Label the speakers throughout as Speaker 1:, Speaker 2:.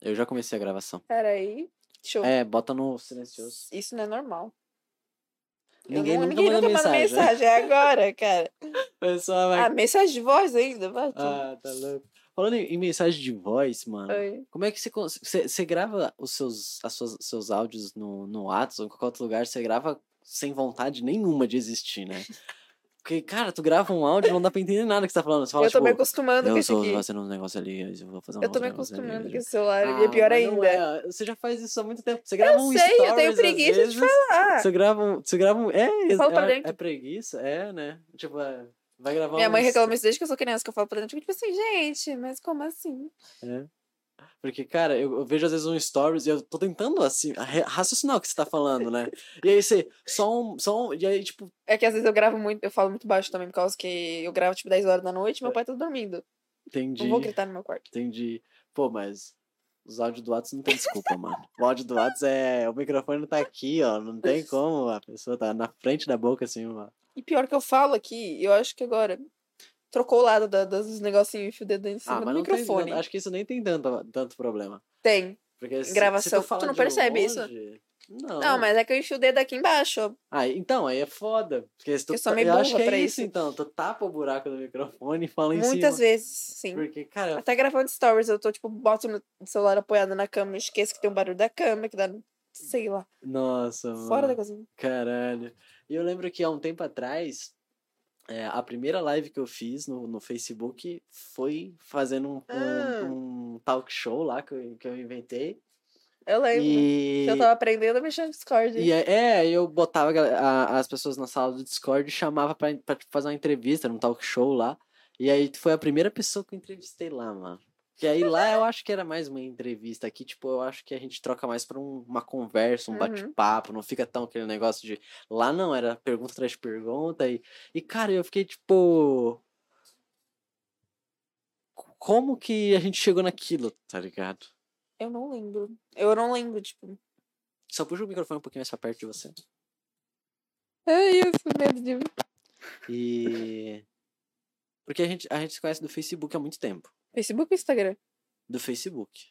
Speaker 1: Eu já comecei a gravação.
Speaker 2: Peraí. Deixa eu...
Speaker 1: É, bota no silencioso.
Speaker 2: Isso não é normal. Eu
Speaker 1: Ninguém
Speaker 2: não-
Speaker 1: nunca manda mensagem. né?
Speaker 2: É agora, cara.
Speaker 1: Pessoal vai.
Speaker 2: Ah, mensagem de voz ainda? Vai, tu.
Speaker 1: Ah, tá louco. Falando em em mensagem de voz, mano.
Speaker 2: Oi.
Speaker 1: Como é que você, cons- você, você grava os seus, as suas, seus áudios no, no WhatsApp ou em qualquer outro lugar? Você grava sem vontade nenhuma de existir, né? Porque, cara, tu grava um áudio e não dá pra entender nada que você tá falando. Você fala,
Speaker 2: eu tô
Speaker 1: tipo,
Speaker 2: me acostumando
Speaker 1: eu
Speaker 2: com isso
Speaker 1: sou
Speaker 2: aqui.
Speaker 1: fazendo um negócio ali, eu vou fazer um
Speaker 2: Eu tô me
Speaker 1: outro negócio ali.
Speaker 2: acostumando com esse celular. e é
Speaker 1: Ah,
Speaker 2: pior
Speaker 1: mas não
Speaker 2: ainda.
Speaker 1: é. Você já faz isso há muito tempo. Você grava um
Speaker 2: sei, eu
Speaker 1: stories,
Speaker 2: tenho
Speaker 1: às
Speaker 2: preguiça de
Speaker 1: vezes,
Speaker 2: Ah,
Speaker 1: Você grava um... Você grava um... É, é,
Speaker 2: falo pra
Speaker 1: é,
Speaker 2: dentro.
Speaker 1: é preguiça? É, né? Tipo, é, vai gravar
Speaker 2: minha mãe
Speaker 1: uns-
Speaker 2: reclama isso desde que eu sou criança, que eu falo pra dentro. Tipo assim, gente, mas como assim?
Speaker 1: É. Porque, cara, eu, eu vejo às vezes um stories e eu tô tentando, assim, ra- raciocinar o que você tá falando, né? E aí você, só um, só um, e aí, tipo,
Speaker 2: É que às vezes eu gravo muito, eu falo muito baixo também, por causa que eu gravo tipo 10 horas da noite meu pai tá dormindo.
Speaker 1: É. entendi,
Speaker 2: Não vou gritar no meu quarto.
Speaker 1: entendi. Pô, mas os áudios do WhatsApp não tem desculpa, mano. O áudio do WhatsApp é, o microfone tá aqui, ó, não tem como, a pessoa tá na frente da boca, assim, ó.
Speaker 2: E pior que eu falo aqui, eu acho que agora trocou o lado da- das- dos negocinhos e fio o dedo em cima
Speaker 1: Ah,
Speaker 2: do
Speaker 1: mas não tem,
Speaker 2: microfone.
Speaker 1: não- acho que isso nem tem tanto, tanto problema.
Speaker 2: Tem.
Speaker 1: Porque se,
Speaker 2: Gravação, tu não percebe isso?
Speaker 1: isso? Não.
Speaker 2: Não, mas é que eu enfio o dedo aqui embaixo. ó.
Speaker 1: Ah, então, aí é foda. Porque se tu,
Speaker 2: Eu sou
Speaker 1: ta-
Speaker 2: meio
Speaker 1: acho
Speaker 2: burra
Speaker 1: que é
Speaker 2: pra
Speaker 1: isso,
Speaker 2: isso.
Speaker 1: então. Tu tapa o buraco do microfone e fala em
Speaker 2: Muitas
Speaker 1: cima.
Speaker 2: vezes, sim.
Speaker 1: Porque, cara,
Speaker 2: Até gravando stories, eu tô, tipo, boto no celular apoiado na cama, eu esqueço que tem um barulho da cama, que dá, no- sei lá,
Speaker 1: nossa,
Speaker 2: fora da
Speaker 1: mano,
Speaker 2: cozinha.
Speaker 1: caralho. E eu lembro que há um tempo atrás, é, a primeira live que eu fiz no, no Facebook foi fazendo um, um-
Speaker 2: Ah.
Speaker 1: um talk show lá que eu, que eu inventei.
Speaker 2: Eu lembro.
Speaker 1: E,
Speaker 2: que Eu tava aprendendo a mexer no Discord.
Speaker 1: e é, é, eu botava a gal- a- as pessoas na sala do Discord e chamava pra, pra fazer uma entrevista, num talk show lá. E aí tu foi a primeira pessoa que eu entrevistei lá, mano. Que aí lá eu acho que era mais uma entrevista. Aqui, tipo, eu acho que a gente troca mais pra um- uma conversa, um
Speaker 2: Uhum.
Speaker 1: bate-papo. Não fica tão aquele negócio de. Lá não, era pergunta atrás de pergunta. E, e cara, eu fiquei tipo. Como que a gente chegou naquilo, tá ligado?
Speaker 2: Eu não lembro. Eu não lembro, tipo.
Speaker 1: Só puxa o microfone um pouquinho mais pra perto de você.
Speaker 2: Ai, eu fui medo de
Speaker 1: E. Porque a gente, a gente se conhece do Facebook há muito tempo.
Speaker 2: Facebook ou Instagram?
Speaker 1: Do Facebook.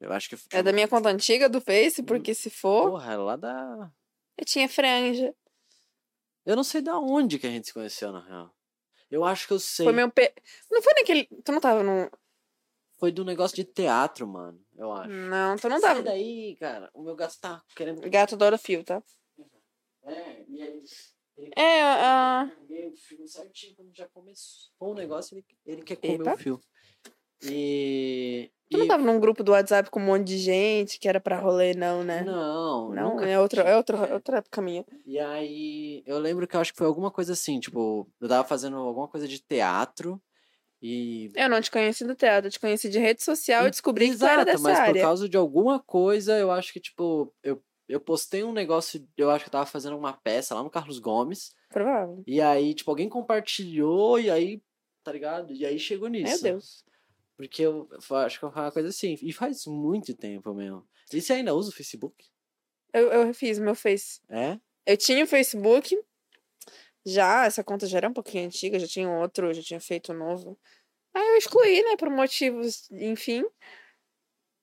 Speaker 1: Eu acho que.
Speaker 2: É da minha conta antiga do Face, porque se for,
Speaker 1: Porra, é lá da.
Speaker 2: eu tinha franja.
Speaker 1: Eu não sei da onde que a gente se conheceu, na real. Eu acho que eu sei.
Speaker 2: Foi meu pe... Não foi naquele. Tu não tava num.
Speaker 1: Foi do negócio de teatro, mano. Eu acho.
Speaker 2: Não, tu Hum, não
Speaker 1: Sai
Speaker 2: tava.
Speaker 1: daí, cara. O meu gato tá querendo.
Speaker 2: Gato adora fio, tá?
Speaker 1: É, e aí.
Speaker 2: É, ah.
Speaker 1: Peguei o fio certinho quando já começou o negócio, ele, ele quer comer o
Speaker 2: Eita.
Speaker 1: fio. E.
Speaker 2: Tu não
Speaker 1: e-
Speaker 2: tava num grupo do WhatsApp com um monte de gente que era pra rolê, não, né?
Speaker 1: Não,
Speaker 2: Não,
Speaker 1: nunca
Speaker 2: é outro, é outro,
Speaker 1: É.
Speaker 2: outro caminho.
Speaker 1: E aí, eu lembro que eu acho que foi alguma coisa assim, tipo, eu tava fazendo alguma coisa de teatro e.
Speaker 2: Eu não te conheci do teatro, eu te conheci de rede social e descobri que tu era
Speaker 1: Exato,
Speaker 2: dessa
Speaker 1: mas por
Speaker 2: área.
Speaker 1: causa de alguma coisa, eu acho que, tipo, eu, eu postei um negócio, eu acho que eu tava fazendo uma peça lá no Carlos Gomes,
Speaker 2: Provável.
Speaker 1: e aí, tipo, alguém compartilhou, e aí, tá ligado? E aí chegou nisso.
Speaker 2: Meu Deus.
Speaker 1: Porque eu eu acho que foi uma coisa assim, e faz muito tempo mesmo. E você ainda usa o Facebook?
Speaker 2: Eu, eu refiz meu Face.
Speaker 1: É?
Speaker 2: Eu tinha o Facebook. Já, essa conta já era um pouquinho antiga, já tinha outro, já tinha feito um novo. Aí eu excluí, né, por motivos, enfim.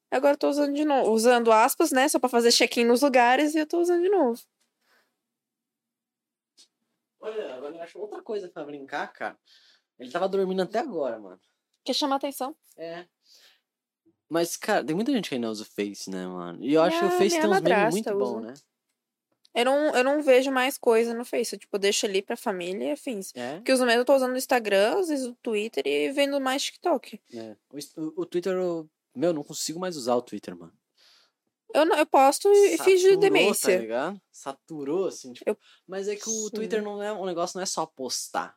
Speaker 2: Agora eu tô usando de novo. Usando aspas, né, só pra fazer check-in nos lugares e eu tô usando de novo.
Speaker 1: Olha, agora eu acho outra coisa pra brincar, cara. Ele tava dormindo até agora, mano.
Speaker 2: Quer chamar atenção?
Speaker 1: É. Mas, cara, tem muita gente que ainda usa o Face, né, mano? E eu acho que o
Speaker 2: Minha-
Speaker 1: Face
Speaker 2: minha
Speaker 1: tem uns memes
Speaker 2: madrasta
Speaker 1: muito bons,
Speaker 2: usa.
Speaker 1: né?
Speaker 2: Eu não, eu não vejo mais coisa no Face. Eu, tipo, deixo ali pra família e afins.
Speaker 1: É.
Speaker 2: Porque os meus eu tô usando o Instagram, às vezes o Twitter e vendo mais TikTok.
Speaker 1: é. O, is- o- o Twitter, eu... meu, eu não consigo mais usar o Twitter, mano.
Speaker 2: Eu, não, eu posto e
Speaker 1: Saturou,
Speaker 2: finjo
Speaker 1: Tá
Speaker 2: demência.
Speaker 1: ligado? Saturou, assim, tipo.
Speaker 2: Eu-
Speaker 1: Mas é que o
Speaker 2: Sim.
Speaker 1: Twitter não é. O negócio não é só postar.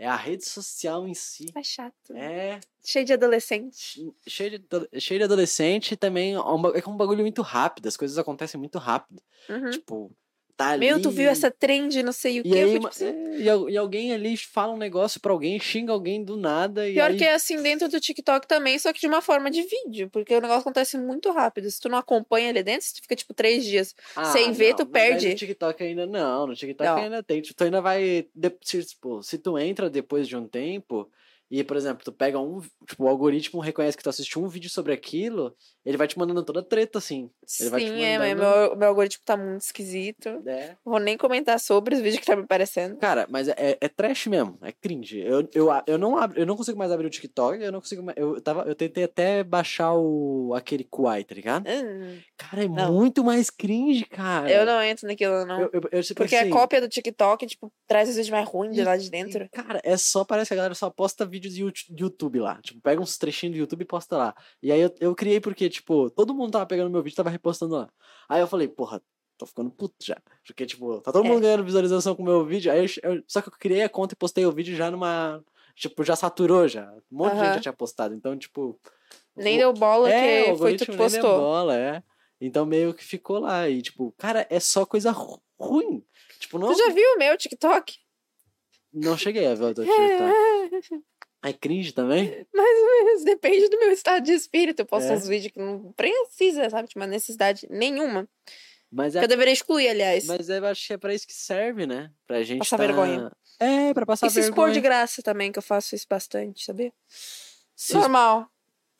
Speaker 1: É a rede social em si.
Speaker 2: Tá chato.
Speaker 1: É.
Speaker 2: Cheio de adolescente.
Speaker 1: che- Cheio de, adole- cheio de adolescente e também. é um ba- É que é um bagulho muito rápido. As coisas acontecem muito rápido.
Speaker 2: Uhum.
Speaker 1: Tipo, tá ali.
Speaker 2: Meu, tu viu essa trend, não sei o
Speaker 1: E,
Speaker 2: quê?
Speaker 1: aí,
Speaker 2: Eu fui,
Speaker 1: ma-
Speaker 2: tipo, assim,
Speaker 1: é, e al- e alguém ali fala um negócio pra alguém, xinga alguém do nada. E
Speaker 2: Pior
Speaker 1: aí,
Speaker 2: que é assim dentro do TikTok também, só que de uma forma de vídeo, porque o negócio acontece muito rápido. Se tu não acompanha ali dentro, se tu fica tipo três dias.
Speaker 1: "Ah,
Speaker 2: sem ver, tu
Speaker 1: mas aí
Speaker 2: perde.
Speaker 1: No TikTok ainda não, no TikTok
Speaker 2: Não.
Speaker 1: ainda tem. Tu ainda vai. de- se, tipo, se tu entra depois de um tempo E, por exemplo, tu pega um. Tipo, o algoritmo reconhece que tu assistiu um vídeo sobre aquilo, ele vai te mandando toda treta, assim. Ele
Speaker 2: Sim,
Speaker 1: vai te
Speaker 2: é, mas
Speaker 1: mandando-
Speaker 2: meu, meu algoritmo tá muito esquisito.
Speaker 1: É.
Speaker 2: Vou nem comentar sobre os vídeos que tá me aparecendo.
Speaker 1: Cara, mas é, é trash mesmo, é cringe. Eu, eu, a- eu, não abro, eu não consigo mais abrir o TikTok, eu não consigo mais. Eu, tava, eu tentei até baixar o aquele Kuai, tá ligado?
Speaker 2: Hum,
Speaker 1: Cara, é
Speaker 2: Não.
Speaker 1: muito mais cringe, cara.
Speaker 2: Eu não entro naquilo,
Speaker 1: É.
Speaker 2: não.
Speaker 1: Eu, eu, eu, tipo
Speaker 2: Porque
Speaker 1: assim,
Speaker 2: a cópia do TikTok, tipo, traz os vídeos mais ruins de
Speaker 1: E-
Speaker 2: lá de
Speaker 1: e,
Speaker 2: dentro.
Speaker 1: Cara, é só, parece que a galera só posta vídeos de Yout- de YouTube lá. Tipo, pega uns trechinhos do YouTube e posta lá. E aí eu, eu criei porque, tipo, todo mundo tava pegando meu vídeo e tava repostando lá. Aí eu falei, porra, tô ficando puto já. Porque, tipo, tá todo
Speaker 2: É.
Speaker 1: mundo ganhando visualização com o meu vídeo. Aí eu- eu- só que eu criei a conta e postei o vídeo já numa. Tipo, já saturou já. Um monte de gente
Speaker 2: Aham.
Speaker 1: já tinha postado. Então, tipo.
Speaker 2: Nem
Speaker 1: o-
Speaker 2: deu bola
Speaker 1: é, o
Speaker 2: que foi tu
Speaker 1: algoritmo
Speaker 2: que
Speaker 1: nem deu
Speaker 2: postou.
Speaker 1: bola, é. Então meio que ficou lá. E, tipo, cara, é só coisa ru- ruim. Tipo, não.
Speaker 2: Tu já viu o meu TikTok?
Speaker 1: Não cheguei a ver o teu TikTok. É cringe também?
Speaker 2: Mas Depende do meu estado de espírito. Eu posto
Speaker 1: É.
Speaker 2: uns vídeos que não precisa, sabe? De uma necessidade nenhuma.
Speaker 1: Mas,
Speaker 2: Que
Speaker 1: é,
Speaker 2: eu deveria excluir, aliás.
Speaker 1: mas eu acho que é pra isso que serve, né? Pra gente.
Speaker 2: Passar
Speaker 1: tá-
Speaker 2: vergonha.
Speaker 1: É, pra passar
Speaker 2: e se
Speaker 1: vergonha.
Speaker 2: expor de graça também, que eu faço isso bastante, sabia?
Speaker 1: Se,
Speaker 2: Normal.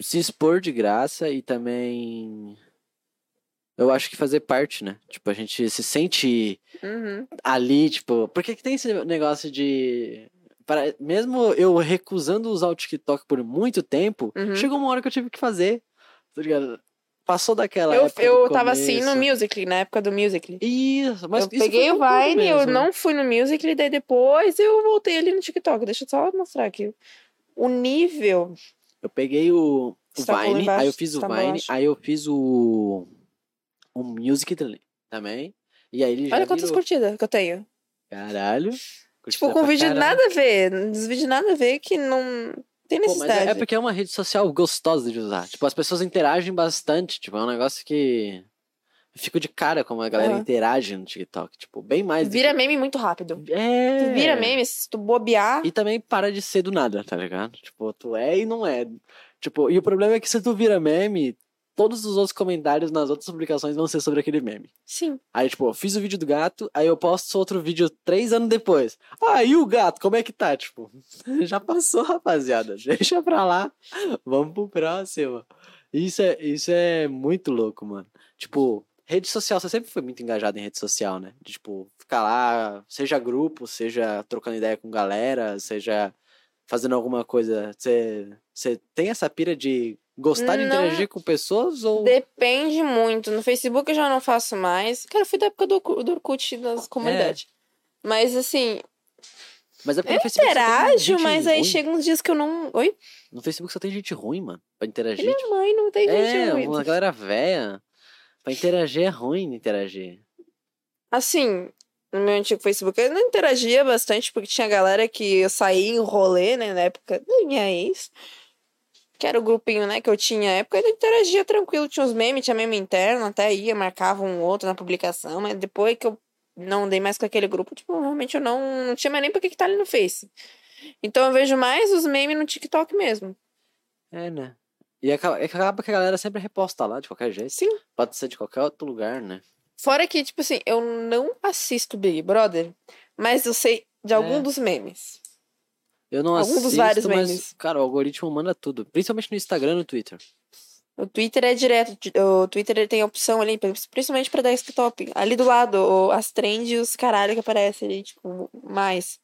Speaker 1: se expor de graça e também. Eu acho que fazer parte, né? Tipo, a gente se sente
Speaker 2: Uhum.
Speaker 1: ali, tipo. Por que, que tem esse negócio de. Para... Mesmo eu recusando usar o TikTok por muito tempo,
Speaker 2: Uhum.
Speaker 1: chegou uma hora que eu tive que fazer. Tá ligado? Passou daquela.
Speaker 2: Eu,
Speaker 1: é época do
Speaker 2: eu tava assim no
Speaker 1: começo.
Speaker 2: Musical.ly, na época do Musical.ly.
Speaker 1: Isso, mas
Speaker 2: eu
Speaker 1: isso foi
Speaker 2: peguei o
Speaker 1: com tudo
Speaker 2: Vine, eu
Speaker 1: mesmo, né?
Speaker 2: não fui no Musical.ly, daí depois eu voltei ali no TikTok. Deixa eu só mostrar aqui. O nível...
Speaker 1: Eu peguei o, o
Speaker 2: Está
Speaker 1: Vine,
Speaker 2: embaixo,
Speaker 1: aí eu fiz o
Speaker 2: está
Speaker 1: Vine,
Speaker 2: embaixo.
Speaker 1: aí eu fiz o. O Music também. E aí ele já.
Speaker 2: Olha quantas
Speaker 1: virou-
Speaker 2: curtidas que eu tenho.
Speaker 1: Caralho.
Speaker 2: Tipo,
Speaker 1: curtida
Speaker 2: com
Speaker 1: pra
Speaker 2: vídeo
Speaker 1: caralho.
Speaker 2: nada a ver. Uns vídeos nada a ver que não tem
Speaker 1: né? Pô, mas
Speaker 2: necessidade.
Speaker 1: é porque é uma rede social gostosa de usar. Tipo, as pessoas interagem bastante. Tipo, é um negócio que. Eu fico de cara como a galera
Speaker 2: Aham. interage
Speaker 1: interage no TikTok. Tipo, bem mais. do
Speaker 2: Vira
Speaker 1: que-
Speaker 2: meme muito rápido.
Speaker 1: É.
Speaker 2: Tu vira meme, se tu bobear.
Speaker 1: E também para de ser do nada, tá ligado? Tipo, tu é e não é. Tipo, e o problema é que se tu vira meme, todos os outros comentários nas outras publicações vão ser sobre aquele meme.
Speaker 2: Sim.
Speaker 1: Aí, tipo, eu fiz o vídeo do gato, aí eu posto outro vídeo três anos depois. Ah, e o gato, como é que tá? Tipo, já passou, rapaziada. Deixa pra lá. Vamos pro próximo. Isso é, isso é muito louco, mano. Tipo, rede social, você sempre foi muito engajado em rede social, né? De, tipo, ficar lá, seja grupo, seja trocando ideia com galera, seja fazendo alguma coisa. Você, você tem essa pira de gostar de
Speaker 2: Não.
Speaker 1: interagir com pessoas ou.
Speaker 2: Depende muito. No Facebook eu já não faço mais. Cara, eu fui da época do, Orku- do Orkut nas
Speaker 1: É.
Speaker 2: comunidades. Mas assim,
Speaker 1: Mas é porque no Facebook só tem
Speaker 2: interajo,
Speaker 1: gente
Speaker 2: mas aí
Speaker 1: ruim.
Speaker 2: chegam uns dias que eu não. Oi?
Speaker 1: No Facebook só tem gente ruim, mano, pra interagir.
Speaker 2: Minha
Speaker 1: tipo,
Speaker 2: mãe não tem gente
Speaker 1: é,
Speaker 2: ruim.
Speaker 1: uma galera velha. Pra interagir é ruim interagir.
Speaker 2: Assim, no meu antigo Facebook eu não interagia bastante, porque tinha galera que eu saía em rolê, né, na época da minha ex. Que era o grupinho, né, que eu tinha na época, eu interagia tranquilo, tinha uns memes, tinha meme interno, até ia, marcava um outro na publicação, mas depois que eu não dei mais com aquele grupo, tipo, realmente eu não, não tinha mais nem pra que que tá ali no Face. Então eu vejo mais os memes no TikTok mesmo.
Speaker 1: É, né? E acaba, é que acaba que a galera sempre reposta lá, de qualquer jeito.
Speaker 2: Sim.
Speaker 1: Pode ser de qualquer outro lugar, né?
Speaker 2: Fora que, tipo assim, eu não assisto Big Brother, mas eu sei de algum
Speaker 1: É.
Speaker 2: dos memes.
Speaker 1: Eu não
Speaker 2: Algum dos
Speaker 1: assisto,
Speaker 2: vários
Speaker 1: mas,
Speaker 2: memes.
Speaker 1: cara, o algoritmo manda tudo. Principalmente no Instagram e no Twitter.
Speaker 2: O Twitter é direto. ti- O Twitter ele tem a opção ali, principalmente pra desktop. Ali do lado, o- as trends e os caralho que aparecem ali, tipo, mais.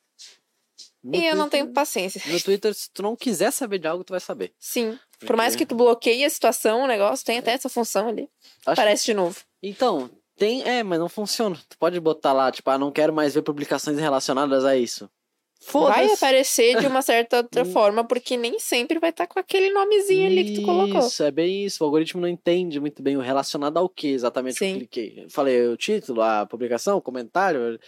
Speaker 1: No
Speaker 2: E eu não
Speaker 1: Twitter-
Speaker 2: tenho paciência.
Speaker 1: No Twitter, se tu não quiser saber de algo, tu vai saber.
Speaker 2: Sim.
Speaker 1: Porque-
Speaker 2: Por mais que tu bloqueie a situação, o negócio tem até essa função ali.
Speaker 1: Acho-
Speaker 2: Aparece de novo.
Speaker 1: Então, tem. É, mas não funciona. Tu pode botar lá, tipo, ah, não quero mais ver publicações relacionadas a isso.
Speaker 2: Vai
Speaker 1: Foda-se.
Speaker 2: aparecer de uma certa outra
Speaker 1: Hum.
Speaker 2: forma, porque nem sempre vai estar com aquele nomezinho ali que tu colocou.
Speaker 1: Isso, é bem isso. O algoritmo não entende muito bem o relacionado ao que exatamente que eu
Speaker 2: Sim.
Speaker 1: cliquei. Eu Falei o título, a publicação, o comentário.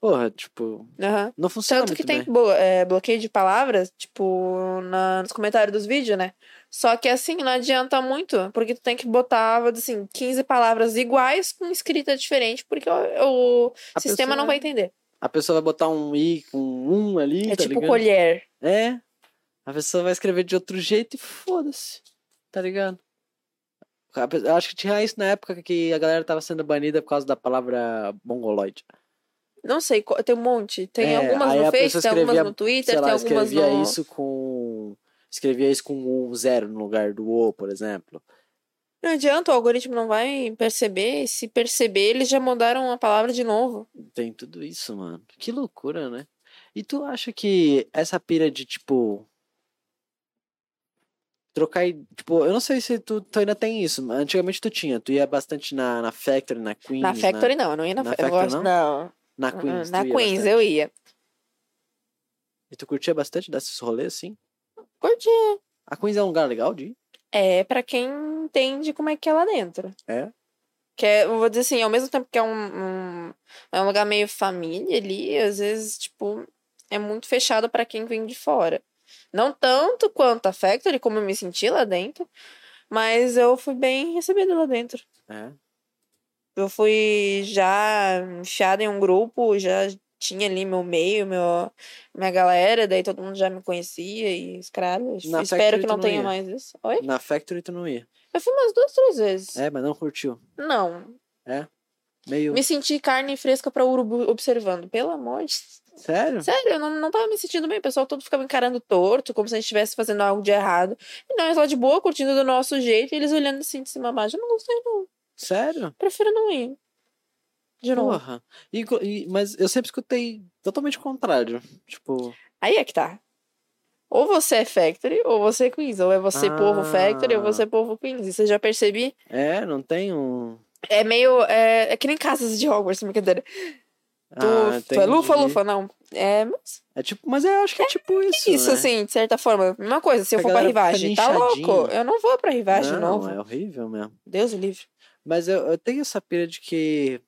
Speaker 1: Porra, tipo,
Speaker 2: Aham.
Speaker 1: não funciona
Speaker 2: Tanto que
Speaker 1: muito né?
Speaker 2: tem
Speaker 1: bem.
Speaker 2: blo- é, bloqueio de palavras, tipo, na- nos comentários dos vídeos, né? Só que assim, não adianta muito, porque tu tem que botar, assim, 15 palavras iguais com escrita diferente, porque o, o
Speaker 1: A
Speaker 2: sistema não
Speaker 1: pessoa-
Speaker 2: vai entender.
Speaker 1: A pessoa vai botar um i com um ali,
Speaker 2: É
Speaker 1: tá
Speaker 2: tipo
Speaker 1: ligado?
Speaker 2: colher.
Speaker 1: É. A pessoa vai escrever de outro jeito e foda-se. Tá ligado? A pe- Eu acho que tinha isso na época que a galera tava sendo banida por causa da palavra mongoloide.
Speaker 2: Não sei, co- tem um monte. Tem
Speaker 1: É,
Speaker 2: algumas
Speaker 1: aí
Speaker 2: no
Speaker 1: a
Speaker 2: Face,
Speaker 1: pessoa
Speaker 2: tem algumas
Speaker 1: escrevia,
Speaker 2: no Twitter,
Speaker 1: Sei lá,
Speaker 2: tem algumas
Speaker 1: escrevia
Speaker 2: no.
Speaker 1: isso com escrevia isso com um zero no lugar do O, por exemplo.
Speaker 2: Não adianta, o algoritmo não vai perceber. e Se perceber, eles já mudaram a palavra de novo.
Speaker 1: Tem tudo isso, mano. Que loucura, né? E tu acha que essa pira de, tipo. Trocar. i- Tipo, eu não sei se tu, tu ainda tem isso. mas Antigamente tu tinha. Tu ia bastante na, na Factory, na Queens.
Speaker 2: na Factory, não. Eu não ia na,
Speaker 1: na
Speaker 2: Factory.
Speaker 1: Factory,
Speaker 2: não?
Speaker 1: não?
Speaker 2: não.
Speaker 1: Na,
Speaker 2: Ah,
Speaker 1: Queens.
Speaker 2: na
Speaker 1: tu ia
Speaker 2: Queens,
Speaker 1: bastante.
Speaker 2: eu ia.
Speaker 1: E tu curtia bastante desses rolês, assim?
Speaker 2: Curtia.
Speaker 1: A Queens é um lugar legal de ir?
Speaker 2: É pra quem entende como é que é lá dentro.
Speaker 1: É?
Speaker 2: Que é, eu vou dizer assim, ao mesmo tempo que é um, um- é um lugar meio família ali, às vezes, tipo, é muito fechado pra quem vem de fora. Não tanto quanto a Factory, como eu me senti lá dentro, mas eu fui bem recebida lá dentro.
Speaker 1: É.
Speaker 2: Eu fui já enfiada em um grupo, já tinha ali meu meio, meu, minha galera, daí todo mundo já me conhecia e escravo.
Speaker 1: Na
Speaker 2: Espero
Speaker 1: Factory
Speaker 2: que
Speaker 1: tu
Speaker 2: não
Speaker 1: não
Speaker 2: tenha
Speaker 1: ia?
Speaker 2: mais isso. Oi?
Speaker 1: Na Factory tu não ia.
Speaker 2: Eu fui umas duas, três vezes.
Speaker 1: É, mas não curtiu.
Speaker 2: Não.
Speaker 1: Meio.
Speaker 2: Me senti carne fresca pra urubu observando. Pelo amor de
Speaker 1: Sério?
Speaker 2: Sério, eu não, não tava me sentindo bem. O pessoal todo ficava encarando torto, como se a gente estivesse fazendo algo de errado. E nós lá de boa, curtindo do nosso jeito, e eles olhando assim de cima a baixo. Eu não gostei, não.
Speaker 1: Sério?
Speaker 2: Prefiro não ir. De novo.
Speaker 1: Porra. E co- e- mas eu sempre escutei totalmente o contrário. Tipo.
Speaker 2: Aí é que tá. Ou você é Factory, ou você é Queens. Ou é você povo Factory, ou
Speaker 1: Ah.
Speaker 2: você é povo Queens. Isso eu já percebi.
Speaker 1: É, não tem um.
Speaker 2: É meio. É, é que nem casas de Hogwarts, brincadeira. Tu, tu é lufa,
Speaker 1: Ah, entendi.
Speaker 2: lufa, não. É mas
Speaker 1: É tipo, mas eu acho que é tipo isso.
Speaker 2: isso,
Speaker 1: né?
Speaker 2: assim, de certa forma. Mesma coisa, se eu
Speaker 1: A
Speaker 2: for pra
Speaker 1: galera fica
Speaker 2: rivagem, tá
Speaker 1: linchadinha.
Speaker 2: louco? Eu não vou pra rivagem de
Speaker 1: não,
Speaker 2: novo.
Speaker 1: é horrível mesmo.
Speaker 2: Deus o livre.
Speaker 1: Mas eu, eu tenho essa pira de que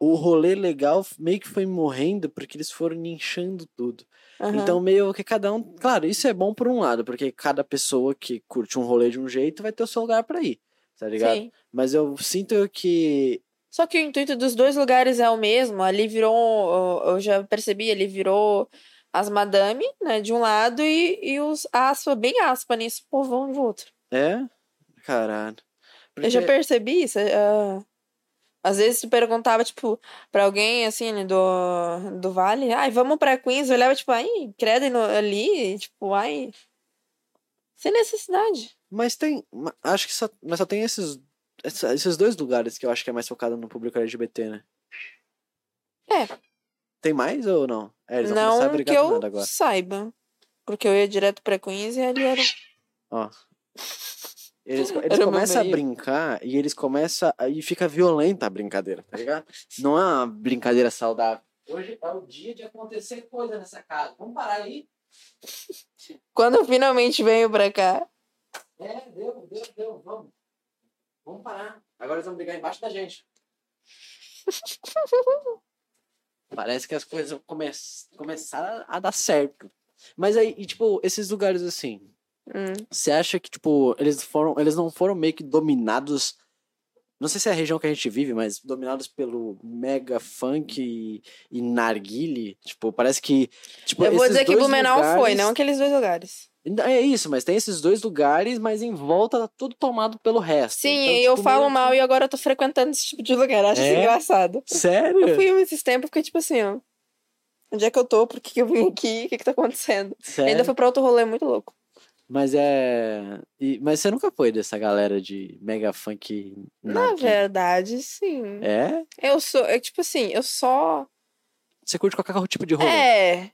Speaker 1: o rolê legal meio que foi morrendo porque eles foram inchando tudo.
Speaker 2: Aham.
Speaker 1: Então, meio que cada um. Claro, isso é bom por um lado, porque cada pessoa que curte um rolê de um jeito vai ter o seu lugar pra ir, tá ligado?
Speaker 2: Sim.
Speaker 1: Mas eu sinto que.
Speaker 2: Só que o intuito dos dois lugares é o mesmo. Ali virou, eu já percebi, ali virou as madame, né, de um lado e, e os aspa, bem aspa nisso, povão do outro.
Speaker 1: É? Caralho. Porque...
Speaker 2: Eu já percebi isso. ah, Às vezes tu perguntava, tipo, pra alguém, assim, né, do, do Vale, ai, vamos pra Queens, eu olhava, tipo, ai, credo, e no- ali, e, tipo, ai, sem necessidade.
Speaker 1: Mas tem. ma- Acho que só, mas só tem esses. essa- Esses dois lugares que eu acho que é mais focado no público LGBT, né?
Speaker 2: É.
Speaker 1: Tem mais ou não? É, eles vão começar a
Speaker 2: não que
Speaker 1: brigar do
Speaker 2: eu
Speaker 1: nada agora.
Speaker 2: saiba. Porque eu ia direto pra Queens e ali era...
Speaker 1: Eles, eles
Speaker 2: Era o meu
Speaker 1: começam a
Speaker 2: meio.
Speaker 1: brincar e eles começam. A, e fica violenta a brincadeira, tá ligado? Não é uma brincadeira saudável. Hoje é o dia de acontecer coisa nessa casa. Vamos parar aí?
Speaker 2: Quando eu finalmente venho pra cá,
Speaker 1: É, deu, deu, deu, vamos. Vamos parar. Agora eles vão brigar embaixo da gente. Parece que as coisas come começaram a dar certo. Mas aí, e, tipo, esses lugares assim,
Speaker 2: hum,
Speaker 1: você acha que, tipo, eles foram. Eles não foram meio que dominados. Não sei se é a região que a gente vive, mas dominados pelo mega funk e, e narguile. Tipo, parece que. Tipo,
Speaker 2: Eu vou
Speaker 1: esses
Speaker 2: dizer que
Speaker 1: dois
Speaker 2: Blumenau foi,
Speaker 1: lugares-
Speaker 2: não aqueles dois lugares.
Speaker 1: é isso, mas tem esses dois lugares, mas em volta tá tudo tomado pelo resto.
Speaker 2: Sim,
Speaker 1: Então,
Speaker 2: e eu
Speaker 1: tipo,
Speaker 2: falo
Speaker 1: meio-
Speaker 2: mal e agora eu tô frequentando esse tipo de lugar. Acho isso
Speaker 1: É?
Speaker 2: engraçado. Eu
Speaker 1: Sério?
Speaker 2: fui esses tempos, fiquei tipo assim, ó. Onde é que eu tô? Por que, que eu vim aqui? O que, que tá acontecendo?
Speaker 1: Sério?
Speaker 2: Ainda fui pra outro rolê muito louco.
Speaker 1: Mas é. e- Mas você nunca foi dessa galera de mega funk.
Speaker 2: Na
Speaker 1: narguilé?
Speaker 2: verdade, sim.
Speaker 1: É?
Speaker 2: Eu sou. É tipo assim, eu só.
Speaker 1: Você curte qualquer tipo de rolê?
Speaker 2: É.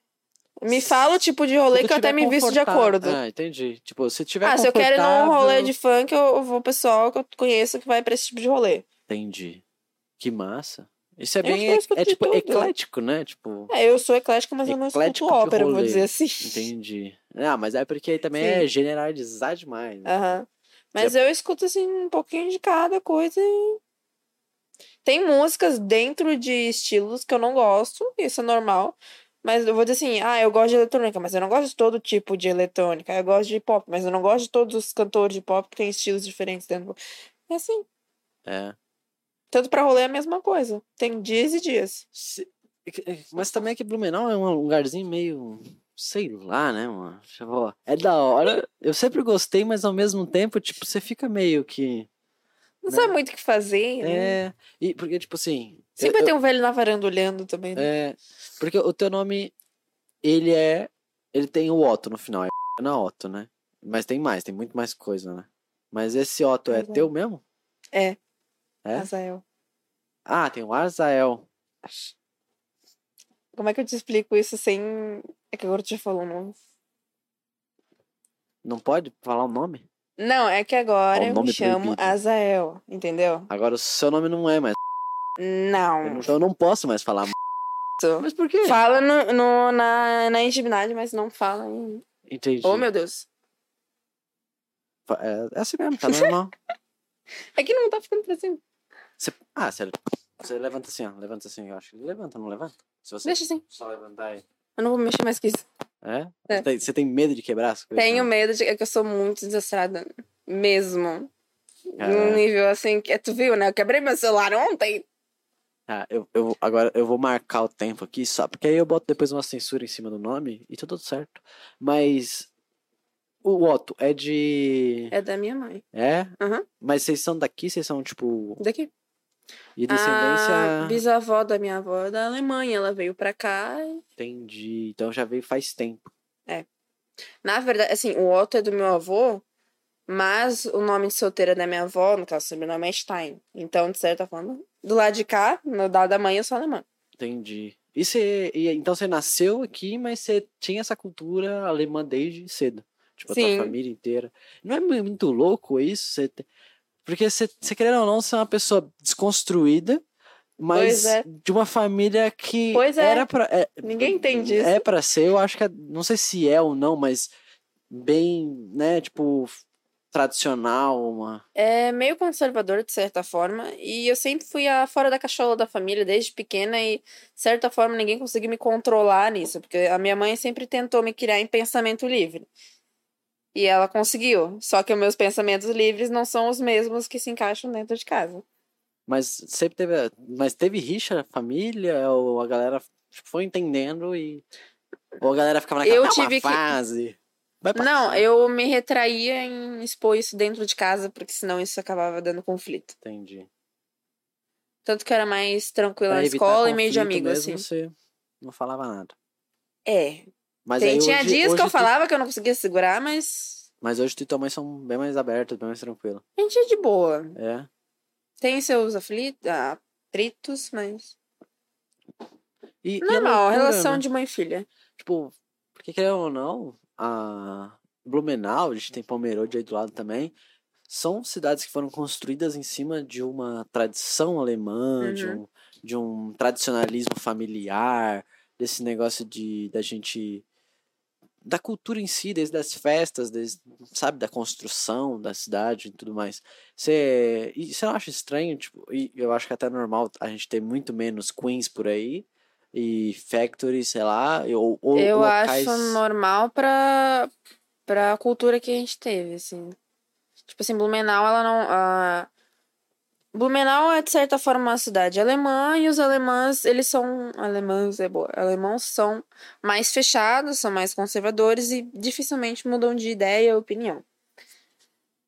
Speaker 2: Me fala o tipo de
Speaker 1: Se
Speaker 2: rolê
Speaker 1: tu
Speaker 2: que eu até
Speaker 1: tiver
Speaker 2: me visto de
Speaker 1: confortável-
Speaker 2: acordo.
Speaker 1: Ah, entendi. Tipo, se tiver.
Speaker 2: Ah, se eu quero ir num rolê
Speaker 1: confortável-
Speaker 2: de funk, eu eu vou pro pessoal que eu conheço que vai pra esse tipo de rolê.
Speaker 1: Entendi. Que massa. Isso é
Speaker 2: Eu
Speaker 1: bem.
Speaker 2: acho que eu
Speaker 1: É,
Speaker 2: escuto
Speaker 1: é,
Speaker 2: de
Speaker 1: tipo
Speaker 2: tudo.
Speaker 1: eclético, né? Tipo.
Speaker 2: É, eu sou eclética, mas eu não escuto
Speaker 1: Eclético de
Speaker 2: ópera, vou
Speaker 1: rolê.
Speaker 2: dizer assim.
Speaker 1: Entendi. Ah, mas é porque aí também é generalizar demais. né?
Speaker 2: Aham. Mas eu escuto, assim, um pouquinho de cada coisa. e- Tem músicas dentro de estilos que eu não gosto, isso é normal. Mas eu vou dizer assim, ah, eu gosto de eletrônica, mas eu não gosto de todo tipo de eletrônica. Eu gosto de pop, mas eu não gosto de todos os cantores de pop que têm estilos diferentes dentro. do- É assim,
Speaker 1: É.
Speaker 2: tanto pra rolê é a mesma coisa. Tem dias e dias.
Speaker 1: Se- é que- é- Mas também é que Blumenau é um lugarzinho meio. Sei lá, né, mano? Deixa eu falar. É da hora. Eu sempre gostei, mas ao mesmo tempo, tipo, você fica meio que.
Speaker 2: Não
Speaker 1: Né?
Speaker 2: sabe muito o que fazer, né?
Speaker 1: É. E porque, tipo assim. eu-
Speaker 2: Sempre
Speaker 1: eu-
Speaker 2: tem um velho na varanda olhando também. né?
Speaker 1: É. Porque o teu nome. Ele é. Ele tem o Otto no final. É na Otto, né? Mas tem mais, tem muito mais coisa, né? Mas esse Otto é
Speaker 2: Pois é.
Speaker 1: teu mesmo?
Speaker 2: É.
Speaker 1: É?
Speaker 2: Azael.
Speaker 1: Ah, tem o Azael.
Speaker 2: Como é que eu te explico isso sem. É que agora tu já falou o nome.
Speaker 1: Não pode falar o nome?
Speaker 2: Não, é que agora
Speaker 1: Ó, o
Speaker 2: eu
Speaker 1: nome
Speaker 2: me chamo
Speaker 1: proibido.
Speaker 2: Azael, entendeu?
Speaker 1: Agora o seu nome não é mais. eu
Speaker 2: Não.
Speaker 1: não- Eu não posso mais falar. Mas por quê?
Speaker 2: Fala no, no- na, na intimidade, mas não fala em.
Speaker 1: Entendi.
Speaker 2: Oh, meu Deus.
Speaker 1: Fa- É, é assim mesmo, tá normal.
Speaker 2: É que não tá ficando pra cima.
Speaker 1: Você- ah, você, você levanta assim, ó. Levanta assim, eu acho. Levanta, não levanta? Se você
Speaker 2: Deixa assim.
Speaker 1: só levantar aí.
Speaker 2: Eu não vou mexer mais que isso.
Speaker 1: É?
Speaker 2: É.
Speaker 1: Você, tem, você tem medo de quebrar as coisas?
Speaker 2: Tenho
Speaker 1: né?
Speaker 2: medo de. É que eu sou muito desastrada. Mesmo. Num
Speaker 1: Caraca.
Speaker 2: nível assim. Que... Tu viu, né? Eu quebrei meu celular ontem.
Speaker 1: Ah, eu, eu, agora eu vou marcar o tempo aqui só, porque aí eu boto depois uma censura em cima do nome e tá tudo certo. Mas o Otto é de.
Speaker 2: É da minha mãe.
Speaker 1: É?
Speaker 2: Aham.
Speaker 1: Mas vocês são daqui? Vocês são, tipo,
Speaker 2: Daqui.
Speaker 1: de
Speaker 2: A
Speaker 1: descendência?
Speaker 2: bisavó da minha avó é da Alemanha. Ela veio pra cá. e-
Speaker 1: Entendi. Então já veio faz tempo.
Speaker 2: Na verdade, assim, o Otto é do meu avô. Mas o nome de solteira da minha avó, no caso, o sobrenome é Stein. Então, de certa forma, do lado de cá, no da da mãe, eu sou alemã.
Speaker 1: Entendi. E você. e então você nasceu aqui, mas você tinha essa cultura alemã desde cedo. Tipo, a
Speaker 2: Sim.
Speaker 1: tua família inteira. Não é mu- muito louco isso? Você te- Porque você, você querendo ou não, você é uma pessoa desconstruída, mas
Speaker 2: Pois é.
Speaker 1: de uma família que
Speaker 2: Pois é.
Speaker 1: era pra. é-
Speaker 2: Ninguém entende isso.
Speaker 1: É pra ser, eu acho que. é- Não sei se é ou não, mas bem, né, tipo, tradicional, uma.
Speaker 2: É meio conservador, de certa forma, e eu sempre fui a fora da cachola da família desde pequena, e de certa forma ninguém conseguiu me controlar nisso, porque a minha mãe sempre tentou me criar em pensamento livre. E ela conseguiu, só que os meus pensamentos livres não são os mesmos que se encaixam dentro de casa.
Speaker 1: Mas sempre teve. Mas teve rixa na família? Ou a galera tipo, foi entendendo e. Ou a galera ficava naquela
Speaker 2: Eu
Speaker 1: "É uma
Speaker 2: tive que-
Speaker 1: fase. Vai passar."
Speaker 2: Não, eu me retraía em expor isso dentro de casa, porque senão isso acabava dando conflito.
Speaker 1: Entendi.
Speaker 2: Tanto que eu era mais tranquila
Speaker 1: Pra
Speaker 2: na
Speaker 1: evitar
Speaker 2: escola e meio de
Speaker 1: conflito
Speaker 2: amigo,
Speaker 1: mesmo,
Speaker 2: assim.
Speaker 1: Você não falava nada.
Speaker 2: É.
Speaker 1: Mas
Speaker 2: Tem-
Speaker 1: aí
Speaker 2: tinha
Speaker 1: hoje,
Speaker 2: dias
Speaker 1: hoje
Speaker 2: que eu
Speaker 1: tu-
Speaker 2: falava que eu não conseguia segurar, mas
Speaker 1: Mas hoje tu e tua mãe são bem mais abertas, bem mais tranquilas.
Speaker 2: A gente é de boa.
Speaker 1: É.
Speaker 2: Tem seus aflitos, ah, atritos, mas.
Speaker 1: E, e é
Speaker 2: Normal, a
Speaker 1: loucura,
Speaker 2: relação
Speaker 1: né?
Speaker 2: de mãe e filha.
Speaker 1: Tipo, porque querendo ou não, a Blumenau, a gente tem Palmeirode aí do lado também. São cidades que foram construídas em cima de uma tradição alemã, de, um, de um tradicionalismo familiar, desse negócio de da gente. da cultura em si, desde as festas, desde, sabe, da construção da cidade e tudo mais. Você e você não acha estranho, tipo, e eu acho que é até normal a gente ter muito menos queens por aí e factory, sei lá, e- ou, ou
Speaker 2: Eu
Speaker 1: locais.
Speaker 2: acho normal pra, pra cultura que a gente teve, assim. Tipo assim, Blumenau, ela não. a- Blumenau é, de certa forma, uma cidade alemã, e os alemãs, eles são. Alemãs é boa. Alemãos são mais fechados, são mais conservadores e dificilmente mudam de ideia ou opinião.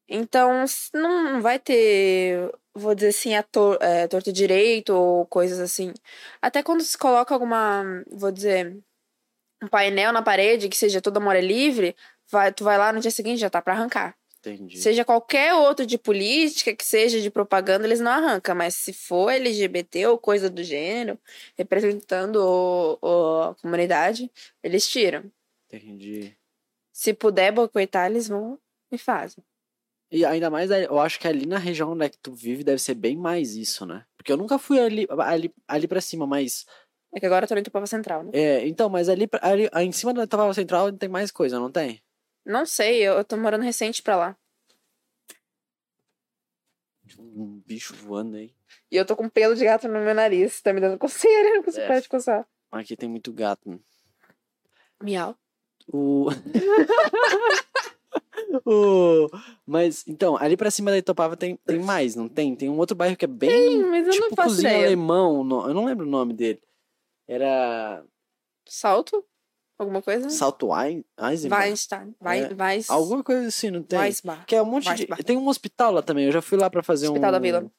Speaker 2: Então, s- não não vai ter, vou dizer assim, a tor é, torto e direito ou coisas assim. Até quando se coloca alguma, vou dizer, um painel na parede que seja toda mora livre, vai, tu vai lá no dia seguinte já tá pra arrancar.
Speaker 1: Entendi.
Speaker 2: Seja qualquer outro de política, que seja de propaganda, eles não arrancam. Mas se for LGBT ou coisa do gênero, representando o, o- a comunidade, eles tiram.
Speaker 1: Entendi.
Speaker 2: Se puder boicotar, eles vão e fazem.
Speaker 1: E ainda mais, aí, eu acho que ali na região onde é que tu vive deve ser bem mais isso, né? Porque eu nunca fui ali, ali, ali pra cima, mas.
Speaker 2: É que agora eu tô indo pra Central, né?
Speaker 1: É, então, mas ali, pra- ali aí em cima da Tavala Central tem mais coisa, não tem?
Speaker 2: Não sei, eu, eu tô morando recente pra lá.
Speaker 1: Tipo, Um bicho voando aí.
Speaker 2: E eu tô com pelo de gato no meu nariz. Tá me dando coceira, eu não consigo
Speaker 1: É.
Speaker 2: parar de coçar.
Speaker 1: Aqui tem muito gato. né?
Speaker 2: Miau.
Speaker 1: O. o... Mas, então, ali pra cima da Itopava tem, tem mais, não tem? Tem um outro bairro que é bem.
Speaker 2: Mas eu
Speaker 1: tipo,
Speaker 2: não faço
Speaker 1: cozinha
Speaker 2: ideia.
Speaker 1: alemão. no- Eu não lembro o nome dele. Era.
Speaker 2: Salto? Alguma coisa?
Speaker 1: Salto Ein- Eisenbahn?
Speaker 2: Weinstein. Wei-
Speaker 1: É.
Speaker 2: Weiss.
Speaker 1: Alguma coisa assim, não tem?
Speaker 2: Weissbach.
Speaker 1: Que é um monte de.
Speaker 2: Weissbach.
Speaker 1: Tem um hospital lá também. Eu já fui lá pra fazer um.
Speaker 2: Hospital da Vila.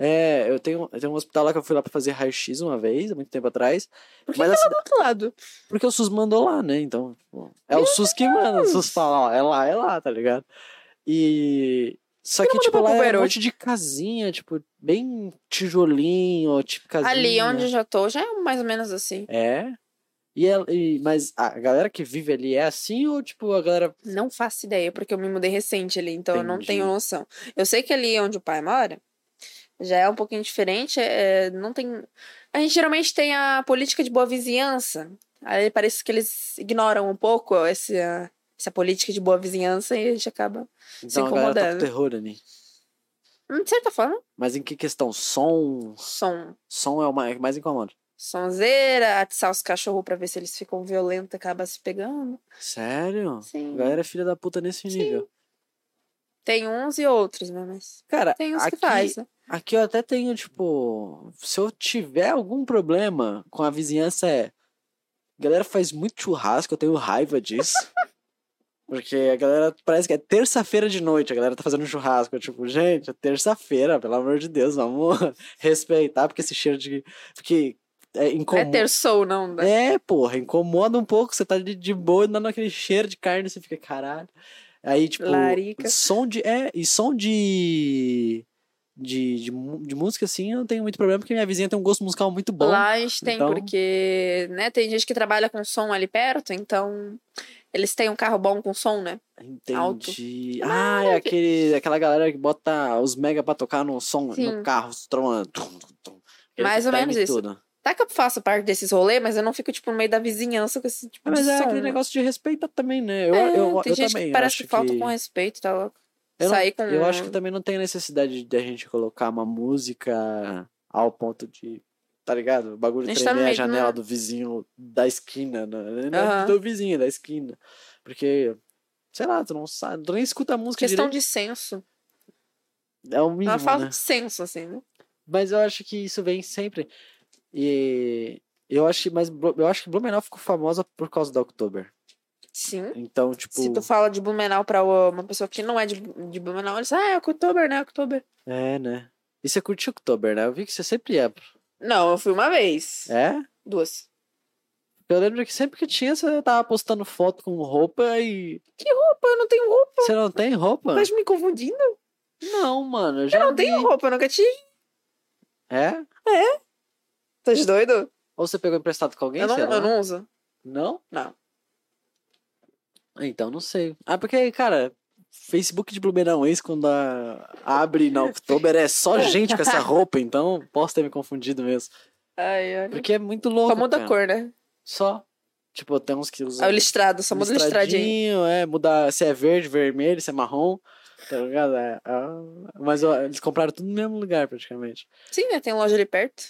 Speaker 1: É, eu tenho, eu tenho um hospital lá que eu fui lá pra fazer raio-x uma vez, há muito tempo atrás.
Speaker 2: Por que
Speaker 1: mas assim,
Speaker 2: Do outro lado.
Speaker 1: porque o SUS mandou lá, né? Então, tipo, é o SUS que manda. O SUS fala, ó, é lá, é lá, tá ligado? E. Só que,
Speaker 2: manda
Speaker 1: tipo,
Speaker 2: pra
Speaker 1: lá é um
Speaker 2: Pomerode?
Speaker 1: monte de casinha, tipo, bem tijolinho, tipo casinha.
Speaker 2: Ali onde eu já tô, já é mais ou menos assim.
Speaker 1: É. E, ela- e- mas a galera que vive ali é assim ou, tipo, a galera.
Speaker 2: Não faço ideia, porque eu me mudei recente ali, então eu não
Speaker 1: Entendi.
Speaker 2: tenho noção. Eu sei que ali onde o pai mora já é um pouquinho diferente, é, não tem. A gente geralmente tem a política de boa vizinhança. Aí parece que eles ignoram um pouco essa, essa política de boa vizinhança e a gente acaba.
Speaker 1: Então a galera tá com
Speaker 2: incomodando.
Speaker 1: terror ali.
Speaker 2: hum, De certa forma,
Speaker 1: Mas em que questão? Som.
Speaker 2: som.
Speaker 1: Som é o mais, mais incomoda.
Speaker 2: Sonzeira, atiçar os cachorros pra ver se eles ficam violentos, acaba se pegando.
Speaker 1: Sério? A
Speaker 2: Sim.
Speaker 1: galera é filha da puta nesse
Speaker 2: Sim.
Speaker 1: nível.
Speaker 2: Tem uns e outros, né? Mas.
Speaker 1: Cara,
Speaker 2: Tem uns
Speaker 1: aqui,
Speaker 2: que faz, né?
Speaker 1: aqui eu até tenho, tipo. Se eu tiver algum problema com a vizinhança, é. A galera faz muito churrasco, eu tenho raiva disso. Porque a galera parece que é terça-feira de noite, a galera tá fazendo churrasco. Eu, tipo, gente, é terça-feira, pelo amor de Deus, vamos respeitar, porque esse cheiro de. Porque é
Speaker 2: É
Speaker 1: incomoda.
Speaker 2: ter soul, não. né?
Speaker 1: É, porra, incomoda um pouco. Você tá de, de boa e dando aquele cheiro de carne, você fica, caralho. Aí, tipo,
Speaker 2: Larica.
Speaker 1: som de. É, e som de. De, de, mu- de música, assim, eu não tenho muito problema, porque minha vizinha tem um gosto musical muito bom.
Speaker 2: Lá a gente tem,
Speaker 1: então-
Speaker 2: porque né, tem gente que trabalha com som ali perto, então eles têm um carro bom com som, né? alto.
Speaker 1: Entendi. Ah, é aquele, aquela galera que bota os mega pra tocar no som, no
Speaker 2: Sim.
Speaker 1: carro, tromando. tum, tum, tum. Aquele
Speaker 2: Mais ou
Speaker 1: time
Speaker 2: menos isso.
Speaker 1: todo.
Speaker 2: Tá que eu faço parte desses rolês, mas eu não fico, tipo, no meio da vizinhança com esse tipo
Speaker 1: Ah, mas
Speaker 2: de
Speaker 1: é
Speaker 2: som.
Speaker 1: aquele
Speaker 2: né?
Speaker 1: negócio de respeitar também, né? Eu,
Speaker 2: É,
Speaker 1: eu,
Speaker 2: tem
Speaker 1: eu
Speaker 2: gente
Speaker 1: também
Speaker 2: que parece
Speaker 1: acho
Speaker 2: que falta com respeito, tá louco?
Speaker 1: Eu não-
Speaker 2: Sair com...
Speaker 1: Eu acho que também não tem necessidade de a gente colocar uma música ao ponto de. Tá ligado? O bagulho
Speaker 2: A
Speaker 1: tremer
Speaker 2: gente tá no
Speaker 1: a
Speaker 2: meio de uma-
Speaker 1: janela do vizinho da esquina. Né? Não é
Speaker 2: Aham.
Speaker 1: do vizinho, da esquina. Porque, sei lá, tu não sabe, tu nem escuta a música
Speaker 2: Questão
Speaker 1: direito.
Speaker 2: de senso.
Speaker 1: É o
Speaker 2: Ela
Speaker 1: mínimo,
Speaker 2: falta
Speaker 1: né?
Speaker 2: de senso, assim, né?
Speaker 1: Mas eu acho que isso vem sempre. E eu acho que, mas Blu- eu acho que Blumenau ficou famosa por causa da Oktober.
Speaker 2: Sim.
Speaker 1: Então, tipo.
Speaker 2: Se tu fala de Blumenau pra uma pessoa que não é de, de Blumenau, eles ah, é Oktober, né? Oktober.
Speaker 1: É, né? E você curte Oktober, né? Eu vi que você sempre ia.
Speaker 2: Não, eu fui uma vez.
Speaker 1: É?
Speaker 2: Duas.
Speaker 1: Eu lembro que sempre que tinha, você tava postando foto com roupa e.
Speaker 2: Pô, eu não tenho roupa,
Speaker 1: Você não tem roupa?
Speaker 2: mas me confundindo.
Speaker 1: Não, mano. Eu já
Speaker 2: Eu não
Speaker 1: vi.
Speaker 2: tenho roupa, eu nunca tive.
Speaker 1: É?
Speaker 2: Tá doido?
Speaker 1: Ou você pegou emprestado com alguém?
Speaker 2: Eu não,
Speaker 1: sei lá.
Speaker 2: eu não uso.
Speaker 1: Não?
Speaker 2: Não.
Speaker 1: Então, não sei. Ah, porque, cara, Facebook de Blumenauense, quando a- abre na Oktober, é só gente com essa roupa, então posso ter me confundido mesmo.
Speaker 2: Ai, olha.
Speaker 1: Porque é muito louco.
Speaker 2: Só muda
Speaker 1: cara.
Speaker 2: a cor, né?
Speaker 1: Só. Tipo, tem uns que usam.
Speaker 2: É o listrado, só muda o listradinho.
Speaker 1: listradinho, é, mudar se é verde, vermelho, se é marrom, tá ligado? É, ah, mas ó, eles compraram tudo no mesmo lugar, praticamente.
Speaker 2: Sim, né? Tem loja ali perto.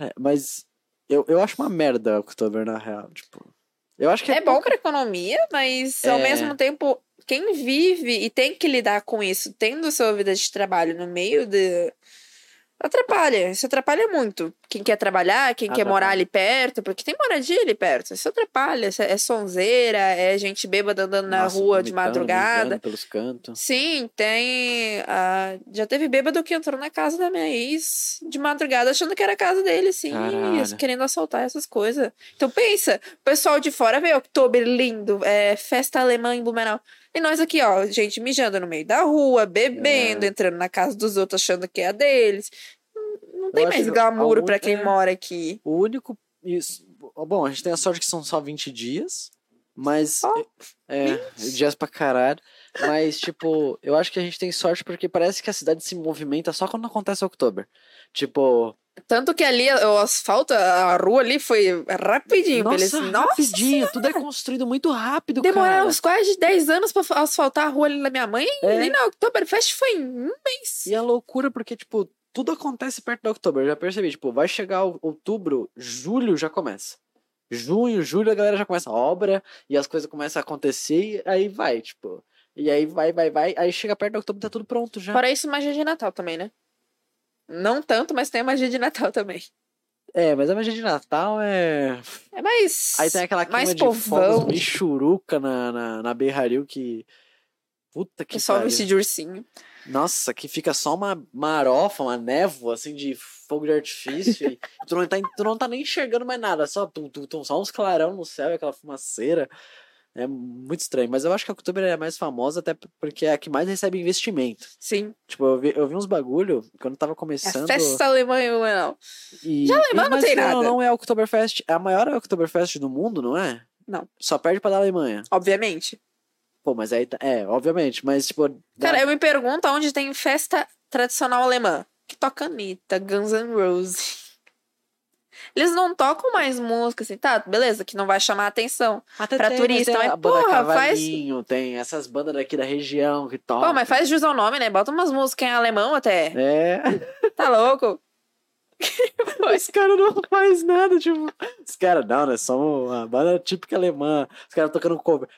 Speaker 1: É, mas eu, eu acho uma merda o Oktober, na real, tipo... Eu acho que
Speaker 2: É bom pra economia, mas ao
Speaker 1: É.
Speaker 2: mesmo tempo, quem vive e tem que lidar com isso, tendo sua vida de trabalho no meio de. Atrapalha, isso atrapalha muito. Quem quer trabalhar, quem quer morar
Speaker 1: Atrapalha.
Speaker 2: ali perto, porque tem moradia ali perto, isso atrapalha. isso É é sonzeira, é gente bêbada andando na
Speaker 1: Nossa,
Speaker 2: rua de
Speaker 1: vomitando,
Speaker 2: madrugada.
Speaker 1: brigando pelos cantos.
Speaker 2: Sim, tem. ah, já teve bêbado que entrou na casa da minha ex de madrugada achando que era a casa dele, sim,
Speaker 1: Caralho.
Speaker 2: querendo assaltar essas coisas. Então pensa, o pessoal de fora vê Oktober lindo, é, festa alemã em Blumenau. E nós aqui, ó, gente mijando no meio da rua, bebendo,
Speaker 1: É.
Speaker 2: entrando na casa dos outros achando que é a deles. Não- Não tem
Speaker 1: acho
Speaker 2: mais
Speaker 1: que é. a
Speaker 2: glamour pra
Speaker 1: única-
Speaker 2: quem mora aqui.
Speaker 1: O único... Isso, bom, a gente tem a sorte que são só 20 dias, mas...
Speaker 2: Só
Speaker 1: É, dias pra caralho. Mas, tipo, eu acho que a gente tem sorte porque parece que a cidade se movimenta só quando acontece o Oktober. Tipo,
Speaker 2: Tanto que ali o asfalto, a rua ali foi rapidinho. pra eles, assim, Nossa,
Speaker 1: rapidinho, tudo é construído muito rápido,
Speaker 2: Demoraram
Speaker 1: cara.
Speaker 2: uns quase 10 anos pra asfaltar a rua ali da minha mãe.
Speaker 1: É.
Speaker 2: E na Oktoberfest foi em um mês.
Speaker 1: E é loucura porque, tipo, tudo acontece perto de outubro, eu já percebi. Tipo, vai chegar o- outubro, julho já começa. Junho, julho, a galera já começa a obra e as coisas começam a acontecer e aí vai, tipo. E aí vai, vai, vai. Aí chega perto de outubro, tá tudo pronto já.
Speaker 2: Fora isso, magia de Natal também, né? Não tanto, mas tem a magia de Natal também.
Speaker 1: É, mas a magia de Natal é...
Speaker 2: É mais.
Speaker 1: Aí tem aquela queima
Speaker 2: mais
Speaker 1: de
Speaker 2: povão.
Speaker 1: fogos bichuruca na, na, na Berraril que... Puta que
Speaker 2: que só
Speaker 1: pariu.
Speaker 2: vestir de ursinho.
Speaker 1: Nossa, que fica só uma marofa, uma névoa, assim, de fogo de artifício. e tu, não tá, tu não tá nem enxergando mais nada, só, tu, tu, tu- só uns clarão no céu e aquela fumaceira. É muito estranho. Mas eu acho que a Oktober é a mais famosa, até porque é a que mais recebe investimento.
Speaker 2: Sim.
Speaker 1: Tipo, eu vi, eu vi uns bagulho quando tava
Speaker 2: É a
Speaker 1: começando.
Speaker 2: festa alemã em Blumenau.
Speaker 1: E,
Speaker 2: Já alemã
Speaker 1: e-
Speaker 2: não
Speaker 1: mas
Speaker 2: tem
Speaker 1: querendo ou
Speaker 2: nada.
Speaker 1: Não é a Oktoberfest, é a maior Oktoberfest do mundo, não é?
Speaker 2: Não.
Speaker 1: Só perde pra da Alemanha.
Speaker 2: Obviamente.
Speaker 1: Pô, mas aí tá- é, obviamente, mas tipo, da-
Speaker 2: Cara, eu me pergunto onde tem festa tradicional alemã. Que toca Anitta, Guns N' Roses. Eles não tocam mais música, assim, tá, beleza, que não vai chamar a atenção.
Speaker 1: até
Speaker 2: pra
Speaker 1: tem,
Speaker 2: turista,
Speaker 1: tem
Speaker 2: mas,
Speaker 1: a banda
Speaker 2: porra, faz-
Speaker 1: Cavalinho, tem essas bandas daqui da região que tocam.
Speaker 2: Pô, mas faz jus ao nome, né? Bota umas músicas em alemão até.
Speaker 1: É,
Speaker 2: Tá louco?
Speaker 1: os caras não faz nada, tipo, os caras não, né, são uma banda típica alemã, os caras tocando cover.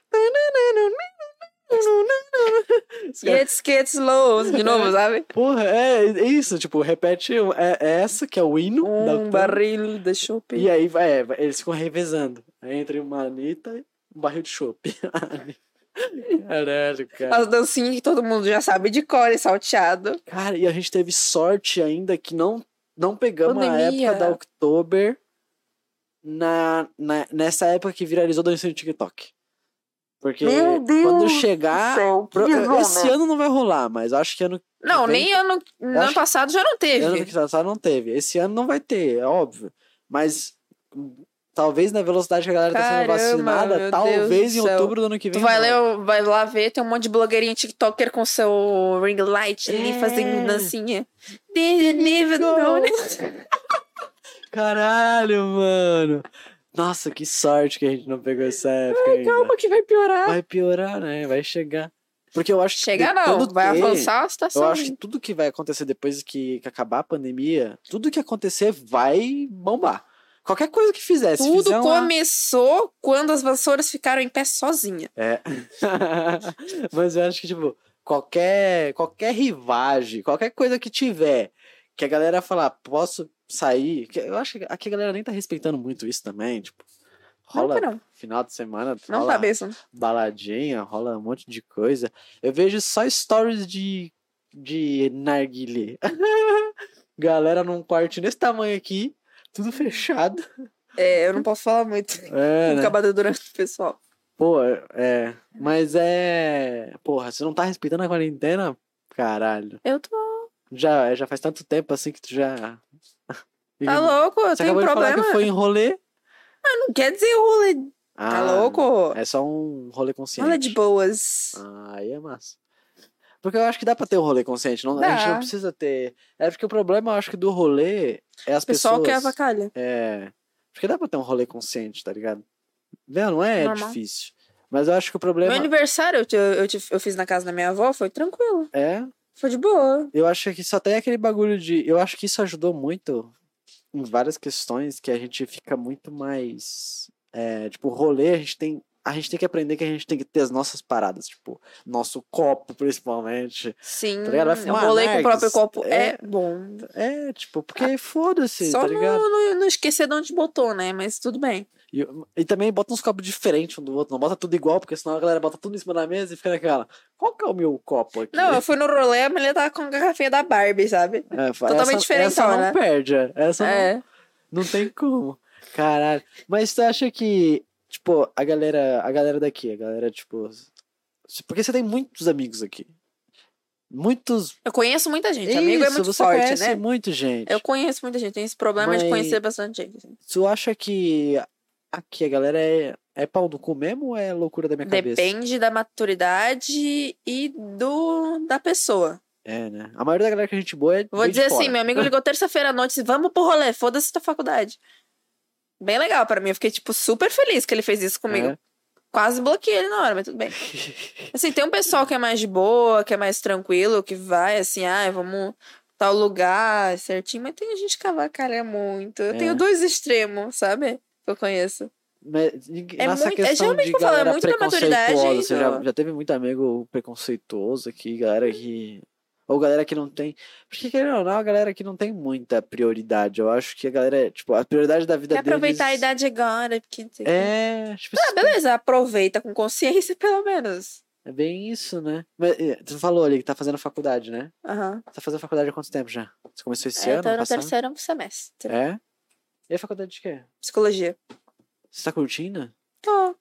Speaker 1: Os caras-
Speaker 2: It's Kids Lows, de novo, sabe?
Speaker 1: Porra, é, é isso, tipo, repete, é, é essa que é o hino da
Speaker 2: Um
Speaker 1: Oktober.
Speaker 2: barril de chope.
Speaker 1: E aí, vai- é, vai- eles ficam revezando. Aí entra uma Anitta e um barril de chope. Caralho, cara.
Speaker 2: As dancinhas que todo mundo já sabe de cor e salteado.
Speaker 1: Cara, e a gente teve sorte ainda que não, não pegamos
Speaker 2: Pandemia.
Speaker 1: a época da Oktober na, na- nessa época que viralizou dança no TikTok. Porque
Speaker 2: Meu Deus
Speaker 1: quando
Speaker 2: do
Speaker 1: chegar.
Speaker 2: céu, que
Speaker 1: Tá.
Speaker 2: né?
Speaker 1: pro-
Speaker 2: zona.
Speaker 1: esse ano não vai rolar, mas eu acho que ano,
Speaker 2: Não,
Speaker 1: vem-
Speaker 2: nem ano, no
Speaker 1: acho-
Speaker 2: ano passado já não teve.
Speaker 1: ano que passado não teve. Esse ano não vai ter, é óbvio. Mas hum, talvez na velocidade que a galera tá
Speaker 2: Caramba,
Speaker 1: sendo vacinada,
Speaker 2: meu Deus
Speaker 1: talvez
Speaker 2: do
Speaker 1: em
Speaker 2: céu.
Speaker 1: outubro do ano que
Speaker 2: Tu
Speaker 1: vem.
Speaker 2: vai,
Speaker 1: rola.
Speaker 2: ler, o- vai lá ver, tem um monte de blogueirinha tiktoker com seu ring light ali
Speaker 1: É.
Speaker 2: fazendo dancinha. Didn't even know.
Speaker 1: Caralho, mano. Nossa, que sorte que a gente não pegou essa época ainda.
Speaker 2: Calma que vai piorar.
Speaker 1: Vai piorar, né? Vai chegar. Porque eu acho que. de-
Speaker 2: Chegar não,
Speaker 1: quando
Speaker 2: vai
Speaker 1: ter,
Speaker 2: avançar a
Speaker 1: Eu
Speaker 2: situação.
Speaker 1: acho que tudo que vai acontecer depois que, que acabar a pandemia, tudo que acontecer vai bombar. Qualquer coisa que fizer, se
Speaker 2: Tudo
Speaker 1: fizer uma-
Speaker 2: começou quando as vassouras ficaram em pé sozinha.
Speaker 1: É. Mas eu acho que, tipo, qualquer, qualquer rivagem, qualquer coisa que tiver, que a galera falar, posso sair. que Eu acho que aqui a galera nem tá respeitando muito isso também. Tipo,
Speaker 2: Não
Speaker 1: rola
Speaker 2: que não.
Speaker 1: final de semana,
Speaker 2: Não
Speaker 1: rola
Speaker 2: tá mesmo.
Speaker 1: baladinha, rola um monte de coisa. Eu vejo só stories de, de narguilé. galera num quarto desse tamanho aqui, tudo fechado.
Speaker 2: É, eu não posso falar muito.
Speaker 1: É, né?
Speaker 2: Acabada durante o pessoal.
Speaker 1: Pô, é. Mas é. Porra, você não tá respeitando a quarentena? Caralho.
Speaker 2: Eu tô.
Speaker 1: Já, já faz tanto tempo assim que tu já.
Speaker 2: Tá louco? Eu
Speaker 1: Você
Speaker 2: tenho
Speaker 1: acabou de falar
Speaker 2: problema.
Speaker 1: que foi em rolê.
Speaker 2: Não quer dizer rolê. tá
Speaker 1: Ah,
Speaker 2: louco?
Speaker 1: É só um rolê consciente.
Speaker 2: Olha de boas.
Speaker 1: Ah, aí é massa. Porque eu acho que dá pra ter um rolê consciente. Não, a gente
Speaker 2: Dá.
Speaker 1: não precisa ter. É porque o problema, eu acho que do rolê é as
Speaker 2: O pessoal
Speaker 1: pessoas.
Speaker 2: quer avacalha.
Speaker 1: É. Porque dá pra ter um rolê consciente, tá ligado? Não, não é
Speaker 2: Normal.
Speaker 1: difícil. Mas eu acho que o problema
Speaker 2: Meu aniversário eu, te- eu, te- eu fiz na casa da minha avó, foi tranquilo.
Speaker 1: é.
Speaker 2: Foi de boa.
Speaker 1: Eu acho que só tem aquele bagulho de. Eu acho que isso ajudou muito em várias questões que a gente fica muito mais. é, tipo, rolê, a gente tem. A gente tem que aprender que a gente tem que ter as nossas paradas, tipo, nosso copo, principalmente.
Speaker 2: Sim.
Speaker 1: Tá ligado? Vai
Speaker 2: eu
Speaker 1: fumar
Speaker 2: rolei com o
Speaker 1: narguis.
Speaker 2: próprio copo. É,
Speaker 1: É.
Speaker 2: bom.
Speaker 1: É, tipo, porque foda-se,
Speaker 2: Ah, Só
Speaker 1: tá
Speaker 2: não,
Speaker 1: ligado?
Speaker 2: não, não esquecer de onde botou, né? Mas tudo bem.
Speaker 1: E, e também bota uns copos diferentes um do outro, não bota tudo igual, porque senão a galera bota tudo em cima da mesa e fica naquela. Qual que é o meu copo aqui?
Speaker 2: Não, eu fui no rolê, a mulher tava com a garrafinha da Barbie, sabe?
Speaker 1: É, fa-
Speaker 2: totalmente
Speaker 1: essa, Essa
Speaker 2: diferentona,
Speaker 1: não
Speaker 2: né?
Speaker 1: perde, é. essa não
Speaker 2: É.
Speaker 1: Não tem como. Caralho. Mas tu acha que, tipo, a galera, a galera daqui, a galera, tipo. se- Porque você tem muitos amigos aqui. Muitos.
Speaker 2: Eu conheço muita gente. Amigo é
Speaker 1: Isso,
Speaker 2: muito
Speaker 1: você
Speaker 2: forte,
Speaker 1: conhece
Speaker 2: né?
Speaker 1: muito gente.
Speaker 2: Eu conheço muita gente. Tem esse problema de
Speaker 1: Mas-
Speaker 2: conhecer bastante gente. assim.
Speaker 1: Tu acha que aqui a galera é, é pau no cu mesmo ou é loucura da minha cabeça?
Speaker 2: Depende da maturidade e do da pessoa.
Speaker 1: É, né? A maioria da galera que a gente boa é.
Speaker 2: Eu Vou
Speaker 1: vem de
Speaker 2: dizer assim,
Speaker 1: fora.
Speaker 2: meu amigo ligou terça-feira à noite e disse, vamos pro rolê, foda-se tua faculdade. Bem legal pra mim. Eu fiquei, tipo, super feliz que ele fez isso comigo.
Speaker 1: É.
Speaker 2: Quase bloqueei ele na hora, mas tudo bem. Assim, tem um pessoal que é mais de boa, que é mais tranquilo, que vai assim, ai, vamos tal lugar certinho, mas tem gente que avacalha muito. Eu
Speaker 1: É.
Speaker 2: tenho dois extremos, sabe? Que eu conheço.
Speaker 1: Mas, ninguém-
Speaker 2: É
Speaker 1: nessa
Speaker 2: muito- é
Speaker 1: questão
Speaker 2: geralmente
Speaker 1: de
Speaker 2: que eu falo, é
Speaker 1: galera
Speaker 2: muito da maturidade
Speaker 1: preconceituosa, Você já,
Speaker 2: ainda.
Speaker 1: já teve muito amigo preconceituoso aqui, galera que. Ou galera que não tem. Porque querendo ou não, a galera que não tem muita prioridade. Eu acho que a galera, tipo, a prioridade da vida
Speaker 2: Quer aproveitar a
Speaker 1: deles
Speaker 2: idade agora, porque. não sei o quê.
Speaker 1: É, tipo,
Speaker 2: Ah, beleza, aproveita com consciência, pelo menos.
Speaker 1: É bem isso, né? Mas, eh, tu falou ali que tá fazendo faculdade, né?
Speaker 2: Aham.
Speaker 1: Tá fazendo faculdade há quanto tempo já? Você começou esse
Speaker 2: É,
Speaker 1: ano?
Speaker 2: tá no
Speaker 1: passado?
Speaker 2: terceiro semestre.
Speaker 1: É? E a faculdade de quê?
Speaker 2: Psicologia.
Speaker 1: Você tá curtindo?
Speaker 2: Tá.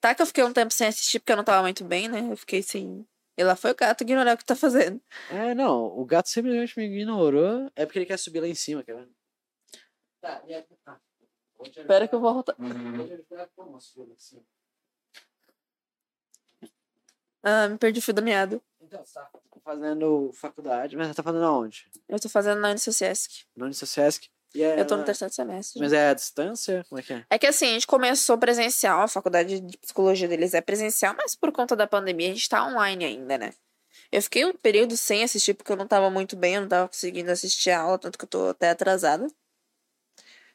Speaker 2: Tá que eu fiquei um tempo sem assistir porque eu não tava muito bem, né? Eu fiquei sem. E lá foi o gato ignorar o que tá fazendo.
Speaker 1: É, não. O gato simplesmente me ignorou. É porque ele quer subir lá em cima, quer ver? Tá, e é... ah, vou te
Speaker 2: Espera
Speaker 1: ajudar.
Speaker 2: que eu vou voltar.
Speaker 1: Vou te ajudar como a subir lá em cima?
Speaker 2: Ah, me perdi o fio da meada.
Speaker 1: Então, você tá fazendo faculdade, mas você tá fazendo aonde?
Speaker 2: Eu tô fazendo na Unicesc.
Speaker 1: No Unisociesc? E é
Speaker 2: Eu tô no
Speaker 1: na-
Speaker 2: terceiro semestre.
Speaker 1: Mas é à distância? Como é que é?
Speaker 2: É que assim, a gente começou presencial, a faculdade de psicologia deles é presencial, mas por conta da pandemia a gente tá online ainda, né? Eu fiquei um período sem assistir porque eu não tava muito bem, eu não tava conseguindo assistir a aula, tanto que eu tô até atrasada.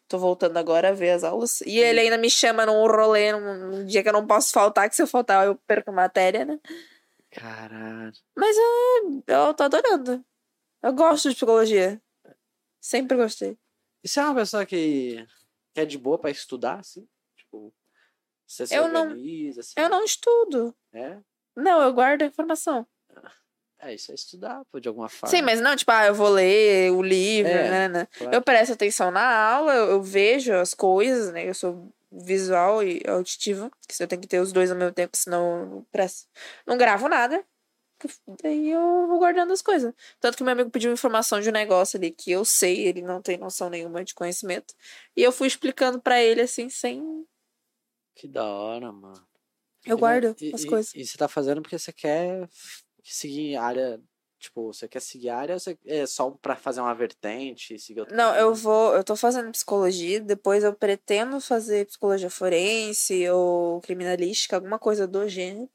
Speaker 2: Tô voltando agora a ver as aulas. E ele ainda me chama num rolê, num, num dia que eu não posso faltar, que se eu faltar eu perco a matéria, né?
Speaker 1: Caralho.
Speaker 2: Mas eu, eu tô adorando. Eu gosto de psicologia. Sempre gostei.
Speaker 1: E você é uma pessoa que, que é de boa pra estudar, assim? Tipo, você se
Speaker 2: Eu não-
Speaker 1: organiza, assim?
Speaker 2: Eu não estudo.
Speaker 1: É?
Speaker 2: Não, eu guardo a informação.
Speaker 1: É, isso é estudar, pô, de alguma forma.
Speaker 2: Sim, mas não, tipo, ah, eu vou ler o livro,
Speaker 1: É,
Speaker 2: né, né.
Speaker 1: claro.
Speaker 2: Eu presto atenção na aula, eu, eu vejo as coisas, né? Eu sou visual e auditiva, que eu tenho que ter os dois ao mesmo tempo, senão eu não presto. Não gravo nada. Daí eu vou guardando as coisas. Tanto que meu amigo pediu informação de um negócio ali que eu sei, ele não tem noção nenhuma de conhecimento. E eu fui explicando pra ele assim, sem.
Speaker 1: Que da hora, mano. E-
Speaker 2: Eu
Speaker 1: né,
Speaker 2: guardo
Speaker 1: e-
Speaker 2: as
Speaker 1: e-
Speaker 2: coisas.
Speaker 1: E você tá fazendo porque você quer f- seguir área. Tipo, você quer seguir área ou você é só pra fazer uma vertente? Seguir outro
Speaker 2: Não, eu
Speaker 1: caminho?
Speaker 2: vou. Eu tô fazendo psicologia, depois eu pretendo fazer psicologia forense ou criminalística, alguma coisa do gênero,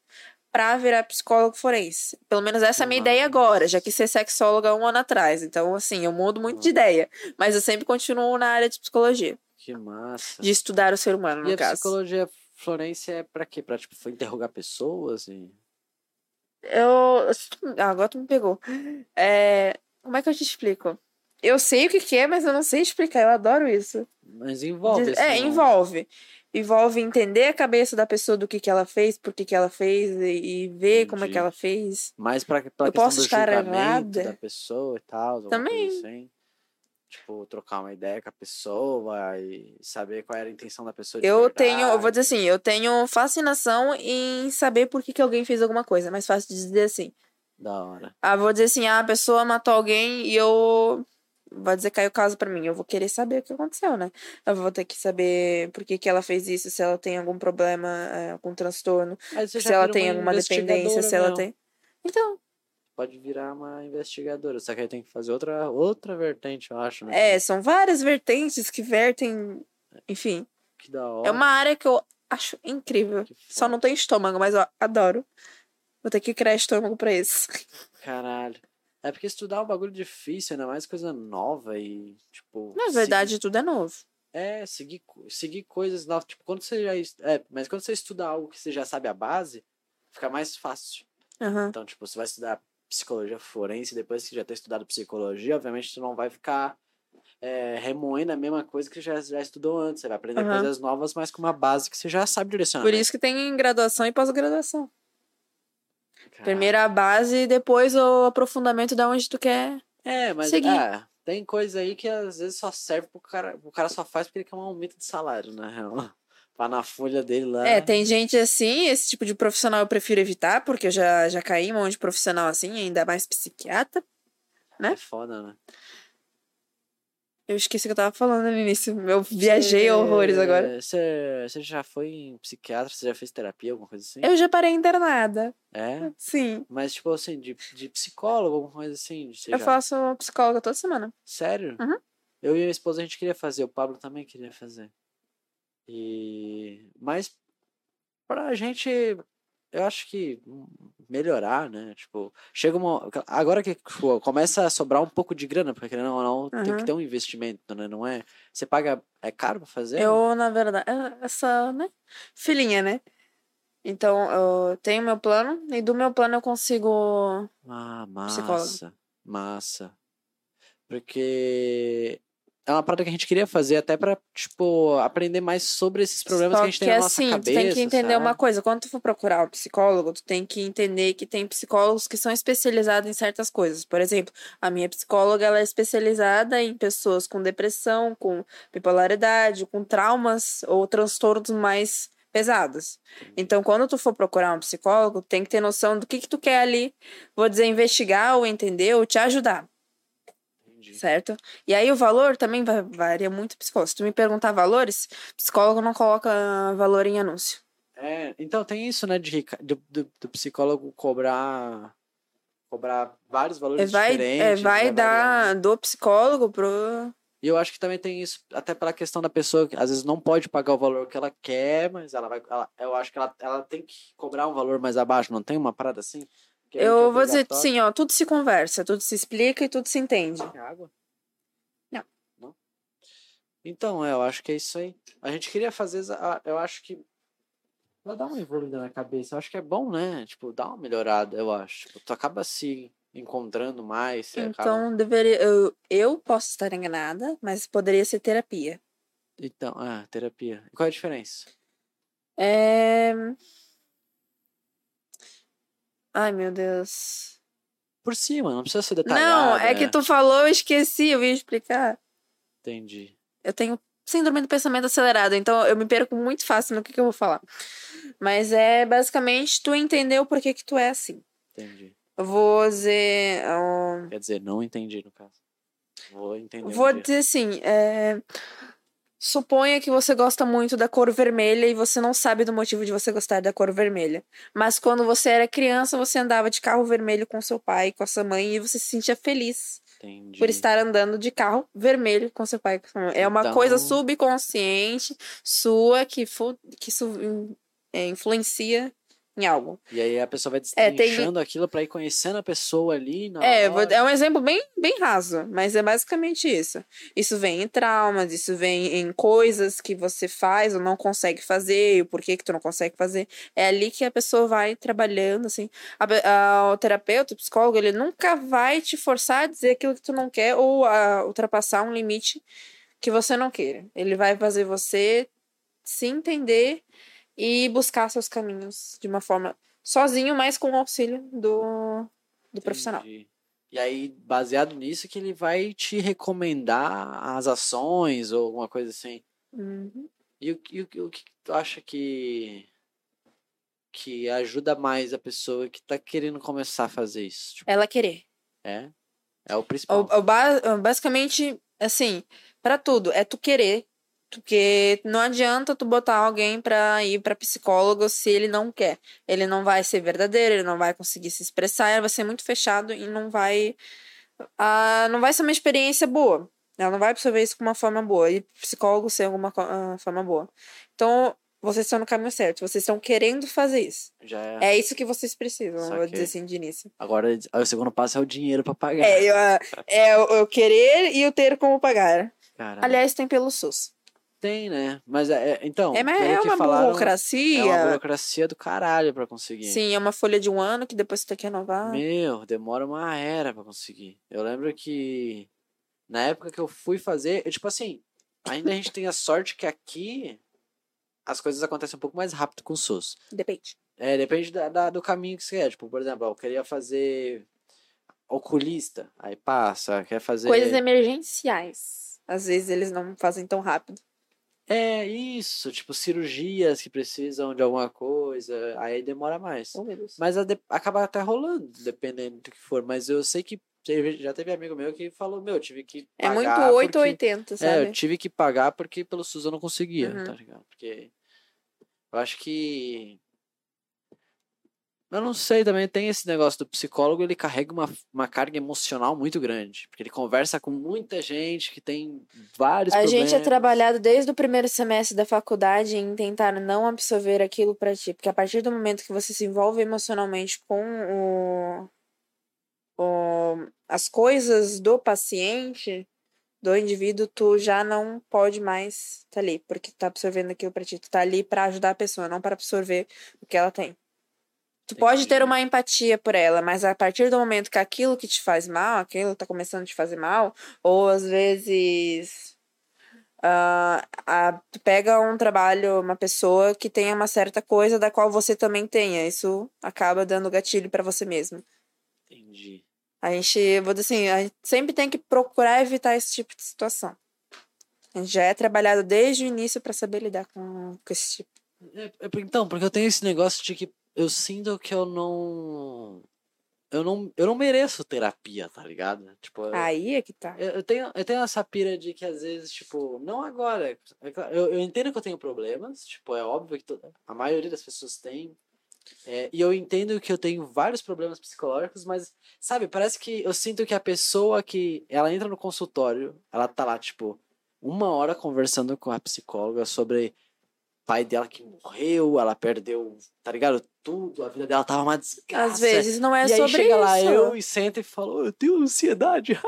Speaker 2: pra virar psicólogo forense. Pelo menos essa é a minha ideia
Speaker 1: Nossa.
Speaker 2: agora, já que ser sexóloga há um ano atrás. Então, assim, eu mudo muito de
Speaker 1: Uhum.
Speaker 2: ideia. Mas eu sempre continuo na área de psicologia,
Speaker 1: Que massa.
Speaker 2: de estudar o ser humano,
Speaker 1: Tá. e
Speaker 2: no
Speaker 1: a
Speaker 2: caso.
Speaker 1: psicologia florense é pra quê? Pra, tipo, interrogar pessoas e...
Speaker 2: Eu. Ah, agora tu me pegou. É, Como é que eu te explico? Eu sei o que que é, mas eu não sei explicar. Eu adoro isso.
Speaker 1: Mas envolve,
Speaker 2: Diz- É,
Speaker 1: assim, um-
Speaker 2: envolve. Envolve entender a cabeça da pessoa do que, que ela fez, por que, que ela fez e, e ver como é que
Speaker 1: Entendi.
Speaker 2: ela fez.
Speaker 1: Mas pra, pra questão
Speaker 2: Eu posso
Speaker 1: do
Speaker 2: estar
Speaker 1: julgamento
Speaker 2: errada?
Speaker 1: da pessoa e tal. alguma coisa
Speaker 2: Também.
Speaker 1: Assim. Tipo, trocar uma ideia com a pessoa e saber qual era a intenção da pessoa de
Speaker 2: Eu tenho, eu vou
Speaker 1: verdade.
Speaker 2: dizer assim, eu tenho fascinação em saber por que, que alguém fez alguma coisa. É mais fácil de dizer assim.
Speaker 1: Da hora.
Speaker 2: Ah, vou dizer assim, ah, a pessoa matou alguém e eu. Vou dizer caiu o caso pra mim. Eu vou querer saber o que aconteceu, né? Eu vou ter que saber por que, que ela fez isso, se ela tem algum problema, eh, algum transtorno,
Speaker 1: Aí você
Speaker 2: se
Speaker 1: já
Speaker 2: ela
Speaker 1: vira
Speaker 2: tem
Speaker 1: uma
Speaker 2: alguma dependência,
Speaker 1: investigadora
Speaker 2: se ela
Speaker 1: mesmo.
Speaker 2: tem. Então,
Speaker 1: Pode virar uma investigadora. Só que aí tem que fazer outra, outra vertente, eu acho. Né?
Speaker 2: É, são várias vertentes que vertem. Enfim,
Speaker 1: Que da hora.
Speaker 2: é uma área que eu acho incrível.
Speaker 1: que
Speaker 2: Só
Speaker 1: foda.
Speaker 2: não tem estômago, mas eu adoro. Vou ter que criar estômago pra isso.
Speaker 1: Caralho. É porque estudar é um bagulho difícil, ainda mais coisa nova e, tipo...
Speaker 2: Na
Speaker 1: seguir-
Speaker 2: verdade, tudo é novo.
Speaker 1: É, seguir, co- seguir coisas novas. Tipo, quando você já... es- É, mas quando você estuda algo que você já sabe a base, fica mais fácil.
Speaker 2: Aham.
Speaker 1: Então, tipo, você vai estudar psicologia forense, depois que já ter estudado psicologia, obviamente tu não vai ficar é, remoendo a mesma coisa que já, já estudou antes. Você vai aprender
Speaker 2: Aham.
Speaker 1: coisas novas, mas com uma base que você já sabe direcionar.
Speaker 2: Por isso que tem graduação e pós-graduação.
Speaker 1: Caralho.
Speaker 2: Primeiro a base e depois o aprofundamento da onde tu quer.
Speaker 1: É, mas
Speaker 2: seguir.
Speaker 1: ah, tem coisa aí que às vezes só serve pro cara. O cara só faz porque ele quer um aumento de salário, na real. Pra na folha dele lá.
Speaker 2: É, tem gente assim, esse tipo de profissional eu prefiro evitar, porque eu já, já caí em um monte de profissional assim, ainda mais psiquiatra. né?
Speaker 1: É foda, né?
Speaker 2: Eu esqueci o que eu tava falando no início. Eu viajei horrores agora.
Speaker 1: Você você já foi em psiquiatra? Você já fez terapia, alguma coisa assim?
Speaker 2: Eu já parei internada.
Speaker 1: É.
Speaker 2: Sim.
Speaker 1: Mas, tipo assim, de, de psicólogo, alguma coisa assim? Você
Speaker 2: Eu
Speaker 1: já-
Speaker 2: faço psicóloga toda semana.
Speaker 1: Sério?
Speaker 2: Uhum.
Speaker 1: Eu e minha esposa a gente queria fazer, o Pablo também queria fazer. E mas pra gente eu acho que hum, melhorar, né? Tipo, chega uma agora que tipo, começa a sobrar um pouco de grana, porque querendo ou não, tem que
Speaker 2: Aham.
Speaker 1: ter um investimento, né? Não é? Você paga é caro pra fazer?
Speaker 2: Eu, na verdade, é- essa, né? Filhinha, né? Então, eu tenho meu plano e do meu plano eu consigo.
Speaker 1: Ah,
Speaker 2: Psicólogo.
Speaker 1: massa. Massa. Porque é uma parada que a gente queria fazer até pra, tipo, aprender mais sobre esses problemas
Speaker 2: Só
Speaker 1: que a gente
Speaker 2: que
Speaker 1: tem na nossa
Speaker 2: assim,
Speaker 1: cabeça.
Speaker 2: tu tem que entender
Speaker 1: sabe?
Speaker 2: uma coisa. Quando tu for procurar um psicólogo, tu tem que entender que tem psicólogos que são especializados em certas coisas. Por exemplo, a minha psicóloga, ela é especializada em pessoas com depressão, com bipolaridade, com traumas ou transtornos mais pesados. Então, quando tu for procurar um psicólogo, tem que ter noção do que que tu quer ali, vou dizer, investigar ou entender ou te ajudar.
Speaker 1: Entendi.
Speaker 2: Certo? E aí o valor também va- varia muito psicólogo. Se tu me perguntar valores, psicólogo não coloca valor em anúncio.
Speaker 1: É, então tem isso, né, de, rica- do, do, do psicólogo cobrar cobrar vários
Speaker 2: É,
Speaker 1: valores
Speaker 2: vai
Speaker 1: diferentes.
Speaker 2: é, vai
Speaker 1: né,
Speaker 2: dar
Speaker 1: variar.
Speaker 2: do psicólogo pro.
Speaker 1: E eu acho que também tem isso, até pela questão da pessoa que às vezes não pode pagar o valor que ela quer, mas ela vai. ela- eu acho que ela, ela tem que cobrar um valor mais abaixo, não tem uma parada assim? Que é meio que
Speaker 2: Eu vou dizer
Speaker 1: obrigatório?
Speaker 2: assim, ó, tudo se conversa, tudo se explica e tudo se entende.
Speaker 1: Tem água?
Speaker 2: Não.
Speaker 1: Não? Então, é, eu acho que é isso aí. A gente queria fazer. exa- a- Eu acho que. Vai dar uma evoluída na cabeça. Eu acho que é bom, né? Tipo, dá uma melhorada, eu acho. Tipo, tu acaba se encontrando mais. Você acaba...
Speaker 2: Então deveria. Eu, eu posso estar enganada, mas poderia ser terapia.
Speaker 1: Então, ah, terapia. E qual é a diferença?
Speaker 2: É. Ai, meu Deus.
Speaker 1: Por cima, não precisa ser detalhado.
Speaker 2: Não, é que
Speaker 1: né?
Speaker 2: tu falou, eu esqueci, eu ia explicar.
Speaker 1: Entendi.
Speaker 2: Eu tenho síndrome do pensamento acelerado, então eu me perco muito fácil no que, que eu vou falar. Mas é basicamente tu entendeu por que, que tu é assim.
Speaker 1: Entendi.
Speaker 2: Eu Vou dizer. ó,
Speaker 1: Quer dizer, não entendi, no caso. Vou entender. um
Speaker 2: Vou
Speaker 1: dia.
Speaker 2: dizer assim. é, Suponha que você gosta muito da cor vermelha e você não sabe do motivo de você gostar da cor vermelha. Mas quando você era criança, você andava de carro vermelho com seu pai, com a sua mãe, e você se sentia feliz
Speaker 1: Entendi.
Speaker 2: por estar andando de carro vermelho com seu pai. e com sua mãe. É uma
Speaker 1: Então-
Speaker 2: coisa subconsciente sua que, fu- que su- é, influencia em algo.
Speaker 1: E aí a pessoa vai
Speaker 2: É, tem-
Speaker 1: destrinchando aquilo pra ir conhecendo a pessoa ali. Na
Speaker 2: É, vou-
Speaker 1: hora.
Speaker 2: é um exemplo bem, bem raso, mas é basicamente isso. Isso vem em traumas, isso vem em coisas que você faz ou não consegue fazer, e o porquê que tu não consegue fazer. É ali que a pessoa vai trabalhando, assim. A pe- a- o terapeuta, o psicólogo, ele nunca vai te forçar a dizer aquilo que tu não quer ou a ultrapassar um limite que você não queira. Ele vai fazer você se entender e buscar seus caminhos de uma forma sozinho, mas com o auxílio do, do profissional.
Speaker 1: Entendi. E aí, baseado nisso, que ele vai te recomendar as ações ou alguma coisa assim.
Speaker 2: Uhum.
Speaker 1: E o, que- e o, que- o que tu acha que que ajuda mais a pessoa que tá querendo começar a fazer isso? Tipo,
Speaker 2: Ela querer.
Speaker 1: é? É o principal.
Speaker 2: O, o ba- basicamente, assim, pra tudo, é tu querer. Porque não adianta tu botar alguém pra ir pra psicólogo se ele não quer. Ele não vai ser verdadeiro, ele não vai conseguir se expressar, ele vai ser muito fechado e não vai. ah, não vai ser uma experiência boa. Ela não vai absorver isso com uma forma boa. E psicólogo ser alguma co- ah, forma boa. Então, vocês estão no caminho certo. Vocês estão querendo fazer isso.
Speaker 1: Já é.
Speaker 2: É isso que vocês precisam, eu vou
Speaker 1: Saquei.
Speaker 2: dizer assim de início.
Speaker 1: Agora, o segundo passo é o dinheiro pra pagar.
Speaker 2: É, eu, ah, é o eu querer e o ter como
Speaker 1: É.
Speaker 2: pagar.
Speaker 1: Caralho.
Speaker 2: Aliás, tem pelo SUS.
Speaker 1: Tem, né? Mas é, é- então,
Speaker 2: É, mas
Speaker 1: pelo
Speaker 2: é
Speaker 1: que
Speaker 2: uma
Speaker 1: falaram,
Speaker 2: burocracia.
Speaker 1: é uma burocracia do caralho pra conseguir.
Speaker 2: Sim, é uma folha de um ano que depois você tem que renovar.
Speaker 1: Meu, demora uma era pra conseguir. Eu lembro que na época que eu fui fazer, eu, tipo assim, ainda a gente tem a sorte que aqui as coisas acontecem um pouco mais rápido com o SUS.
Speaker 2: Depende.
Speaker 1: É, depende da, da- do caminho que você quer. Tipo, por exemplo, eu queria fazer oculista, aí passa, quer fazer.
Speaker 2: Coisas emergenciais. Às vezes eles não fazem tão rápido.
Speaker 1: É isso, tipo, cirurgias que precisam de alguma coisa, aí demora mais.
Speaker 2: Oh, meu Deus.
Speaker 1: Mas a de- acaba até rolando, dependendo do que for. Mas eu sei que teve- já teve amigo meu que falou, meu, eu tive que
Speaker 2: É
Speaker 1: pagar.
Speaker 2: muito 8 ou
Speaker 1: porque...
Speaker 2: 80,
Speaker 1: É, eu
Speaker 2: sabe?
Speaker 1: tive que pagar porque pelo SUS eu não conseguia,
Speaker 2: Uhum.
Speaker 1: tá ligado? Porque eu acho que. Eu não sei também, tem esse negócio do psicólogo, ele carrega uma, uma carga emocional muito grande. Porque ele conversa com muita gente que tem vários
Speaker 2: A
Speaker 1: problemas.
Speaker 2: gente é trabalhado desde o primeiro semestre da faculdade em tentar não absorver aquilo pra ti. Porque a partir do momento que você se envolve emocionalmente com o, o- as coisas do paciente, do indivíduo, tu já não pode mais estar tá ali. Porque tu tá absorvendo aquilo pra ti. Tu tá ali pra ajudar a pessoa, não para absorver o que ela tem. Tu
Speaker 1: Entendi.
Speaker 2: pode ter uma empatia por ela, mas a partir do momento que aquilo que te faz mal, aquilo tá começando a te fazer mal, ou às vezes ah, a- tu pega um trabalho, uma pessoa que tenha uma certa coisa da qual você também tenha, isso acaba dando gatilho para você mesmo.
Speaker 1: Entendi.
Speaker 2: A gente, vou dizer assim, a gente sempre tem que procurar evitar esse tipo de situação. A gente já é trabalhado desde o início para saber lidar com, com esse tipo.
Speaker 1: É- é por- então, porque eu tenho esse negócio de que eu sinto que eu não. Eu não, eu não mereço terapia, tá ligado? Tipo, eu-
Speaker 2: Aí é que tá.
Speaker 1: Eu, eu tenho, eu tenho essa pira de que às vezes, tipo, não agora. é claro, Eu, eu entendo que eu tenho problemas, tipo, é óbvio que to- a maioria das pessoas tem. é, e eu entendo que eu tenho vários problemas psicológicos, mas, sabe, parece que eu sinto que a pessoa que ela entra no consultório, ela tá lá, tipo, uma hora conversando com a psicóloga sobre o pai dela que morreu, ela perdeu, tá ligado? Tudo, a vida dela tava uma desgraça.
Speaker 2: Às vezes não é
Speaker 1: e aí
Speaker 2: sobre
Speaker 1: chega
Speaker 2: isso.
Speaker 1: lá eu e senta e fala, "Oh, eu tenho ansiedade.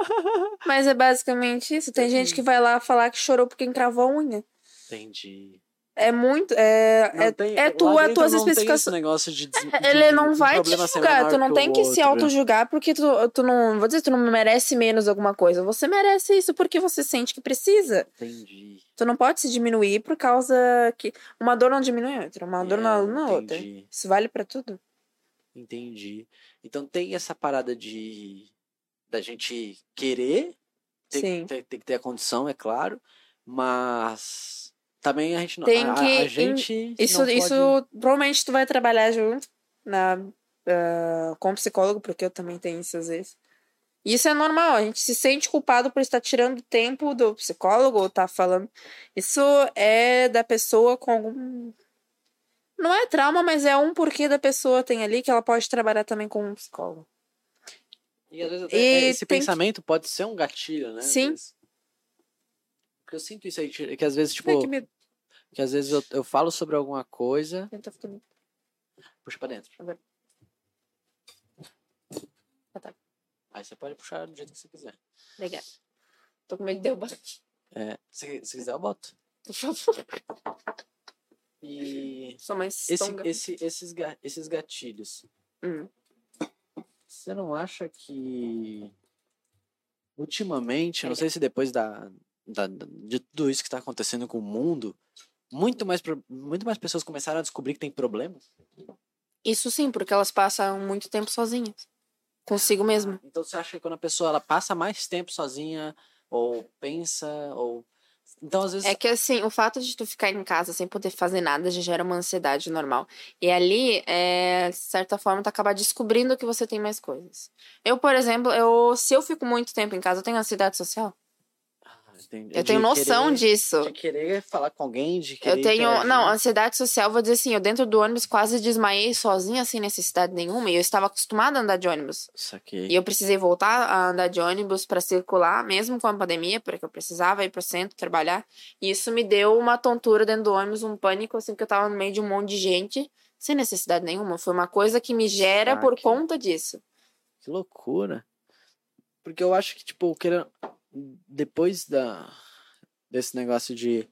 Speaker 2: Mas é basicamente isso. Tem gente que vai lá falar que chorou porque encravou a unha.
Speaker 1: Entendi.
Speaker 2: É muito. É,
Speaker 1: Não
Speaker 2: é,
Speaker 1: tem-
Speaker 2: é
Speaker 1: lá
Speaker 2: tu, é
Speaker 1: dentro
Speaker 2: tuas
Speaker 1: não tem
Speaker 2: especificações. É,
Speaker 1: esse negócio de des- de-
Speaker 2: Ele
Speaker 1: de
Speaker 2: não
Speaker 1: um
Speaker 2: vai te
Speaker 1: problema ser
Speaker 2: julgar, tu
Speaker 1: menor
Speaker 2: não
Speaker 1: o
Speaker 2: tem que se
Speaker 1: outro. né?
Speaker 2: auto-julgar porque tu, tu não. Vou dizer, tu não merece menos alguma coisa. Você merece isso porque você sente que precisa.
Speaker 1: Entendi.
Speaker 2: Tu não pode se diminuir por causa que. Uma dor não diminui a outra, uma dor Ah, não
Speaker 1: É,
Speaker 2: anula a outra.
Speaker 1: entendi,
Speaker 2: Isso vale pra tudo.
Speaker 1: Entendi. Então tem essa parada de da gente querer, tem,
Speaker 2: Sim.
Speaker 1: tem- tem que ter a condição, é claro, mas também a gente não
Speaker 2: Tem
Speaker 1: a- a,
Speaker 2: que
Speaker 1: a
Speaker 2: em-
Speaker 1: gente
Speaker 2: Isso,
Speaker 1: não pode-
Speaker 2: isso provavelmente tu vai trabalhar junto na, ah, com o psicólogo, porque eu também tenho isso às vezes. E Isso é normal, a gente se sente culpado por estar tirando tempo do psicólogo ou tá falando. Isso é da pessoa com algum. Não é trauma, mas é um porquê da pessoa tem ali que ela pode trabalhar também com um psicólogo.
Speaker 1: E às vezes até é,
Speaker 2: E
Speaker 1: esse
Speaker 2: tem que-
Speaker 1: pensamento pode ser um gatilho, né? às
Speaker 2: Sim.
Speaker 1: vezes. Porque eu sinto isso aí, que às vezes, tipo,
Speaker 2: Ai, que medo.
Speaker 1: que às vezes eu, eu falo sobre alguma coisa,
Speaker 2: Eu tô ficando-
Speaker 1: puxa pra dentro.
Speaker 2: Agora. Ah, tá.
Speaker 1: Aí você pode puxar do jeito que você quiser.
Speaker 2: Legal. Tô com medo de derrubar.
Speaker 1: É, se, se quiser, eu boto.
Speaker 2: Por favor.
Speaker 1: E
Speaker 2: Sou mais
Speaker 1: esse, é
Speaker 2: songa.
Speaker 1: esse, esses, ga- esses gatilhos,
Speaker 2: Hum.
Speaker 1: você não acha que
Speaker 2: É.
Speaker 1: ultimamente, não sei se depois da, da, da- de tudo isso que está acontecendo com o mundo, muito mais, pro- muito mais pessoas começaram a descobrir que tem problemas?
Speaker 2: Isso sim, porque elas passam muito tempo sozinhas. Consigo mesmo.
Speaker 1: Então você acha que quando a pessoa ela passa mais tempo sozinha, ou pensa, ou. Então, às vezes.
Speaker 2: É que assim, o fato de tu ficar em casa sem poder fazer nada já gera uma ansiedade normal. E ali, é, de certa forma, tu acaba descobrindo que você tem mais coisas. Eu, por exemplo, eu, se eu fico muito tempo em casa, eu tenho ansiedade social.
Speaker 1: Ah, entendi.
Speaker 2: Eu tenho
Speaker 1: De
Speaker 2: noção
Speaker 1: querer-
Speaker 2: disso.
Speaker 1: De querer falar com alguém, de querer.
Speaker 2: Eu tenho.
Speaker 1: interagir.
Speaker 2: Não, ansiedade social, vou dizer assim, eu dentro do ônibus quase desmaiei sozinha, sem necessidade nenhuma. E eu estava acostumada a andar de ônibus.
Speaker 1: Saquei.
Speaker 2: E eu precisei voltar a andar de ônibus para circular, mesmo com a pandemia, porque eu precisava ir para o centro trabalhar. E isso me deu uma tontura dentro do ônibus, um pânico, assim, que eu tava no meio de um monte de gente, sem necessidade nenhuma. Foi uma coisa que me gera por
Speaker 1: Saque.
Speaker 2: conta disso.
Speaker 1: Que loucura. Porque eu acho que, tipo, querendo... depois da... desse negócio de.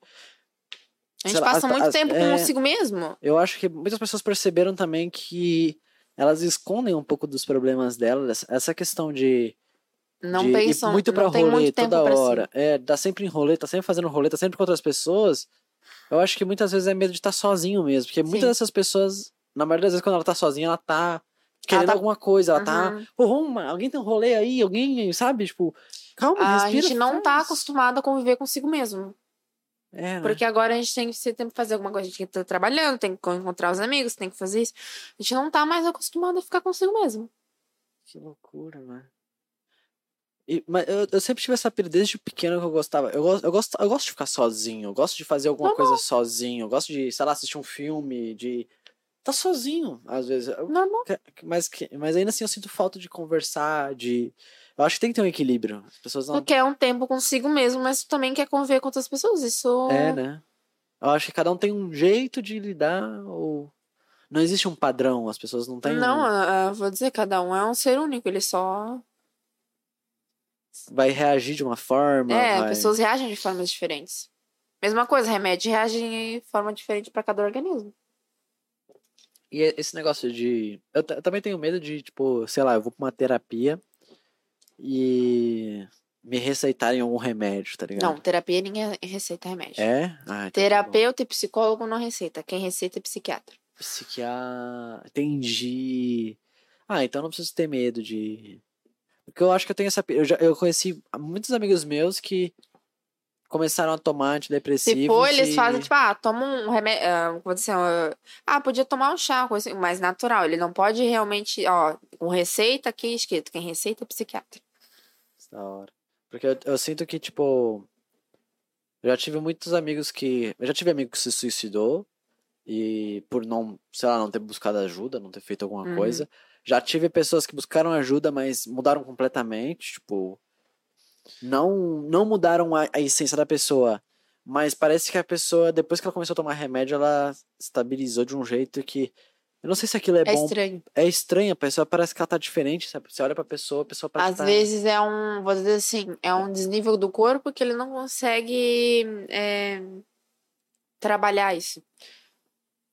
Speaker 2: A
Speaker 1: Sei
Speaker 2: gente
Speaker 1: lá,
Speaker 2: passa
Speaker 1: as-
Speaker 2: muito
Speaker 1: as-
Speaker 2: tempo
Speaker 1: é.
Speaker 2: consigo mesmo.
Speaker 1: Eu acho que muitas pessoas perceberam também que elas escondem um pouco dos problemas delas. Essa questão de.
Speaker 2: Não
Speaker 1: de ir
Speaker 2: pensam.
Speaker 1: muito pra
Speaker 2: não tem
Speaker 1: rolê
Speaker 2: muito tempo
Speaker 1: toda
Speaker 2: pra si.
Speaker 1: hora. É, tá sempre em rolê, tá sempre fazendo rolê, tá sempre com outras pessoas. Eu acho que muitas vezes é medo de estar sozinho mesmo. Porque
Speaker 2: Sim.
Speaker 1: muitas dessas pessoas, na maioria das vezes, quando ela tá sozinha, ela tá querendo
Speaker 2: tá-
Speaker 1: alguma coisa, ela tá
Speaker 2: Uhum.
Speaker 1: Pô, vamos, mano, alguém tem um rolê aí, alguém, sabe? Tipo, calma,
Speaker 2: A
Speaker 1: respira.
Speaker 2: gente não tá
Speaker 1: faz.
Speaker 2: acostumado a conviver consigo mesmo.
Speaker 1: É, né?
Speaker 2: Porque agora a gente tem que, você tem que fazer alguma coisa, a gente tem que estar trabalhando, tem que encontrar os amigos, tem que fazer isso. A gente não tá mais acostumado a ficar consigo mesmo.
Speaker 1: Que loucura, mano. E- mas eu, eu sempre tive essa pira desde pequeno que eu gostava. Eu, gosto- eu, gosto, eu gosto de ficar sozinho, eu gosto de fazer alguma coisa sozinho, eu gosto de, sei lá, assistir um filme, de. Tá sozinho, às vezes. Eu-
Speaker 2: Normal.
Speaker 1: que- Mas, que- mas ainda assim eu sinto falta de conversar, de. Eu acho que tem que ter um equilíbrio. As pessoas não.
Speaker 2: Tu quer um tempo consigo mesmo, mas tu também quer conviver com outras pessoas. Isso.
Speaker 1: É, né? Eu acho que cada um tem um jeito de lidar, ou. Não existe um padrão, as pessoas não têm.
Speaker 2: Não,
Speaker 1: um...
Speaker 2: ah, ah, vou dizer, cada um é um ser único, ele só.
Speaker 1: vai reagir de uma forma.
Speaker 2: é,
Speaker 1: vai-
Speaker 2: pessoas reagem de formas diferentes. Mesma coisa, remédio reage de forma diferente pra cada organismo.
Speaker 1: E é- esse negócio de. Eu, ta- eu também tenho medo de, tipo, sei lá, eu vou pra uma terapia e me receitarem algum remédio, tá ligado?
Speaker 2: Não, terapia ninguém receita remédio.
Speaker 1: É? Ah, então tá bom.
Speaker 2: Terapeuta e psicólogo não receita. Quem receita é psiquiatra.
Speaker 1: Psiquiatra. Entendi. Ah, então não preciso ter medo de. Porque eu acho que eu tenho essa. pe- Eu, já, eu conheci muitos amigos meus que começaram a tomar
Speaker 2: Se
Speaker 1: antidepressivos.
Speaker 2: for, eles
Speaker 1: e-
Speaker 2: fazem, tipo, ah, toma um remédio. Ah, como assim, ah, ah, podia tomar um chá, coisa assim, mais natural. Ele não pode realmente, ó, com receita aqui escrito. Quem receita é psiquiatra.
Speaker 1: Da hora. Porque eu, eu sinto que, tipo. Eu já tive muitos amigos que. Eu já tive amigo que se suicidou. E por não, sei lá, não ter buscado ajuda, não ter feito alguma
Speaker 2: Uhum.
Speaker 1: coisa. Já tive pessoas que buscaram ajuda, mas mudaram completamente. Tipo. Não, não mudaram a, a essência da pessoa. Mas parece que a pessoa, depois que ela começou a tomar remédio, ela estabilizou de um jeito que. Eu não sei se aquilo é,
Speaker 2: É,
Speaker 1: bom.
Speaker 2: estranho.
Speaker 1: É estranho, a pessoa parece que ela tá diferente, sabe? Você olha pra pessoa, a pessoa parece
Speaker 2: Às
Speaker 1: que tá...
Speaker 2: vezes é um, vou dizer assim, é um desnível do corpo que ele não consegue é, trabalhar isso.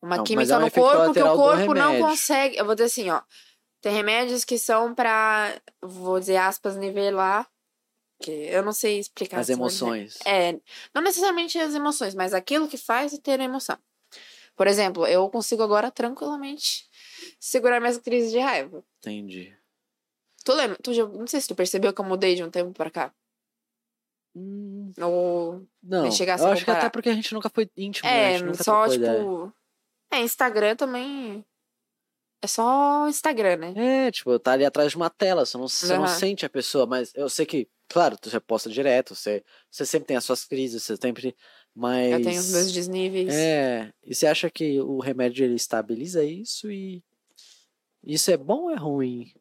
Speaker 2: Uma
Speaker 1: Não, mas
Speaker 2: química
Speaker 1: é um
Speaker 2: no
Speaker 1: efeito
Speaker 2: corpo que o
Speaker 1: colateral do
Speaker 2: corpo não
Speaker 1: remédio.
Speaker 2: consegue. Eu vou dizer assim, ó. Tem remédios que são pra, vou dizer aspas, nivelar. Que eu não sei explicar.
Speaker 1: as
Speaker 2: esse nome, né?
Speaker 1: emoções.
Speaker 2: É, não necessariamente as emoções, mas aquilo que faz é ter emoção. Por exemplo, eu consigo agora tranquilamente segurar minhas crises de raiva.
Speaker 1: Entendi.
Speaker 2: Tu lembra? Tu já, não sei se tu percebeu que eu mudei de um tempo pra cá.
Speaker 1: Hum,
Speaker 2: Ou,
Speaker 1: não, eu
Speaker 2: chegar a se
Speaker 1: acho que até
Speaker 2: comparar.
Speaker 1: porque a gente nunca foi íntimo, né? A
Speaker 2: é,
Speaker 1: gente nunca
Speaker 2: só
Speaker 1: trocou
Speaker 2: tipo.
Speaker 1: ideia.
Speaker 2: É, Instagram também. É só Instagram, né?
Speaker 1: É, tipo, tá ali atrás de uma tela, você não, você não
Speaker 2: Aham.
Speaker 1: sente a pessoa, mas eu sei que, claro, tu já posta direto, você, você sempre tem as suas crises, você sempre... Mas...
Speaker 2: Eu tenho os meus desníveis.
Speaker 1: É, e você acha que o remédio, ele estabiliza isso e... Isso é bom ou é ruim?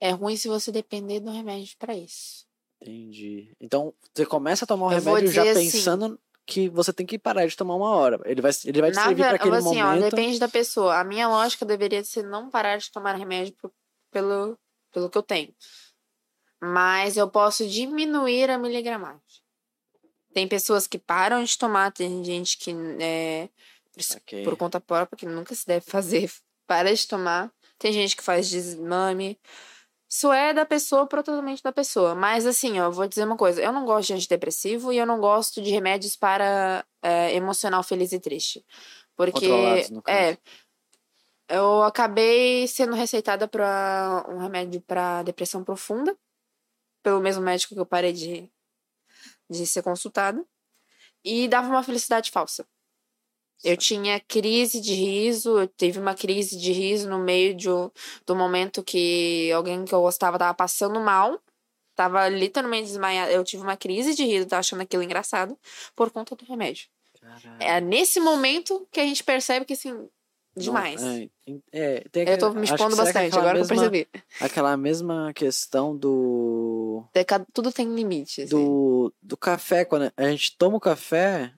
Speaker 2: É ruim se você depender do remédio pra isso.
Speaker 1: Entendi. Então, você começa a tomar o
Speaker 2: Eu vou
Speaker 1: remédio já
Speaker 2: dizer assim-
Speaker 1: pensando que você tem que parar de tomar uma hora. Ele vai, ele vai te
Speaker 2: Na
Speaker 1: servir para
Speaker 2: verdade,
Speaker 1: aquele
Speaker 2: assim, ó,
Speaker 1: momento.
Speaker 2: depende da pessoa. A minha lógica deveria ser não parar de tomar remédio por- pelo, pelo que eu tenho. Mas eu posso diminuir a miligramagem. Tem pessoas que param de tomar, tem gente que é,
Speaker 1: Ok.
Speaker 2: por conta própria, que nunca se deve fazer, para de tomar. Tem gente que faz desmame. Isso é da pessoa, pro totalmente da pessoa. Mas assim, ó, eu vou dizer uma coisa. Eu não gosto de antidepressivo e eu não gosto de remédios para é, emocional feliz e triste. Porque
Speaker 1: Controlados, no caso.
Speaker 2: é eu acabei sendo receitada para um remédio para depressão profunda pelo mesmo médico que eu parei de de ser consultada e dava uma felicidade falsa. Eu tinha crise de riso, eu tive uma crise de riso no meio de, um- do momento que alguém que eu gostava tava passando mal, tava literalmente desmaiada. Eu tive uma crise de riso, tava achando aquilo engraçado, por conta do remédio.
Speaker 1: Caralho.
Speaker 2: É nesse momento que a gente percebe que, assim,
Speaker 1: Não,
Speaker 2: demais.
Speaker 1: é, en- é, tem
Speaker 2: Eu tô
Speaker 1: aquele-
Speaker 2: me
Speaker 1: acho que
Speaker 2: expondo
Speaker 1: será que é
Speaker 2: bastante,
Speaker 1: aquela
Speaker 2: agora que eu
Speaker 1: mesma-
Speaker 2: percebi.
Speaker 1: Aquela mesma questão do,
Speaker 2: Deca- Tudo tem limite. assim.
Speaker 1: do, do café. Quando a gente toma o café,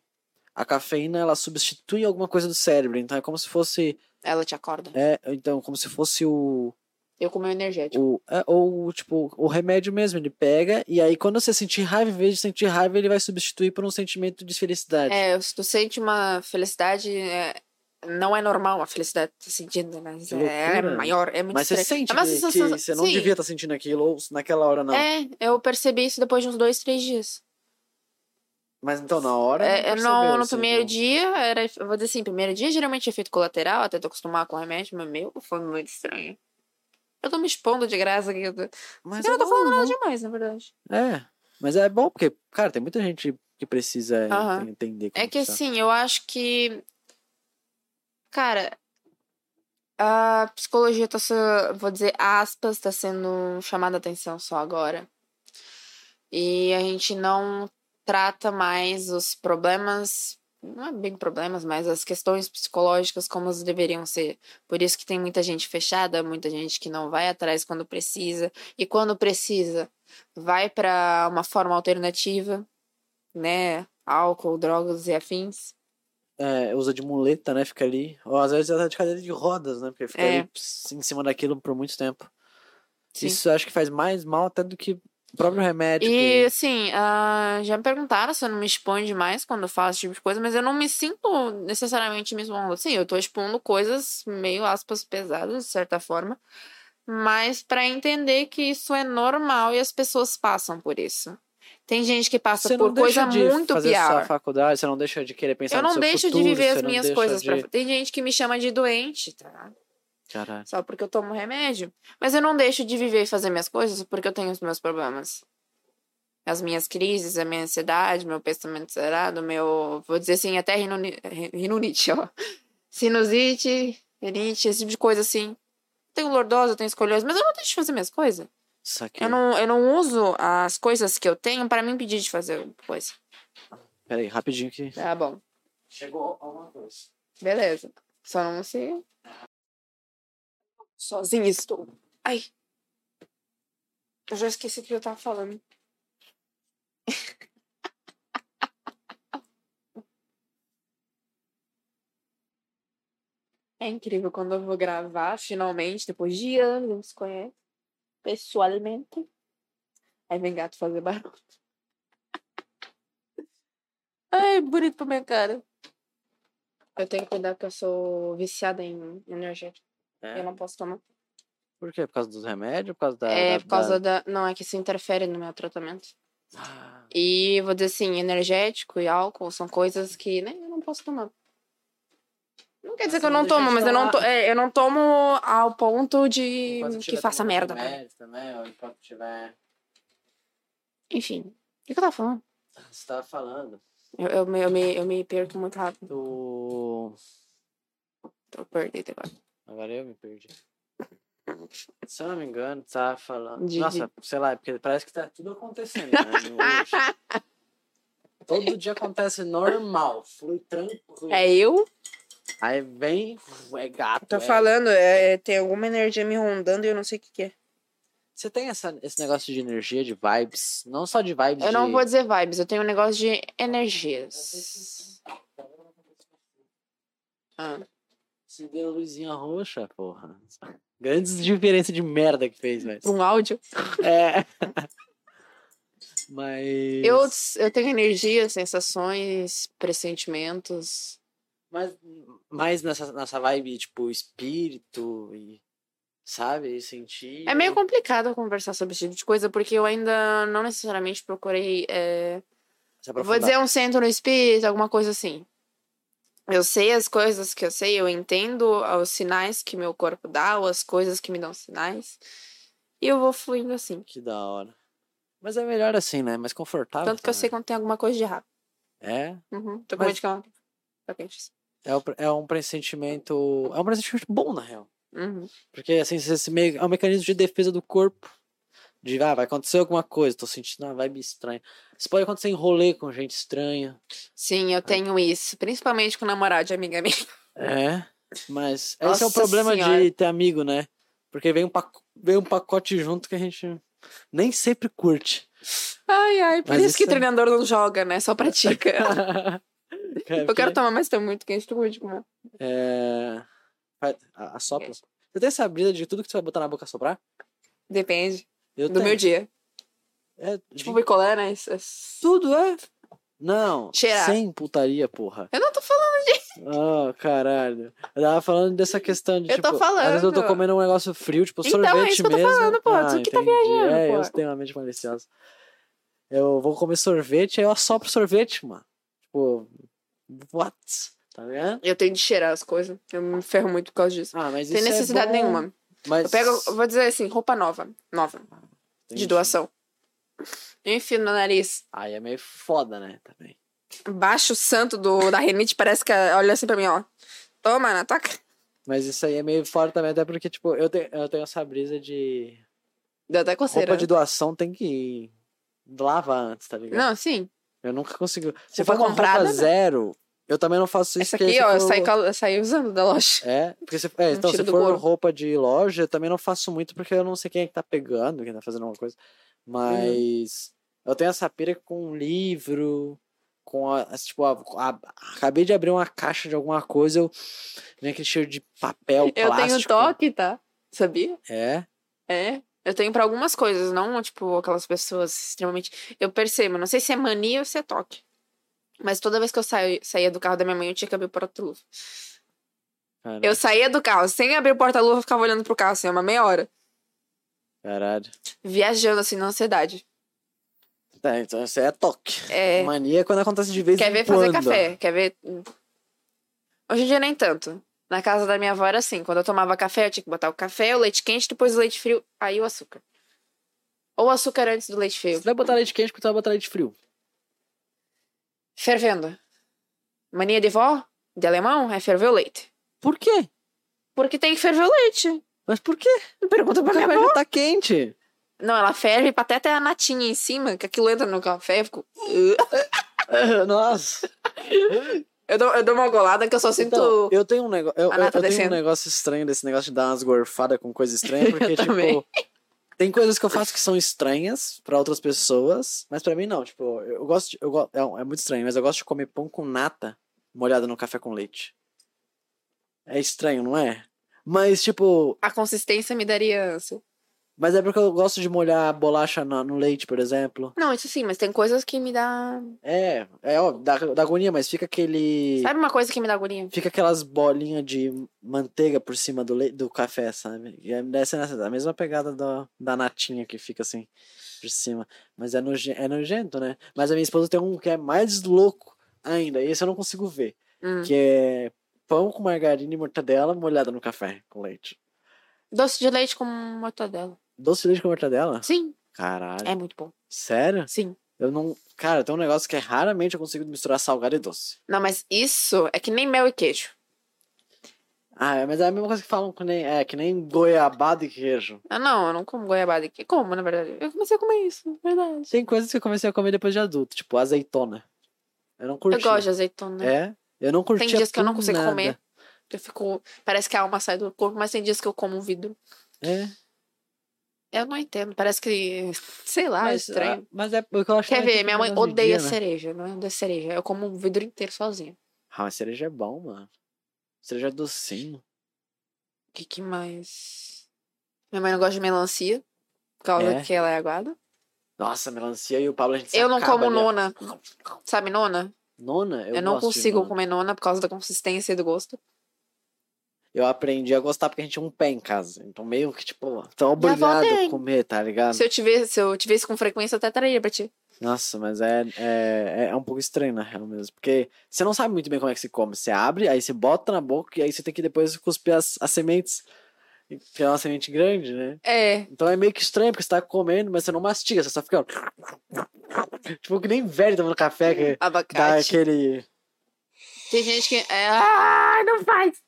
Speaker 1: a cafeína ela substitui alguma coisa do cérebro. Então é como se fosse.
Speaker 2: Ela te acorda.
Speaker 1: É, então, como se fosse o.
Speaker 2: Eu comi um energético.
Speaker 1: o é, ou, tipo, o remédio mesmo. Ele pega, e aí quando você sentir raiva, em vez de sentir raiva, ele vai substituir por um sentimento de felicidade.
Speaker 2: É, se tu sente uma felicidade. é, Não é normal a felicidade que tu tá sentindo, mas
Speaker 1: Que
Speaker 2: é, é
Speaker 1: loucura.
Speaker 2: maior, é muito
Speaker 1: Mas você
Speaker 2: estranho.
Speaker 1: sente
Speaker 2: É uma
Speaker 1: que, que
Speaker 2: sensação-
Speaker 1: você não
Speaker 2: sim.
Speaker 1: devia estar sentindo aquilo, ou naquela hora não.
Speaker 2: É, eu percebi isso depois de uns dois, três dias.
Speaker 1: Mas então na hora.
Speaker 2: É,
Speaker 1: não
Speaker 2: eu
Speaker 1: percebeu,
Speaker 2: não, no
Speaker 1: assim,
Speaker 2: primeiro
Speaker 1: não-
Speaker 2: dia, era, eu vou dizer assim, primeiro dia geralmente é efeito colateral, até tô acostumar com o remédio, mas meu, foi muito estranho. Eu tô me expondo de graça aqui. Eu, tô...
Speaker 1: Mas
Speaker 2: eu não tá tô
Speaker 1: é
Speaker 2: falando
Speaker 1: bom,
Speaker 2: nada demais, na verdade.
Speaker 1: É, mas é bom porque, cara, tem muita gente que precisa
Speaker 2: Aham.
Speaker 1: en- entender. como
Speaker 2: É que
Speaker 1: tá.
Speaker 2: assim, eu acho que. Cara. A psicologia tá. se- Vou dizer, aspas, tá sendo chamada atenção só agora. E a gente não trata mais os problemas. Não é bem problemas, mas as questões psicológicas como elas deveriam ser. Por isso que tem muita gente fechada, muita gente que não vai atrás quando precisa. E quando precisa, vai para uma forma alternativa né? Álcool, drogas e afins.
Speaker 1: É, usa de muleta, né? Fica ali. Ou às vezes ela tá de cadeira de rodas, né? Porque fica
Speaker 2: É.
Speaker 1: ali ps, em cima daquilo por muito tempo.
Speaker 2: Sim.
Speaker 1: Isso eu acho que faz mais mal até do que o próprio remédio.
Speaker 2: E
Speaker 1: que-
Speaker 2: assim, ah, já me perguntaram se eu não me exponho demais quando eu faço esse tipo de coisa, mas eu não me sinto necessariamente me expondo. Assim, eu tô expondo coisas meio aspas pesadas, de certa forma. Mas pra entender que isso é normal e as pessoas passam por isso. Tem gente que passa
Speaker 1: Você
Speaker 2: por
Speaker 1: não deixa
Speaker 2: coisa
Speaker 1: de
Speaker 2: muito
Speaker 1: fazer
Speaker 2: pior.
Speaker 1: sua faculdade, você não deixa de querer pensar
Speaker 2: Eu
Speaker 1: no
Speaker 2: não
Speaker 1: seu
Speaker 2: deixo
Speaker 1: futuro,
Speaker 2: de viver
Speaker 1: você
Speaker 2: as
Speaker 1: não
Speaker 2: minhas
Speaker 1: deixa
Speaker 2: coisas.
Speaker 1: de...
Speaker 2: pra- Tem gente que me chama de doente, tá?
Speaker 1: Caralho.
Speaker 2: Só porque eu tomo remédio. Mas eu não deixo de viver e fazer minhas coisas porque eu tenho os meus problemas. As minhas crises, a minha ansiedade, meu pensamento zerado, meu. Vou dizer assim, até rinoni- ri- rinonite, ó. Sinusite, rinite, esse tipo de coisa assim. Tenho lordose, eu tenho escolhose, mas eu não deixo de fazer minhas coisas.
Speaker 1: Isso aqui.
Speaker 2: Eu não, eu não uso as coisas que eu tenho para me impedir de fazer coisa.
Speaker 1: Peraí, rapidinho que.
Speaker 2: Tá bom,
Speaker 1: Chegou alguma coisa.
Speaker 2: beleza. Só não se. Sozinha estou. Ai. Eu já esqueci o que eu tava falando. É incrível quando eu vou gravar, finalmente, depois de anos, a gente se conhece pessoalmente. Aí vem gato fazer barulho. Ai, bonito pra minha cara. Eu tenho que cuidar porque eu sou viciada em energético.
Speaker 1: É.
Speaker 2: Eu não posso tomar.
Speaker 1: Por quê? Por causa dos remédios? Por causa da.
Speaker 2: É,
Speaker 1: da-
Speaker 2: por causa
Speaker 1: da-
Speaker 2: da... Não, é que isso interfere no meu tratamento.
Speaker 1: Ah,
Speaker 2: E vou dizer assim, energético e álcool são coisas que, né, eu não posso tomar. Não quer dizer
Speaker 1: Mas
Speaker 2: que eu
Speaker 1: você não
Speaker 2: não
Speaker 1: deixa
Speaker 2: tomo,
Speaker 1: de
Speaker 2: mas eu não, to...
Speaker 1: tomar.
Speaker 2: é, eu não tomo ao ponto
Speaker 1: por
Speaker 2: de
Speaker 1: causa
Speaker 2: que
Speaker 1: tiver
Speaker 2: faça
Speaker 1: tomado
Speaker 2: merda. né? cara.
Speaker 1: remédio também, ou enquanto tiver.
Speaker 2: Enfim, o que que eu tava falando?
Speaker 1: Você tava falando
Speaker 2: Eu, eu, me- eu, me, eu me perco muito rápido.
Speaker 1: do.
Speaker 2: Tô perdida agora.
Speaker 1: Agora eu me perdi. Se eu não me engano, tu tava falando.
Speaker 2: De-
Speaker 1: Nossa, sei lá, porque parece que tá tudo acontecendo, né? no- hoje. Todo dia acontece normal, flui tranquilo.
Speaker 2: É eu?
Speaker 1: Aí vem, é gato. é-
Speaker 2: é, tem alguma energia me rondando e eu não sei o que, é.
Speaker 1: Você tem essa, esse negócio de energia, de vibes, não só de vibes.
Speaker 2: Eu não
Speaker 1: de-
Speaker 2: vou dizer vibes, eu tenho um negócio de energias. Ah.
Speaker 1: Se deu luzinha roxa, porra. Grandes diferenças de merda que fez, né? mas.
Speaker 2: Um áudio?
Speaker 1: É. Mas.
Speaker 2: Eu, eu tenho energias, sensações, pressentimentos.
Speaker 1: Mas mais nessa, nessa vibe, tipo, espírito e. Sabe? E sentir.
Speaker 2: É meio complicado conversar sobre esse tipo de coisa, porque eu ainda não necessariamente procurei. é,
Speaker 1: se
Speaker 2: Vou
Speaker 1: aprofundar.
Speaker 2: dizer um centro espírita, alguma coisa assim. Eu sei as coisas que eu sei, eu entendo os sinais que meu corpo dá, ou as coisas que me dão sinais. E eu vou fluindo assim.
Speaker 1: Que da hora. Mas é melhor assim, né? Mais confortável.
Speaker 2: Tanto que eu sei quando tem alguma coisa de errado.
Speaker 1: É.
Speaker 2: Uhum. Tô com
Speaker 1: Mas-
Speaker 2: medo de que ela- Tá quente.
Speaker 1: É, o- é um pressentimento. É um pressentimento bom, na real.
Speaker 2: Uhum.
Speaker 1: Porque assim, você se meio- é um mecanismo de defesa do corpo. De, ah, vai acontecer alguma coisa, tô sentindo uma vibe estranha. Isso pode acontecer em rolê com gente estranha.
Speaker 2: Sim, eu tenho isso. Principalmente com o namorado de amiga minha.
Speaker 1: É. Mas esse é o
Speaker 2: Nossa
Speaker 1: problema de
Speaker 2: Senhora.
Speaker 1: ter amigo, né? Porque vem um, paco- vem um pacote junto que a gente nem sempre curte.
Speaker 2: Ai, ai, por
Speaker 1: Mas
Speaker 2: isso, que
Speaker 1: isso é-
Speaker 2: treinador não joga, né? Só pratica.
Speaker 1: eu
Speaker 2: eu quero tomar, mas tá muito quente, tô com medo de comer.
Speaker 1: É... vai- a- Assopra. Você tem essa brisa de tudo que você vai botar na boca soprar?
Speaker 2: Depende
Speaker 1: Eu
Speaker 2: do
Speaker 1: tenho.
Speaker 2: meu dia.
Speaker 1: É,
Speaker 2: Tipo,
Speaker 1: de
Speaker 2: picolé, né? Isso- isso-
Speaker 1: tudo, é. Não,
Speaker 2: Cheirar.
Speaker 1: sem putaria, porra.
Speaker 2: Eu não tô falando.
Speaker 1: Ah, caralho. Eu tava falando dessa questão de,
Speaker 2: Eu
Speaker 1: tipo...
Speaker 2: tô
Speaker 1: Às vezes eu tô
Speaker 2: falando.
Speaker 1: comendo um negócio frio, tipo
Speaker 2: Então, é
Speaker 1: sorvete
Speaker 2: isso que eu tô
Speaker 1: mesmo.
Speaker 2: falando, pô.
Speaker 1: Ah,
Speaker 2: Tu que tá
Speaker 1: entendi. É,
Speaker 2: pô.
Speaker 1: eu tenho uma mente maliciosa. Eu vou comer sorvete, aí eu assopro sorvete, mano. Tipo... What? Tá vendo?
Speaker 2: Eu tenho de cheirar as coisas. Eu me ferro muito por causa disso.
Speaker 1: Ah, mas
Speaker 2: Sem
Speaker 1: isso é
Speaker 2: necessidade
Speaker 1: bom,
Speaker 2: nenhuma.
Speaker 1: Mas...
Speaker 2: Eu pego, eu vou dizer assim, roupa nova. Nova.
Speaker 1: Entendi.
Speaker 2: De doação. Eu Enfio no nariz.
Speaker 1: Aí é meio foda, né? Também.
Speaker 2: Baixo o santo do, da renite, parece que olha assim pra mim, ó. Toma, na toca.
Speaker 1: Mas isso aí é meio foda também, até porque, tipo, eu tenho, eu tenho essa brisa de...
Speaker 2: Deu até coceira.
Speaker 1: Roupa de doação tem que lavar antes, tá ligado?
Speaker 2: Não, sim.
Speaker 1: Eu nunca consigo. Se
Speaker 2: Roupa
Speaker 1: for uma
Speaker 2: comprada,
Speaker 1: roupa
Speaker 2: né?
Speaker 1: zero, eu também não faço isso.
Speaker 2: Essa
Speaker 1: porque
Speaker 2: aqui,
Speaker 1: se
Speaker 2: ó, eu
Speaker 1: for-
Speaker 2: saí, cal- eu saí usando da loja.
Speaker 1: É, porque se, é,
Speaker 2: Um
Speaker 1: então, se
Speaker 2: tiro do
Speaker 1: for
Speaker 2: couro.
Speaker 1: roupa de loja, eu também não faço muito, porque eu não sei quem é que tá pegando, quem tá fazendo alguma coisa.
Speaker 2: Uhum.
Speaker 1: Mas eu tenho essa pira com um livro, com a, as- tipo, a- a- acabei de abrir uma caixa de alguma coisa, eu vem aquele cheiro de papel,
Speaker 2: Eu tenho
Speaker 1: plástico.
Speaker 2: toque, tá? Sabia?
Speaker 1: É.
Speaker 2: É. Eu tenho pra algumas coisas, não, tipo, aquelas pessoas extremamente. Eu percebo, não sei se é mania ou se é toque. Mas toda vez que eu saio, saía do carro da minha mãe, eu tinha que abrir o porta-luva.
Speaker 1: Caralho.
Speaker 2: Eu saía do carro sem abrir o porta-luva, eu ficava olhando pro carro assim, uma meia hora.
Speaker 1: Caralho.
Speaker 2: Viajando assim na ansiedade.
Speaker 1: Tá, então isso aí é toque.
Speaker 2: É.
Speaker 1: Mania é quando acontece de vez
Speaker 2: Quer
Speaker 1: em
Speaker 2: ver
Speaker 1: quando.
Speaker 2: fazer café? Quer ver. Hoje em dia nem tanto. Na casa da minha avó era assim. Quando eu tomava café, eu tinha que botar o café, o leite quente, depois o leite frio, aí o açúcar. Ou o açúcar antes do leite
Speaker 1: Você
Speaker 2: frio.
Speaker 1: vai botar leite quente porque tu vai botar leite frio.
Speaker 2: Fervendo. Mania de vó, de alemão, é ferver o leite.
Speaker 1: Por quê?
Speaker 2: Porque tem que ferver o leite.
Speaker 1: Mas por quê?
Speaker 2: Pergunta pra
Speaker 1: O
Speaker 2: minha
Speaker 1: café
Speaker 2: avó.
Speaker 1: já tá quente.
Speaker 2: Não, ela ferve pra até ter a natinha em cima, que aquilo entra no café. Eu, fico...
Speaker 1: Nossa.
Speaker 2: eu, dou, eu dou uma golada que eu só sinto.
Speaker 1: Então, eu tenho um negócio. Eu,
Speaker 2: a
Speaker 1: eu-
Speaker 2: nata
Speaker 1: eu tenho um
Speaker 2: descendo.
Speaker 1: negócio estranho desse negócio de dar umas gorfadas com coisa estranha, porque, tipo.
Speaker 2: também.
Speaker 1: Tem coisas que eu faço que são estranhas pra outras pessoas, mas pra mim não. Tipo, eu eu gosto de, eu go- é, um- é muito estranho, mas eu gosto de comer pão com nata molhado no café com leite. É estranho, não é? Mas, tipo,
Speaker 2: A consistência me daria ânsia.
Speaker 1: mas é porque eu gosto de molhar bolacha na- no, leite, por exemplo.
Speaker 2: Não, isso sim, mas tem coisas que me dá.
Speaker 1: É, é ó, dá, dá agonia, mas fica aquele.
Speaker 2: Sabe uma coisa que me dá agonia?
Speaker 1: Fica aquelas bolinhas de manteiga por cima do, le... do café, sabe? E é- deve ser nessa- a mesma pegada da, da natinha que fica assim por cima. Mas é, noje... é nojento, né? Mas a minha esposa tem um que é mais louco ainda. E esse eu não consigo ver.
Speaker 2: Hum.
Speaker 1: Que é pão com margarina e mortadela molhada no café com leite.
Speaker 2: Doce de leite com mortadela.
Speaker 1: Doce de leite com mortadela?
Speaker 2: Sim,
Speaker 1: Caralho.
Speaker 2: é muito bom.
Speaker 1: Sério?
Speaker 2: Sim.
Speaker 1: Eu não. Cara, tem um negócio que é raramente eu consigo misturar salgado e doce.
Speaker 2: Não, mas isso é que nem mel e queijo.
Speaker 1: Ah, é, mas é a mesma coisa que falam que nem, é, que nem goiabada e queijo.
Speaker 2: Ah, não, eu não como goiabada aqui. Como, na verdade? Eu comecei a comer isso, na verdade.
Speaker 1: Tem coisas que eu comecei a comer depois de adulto, tipo azeitona. Eu não curti.
Speaker 2: Eu gosto de azeitona.
Speaker 1: É, eu não curti.
Speaker 2: tem dias que eu não consigo comer. Eu fico. Parece que a alma sai do corpo, mas tem dias que eu como um vidro.
Speaker 1: É,
Speaker 2: Eu não entendo. Parece que. Sei lá, é
Speaker 1: mas,
Speaker 2: estranho.
Speaker 1: ah, mas é porque eu acho
Speaker 2: Quer
Speaker 1: também que
Speaker 2: ver? Minha
Speaker 1: tem
Speaker 2: mãe
Speaker 1: negócio de
Speaker 2: odeia
Speaker 1: dia, né?
Speaker 2: cereja. Não é da cereja. Eu como um vidro inteiro sozinha.
Speaker 1: Ah, mas cereja é bom, mano. Cereja é docinho.
Speaker 2: O que, que mais? Minha mãe não gosta de melancia. Por causa
Speaker 1: É?
Speaker 2: que ela é aguada.
Speaker 1: Nossa, melancia e o Pablo a gente se
Speaker 2: Eu não
Speaker 1: acaba
Speaker 2: como
Speaker 1: ali, ó.
Speaker 2: nona. Sabe nona?
Speaker 1: Nona? Eu,
Speaker 2: Eu, não
Speaker 1: gosto de
Speaker 2: consigo
Speaker 1: nona.
Speaker 2: comer nona por causa da consistência e do gosto.
Speaker 1: Eu aprendi a gostar porque a gente tinha um pé em casa. Então meio que, tipo, tão obrigado a
Speaker 2: tem.
Speaker 1: comer, tá ligado?
Speaker 2: Se eu tivesse, se eu tivesse com frequência, eu até traria pra ti.
Speaker 1: Nossa, mas é, é, é- é um pouco estranho, na real mesmo. Porque você não sabe muito bem como é que se come. Você abre, aí você bota na boca e aí você tem que depois cuspir as, as sementes. e- Que é uma semente grande, né?
Speaker 2: É.
Speaker 1: Então é meio que estranho, porque você tá comendo, mas você não mastiga, você só fica. ó, Tipo, que nem velho tomando café, que dá
Speaker 2: Abacate.
Speaker 1: aquele.
Speaker 2: Tem gente que. é, Ah, não faz!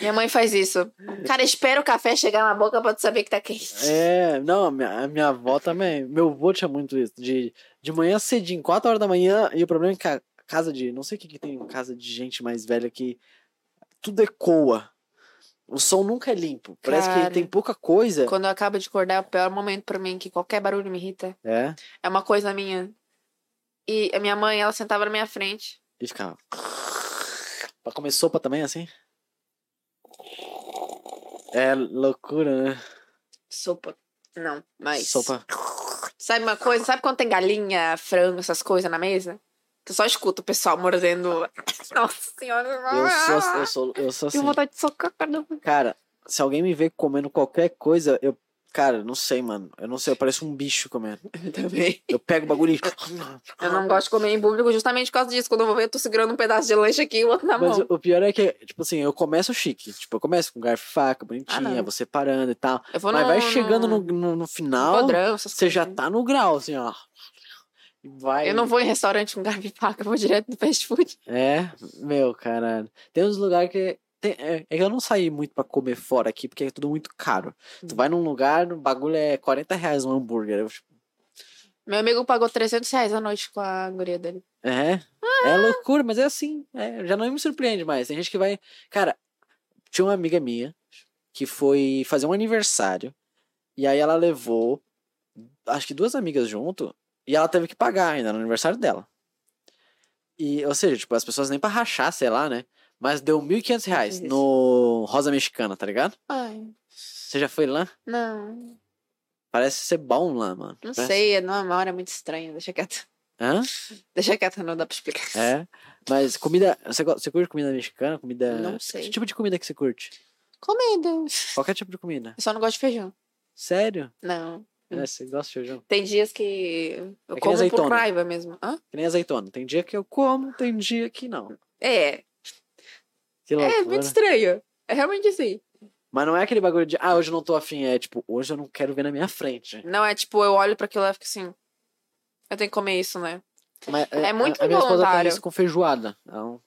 Speaker 2: Minha mãe faz isso. Cara, espera o café chegar na boca pra tu saber que tá quente.
Speaker 1: É, não, a minha, a minha avó também. Meu avô tinha muito isso. De, de manhã cedinho, 4 horas da manhã, e o problema é que a casa de. Não sei o que, que tem em casa de gente mais velha que tudo ecoa. O som nunca é limpo. Parece
Speaker 2: Cara.
Speaker 1: que tem pouca coisa.
Speaker 2: Quando eu acabo de acordar, é o pior momento pra mim, que qualquer barulho me irrita.
Speaker 1: É.
Speaker 2: É uma coisa minha. E a minha mãe, ela sentava na minha frente.
Speaker 1: E ficava. Pra comer sopa também, assim? É loucura, né?
Speaker 2: Sopa. Não, mas.
Speaker 1: Sopa.
Speaker 2: Sabe uma coisa? Sabe quando tem galinha, frango, essas coisas na mesa? Tu só escuta o pessoal mordendo. Nossa senhora.
Speaker 1: Eu sou, eu sou, eu sou assim.
Speaker 2: Tenho vontade de socar, cara.
Speaker 1: Cara, se alguém me ver comendo qualquer coisa, eu. Cara, não sei, mano. Eu não sei, eu pareço um bicho comendo.
Speaker 2: Eu também.
Speaker 1: Eu pego o bagulho e.
Speaker 2: Eu não gosto de comer em público justamente por causa disso. Quando eu vou ver, eu tô segurando um pedaço de lanche aqui e o outro na
Speaker 1: Mas
Speaker 2: mão.
Speaker 1: o pior é que, tipo assim, eu começo chique. Tipo, eu começo com garfo e faca, bonitinha,
Speaker 2: Ah, não.
Speaker 1: você parando e tal.
Speaker 2: Eu vou
Speaker 1: mas
Speaker 2: no-
Speaker 1: vai chegando no,
Speaker 2: no,
Speaker 1: no, no
Speaker 2: no
Speaker 1: final,
Speaker 2: podrão, essas
Speaker 1: você já
Speaker 2: coisas.
Speaker 1: tá no grau, assim, ó. E Vai.
Speaker 2: Eu não vou em restaurante com garfo e faca, eu vou direto no fast food.
Speaker 1: É, meu caralho. Tem uns lugares que. tem- é, é que eu não saí muito pra comer fora aqui, porque é tudo muito caro. Tu
Speaker 2: Hum.
Speaker 1: vai num lugar, o bagulho é 40 reais um hambúrguer. Eu, tipo,
Speaker 2: Meu amigo pagou 300 reais a noite com a guria dele.
Speaker 1: é.
Speaker 2: Ah.
Speaker 1: É loucura, mas é assim. é, já não me surpreende mais. Tem gente que vai. Cara, tinha uma amiga minha que foi fazer um aniversário. E aí ela levou, acho que duas amigas junto. E ela teve que pagar ainda no aniversário dela. E, ou seja, tipo, as pessoas nem pra rachar, sei lá, né? Mas deu 1.500 reais
Speaker 2: Entendi.
Speaker 1: no Rosa Mexicana, tá ligado?
Speaker 2: Ai,
Speaker 1: Você já foi lá?
Speaker 2: não.
Speaker 1: Parece ser bom lá, mano.
Speaker 2: Não
Speaker 1: Parece-
Speaker 2: sei, é normal, é muito estranho. Deixa quieto.
Speaker 1: Hã?
Speaker 2: Deixa quieto, não dá pra explicar.
Speaker 1: É. Mas comida. Você, go- você curte comida mexicana? Comida.
Speaker 2: Não sei.
Speaker 1: Que tipo de comida que você curte?
Speaker 2: Comida.
Speaker 1: Qualquer tipo de comida.
Speaker 2: Eu só não gosto de feijão. Sério? Não. Hum.
Speaker 1: É, você gosta de feijão?
Speaker 2: Tem dias que
Speaker 1: É
Speaker 2: eu
Speaker 1: nem
Speaker 2: como por
Speaker 1: azeitona.
Speaker 2: raiva mesmo. Hã?
Speaker 1: Que nem azeitona. Tem dia que eu como, tem dia que não.
Speaker 2: É,
Speaker 1: Que loucura.
Speaker 2: é muito estranho. É realmente assim.
Speaker 1: Mas não é aquele bagulho de, ah, hoje eu não tô afim. É tipo, hoje eu não quero ver na minha frente.
Speaker 2: Não é tipo, eu olho pra aquilo lá e fico assim. Eu tenho que comer isso, né?
Speaker 1: Mas,
Speaker 2: É muito
Speaker 1: a, a minha esposa tem
Speaker 2: involuntário.
Speaker 1: isso com feijoada. Então,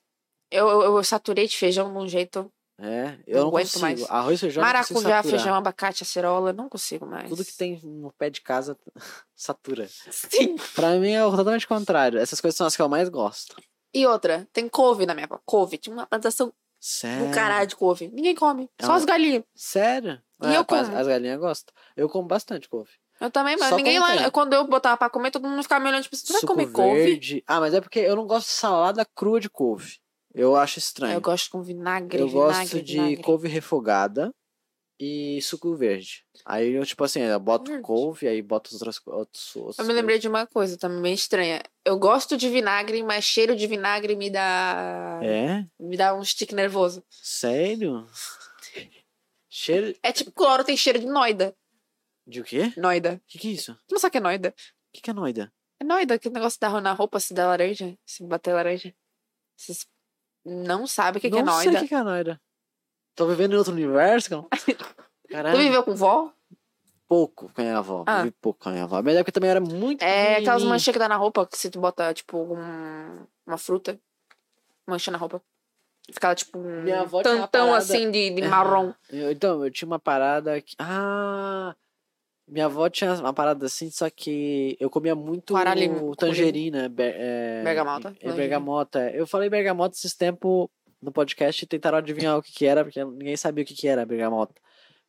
Speaker 2: Eu, eu, eu saturei de feijão de um jeito.
Speaker 1: é, eu
Speaker 2: Não
Speaker 1: não,
Speaker 2: aguento
Speaker 1: consigo.
Speaker 2: mais.
Speaker 1: Arroz, feijão, eu não consigo
Speaker 2: Maracujá,
Speaker 1: saturar.
Speaker 2: feijão, abacate, acerola, eu não consigo mais.
Speaker 1: Tudo que tem no pé de casa satura.
Speaker 2: Sim.
Speaker 1: Pra mim é o totalmente contrário. Essas coisas são as que eu mais gosto.
Speaker 2: E outra, tem couve na minha avó. Couve. Tinha uma plantação
Speaker 1: Sério.
Speaker 2: do caralho de couve. Ninguém come.
Speaker 1: É
Speaker 2: Só
Speaker 1: uma-
Speaker 2: os galinhos.
Speaker 1: Sério? Ah,
Speaker 2: E eu
Speaker 1: pá, as-
Speaker 2: como?
Speaker 1: As galinhas gostam. Eu como bastante couve.
Speaker 2: Eu também, mas
Speaker 1: Só
Speaker 2: ninguém
Speaker 1: quando
Speaker 2: lá.
Speaker 1: tem.
Speaker 2: Quando eu botava pra comer, todo mundo ficava me olhando, tipo, você vai
Speaker 1: Suco
Speaker 2: comer couve?
Speaker 1: verde. Ah, mas é porque eu não gosto de salada crua de couve. Eu acho estranho.
Speaker 2: Eu gosto com vinagre,
Speaker 1: Eu
Speaker 2: vinagre,
Speaker 1: gosto de
Speaker 2: vinagre.
Speaker 1: couve refogada e suco verde. Aí eu, tipo assim, eu boto
Speaker 2: Verde.
Speaker 1: couve, aí boto os outros. outros, outros
Speaker 2: Eu me lembrei de uma coisa também bem estranha. Eu gosto de vinagre, mas cheiro de vinagre me dá.
Speaker 1: É?
Speaker 2: me dá um stick nervoso.
Speaker 1: Sério? Cheiro.
Speaker 2: É tipo, cloro tem cheiro de noida.
Speaker 1: De o quê?
Speaker 2: Noida.
Speaker 1: O que, que é isso? O
Speaker 2: Tu não sabe o que é noida?
Speaker 1: que, que é noida?
Speaker 2: É noida, aquele negócio da na roupa se dá laranja, se bater laranja. Vocês não sabem o que, que é
Speaker 1: não sei o
Speaker 2: noida.
Speaker 1: que, que é noida. Tô vivendo em outro universo, cara.
Speaker 2: Tu
Speaker 1: Caralho,
Speaker 2: viveu com vó?
Speaker 1: pouco com a minha avó.
Speaker 2: Ah.
Speaker 1: Vivi pouco com a minha avó. Mas é porque também era muito.
Speaker 2: É aquelas
Speaker 1: pequenininha.
Speaker 2: manchas que dá na roupa, que se tu bota, tipo, algum- uma fruta, mancha na roupa. Fica, tipo, um
Speaker 1: Minha avó tinha uma
Speaker 2: tantão
Speaker 1: parada-
Speaker 2: assim de, de
Speaker 1: É.
Speaker 2: marrom.
Speaker 1: Eu- então, eu tinha uma parada que. Ah! Minha avó tinha uma parada assim, só que eu comia muito
Speaker 2: Para lim-
Speaker 1: tangerina. ber- é,
Speaker 2: Bergamota,
Speaker 1: é,
Speaker 2: né?
Speaker 1: bergamota. Eu falei bergamota esses tempos no podcast e tentaram adivinhar o que, que era, porque ninguém sabia o que, que era bergamota.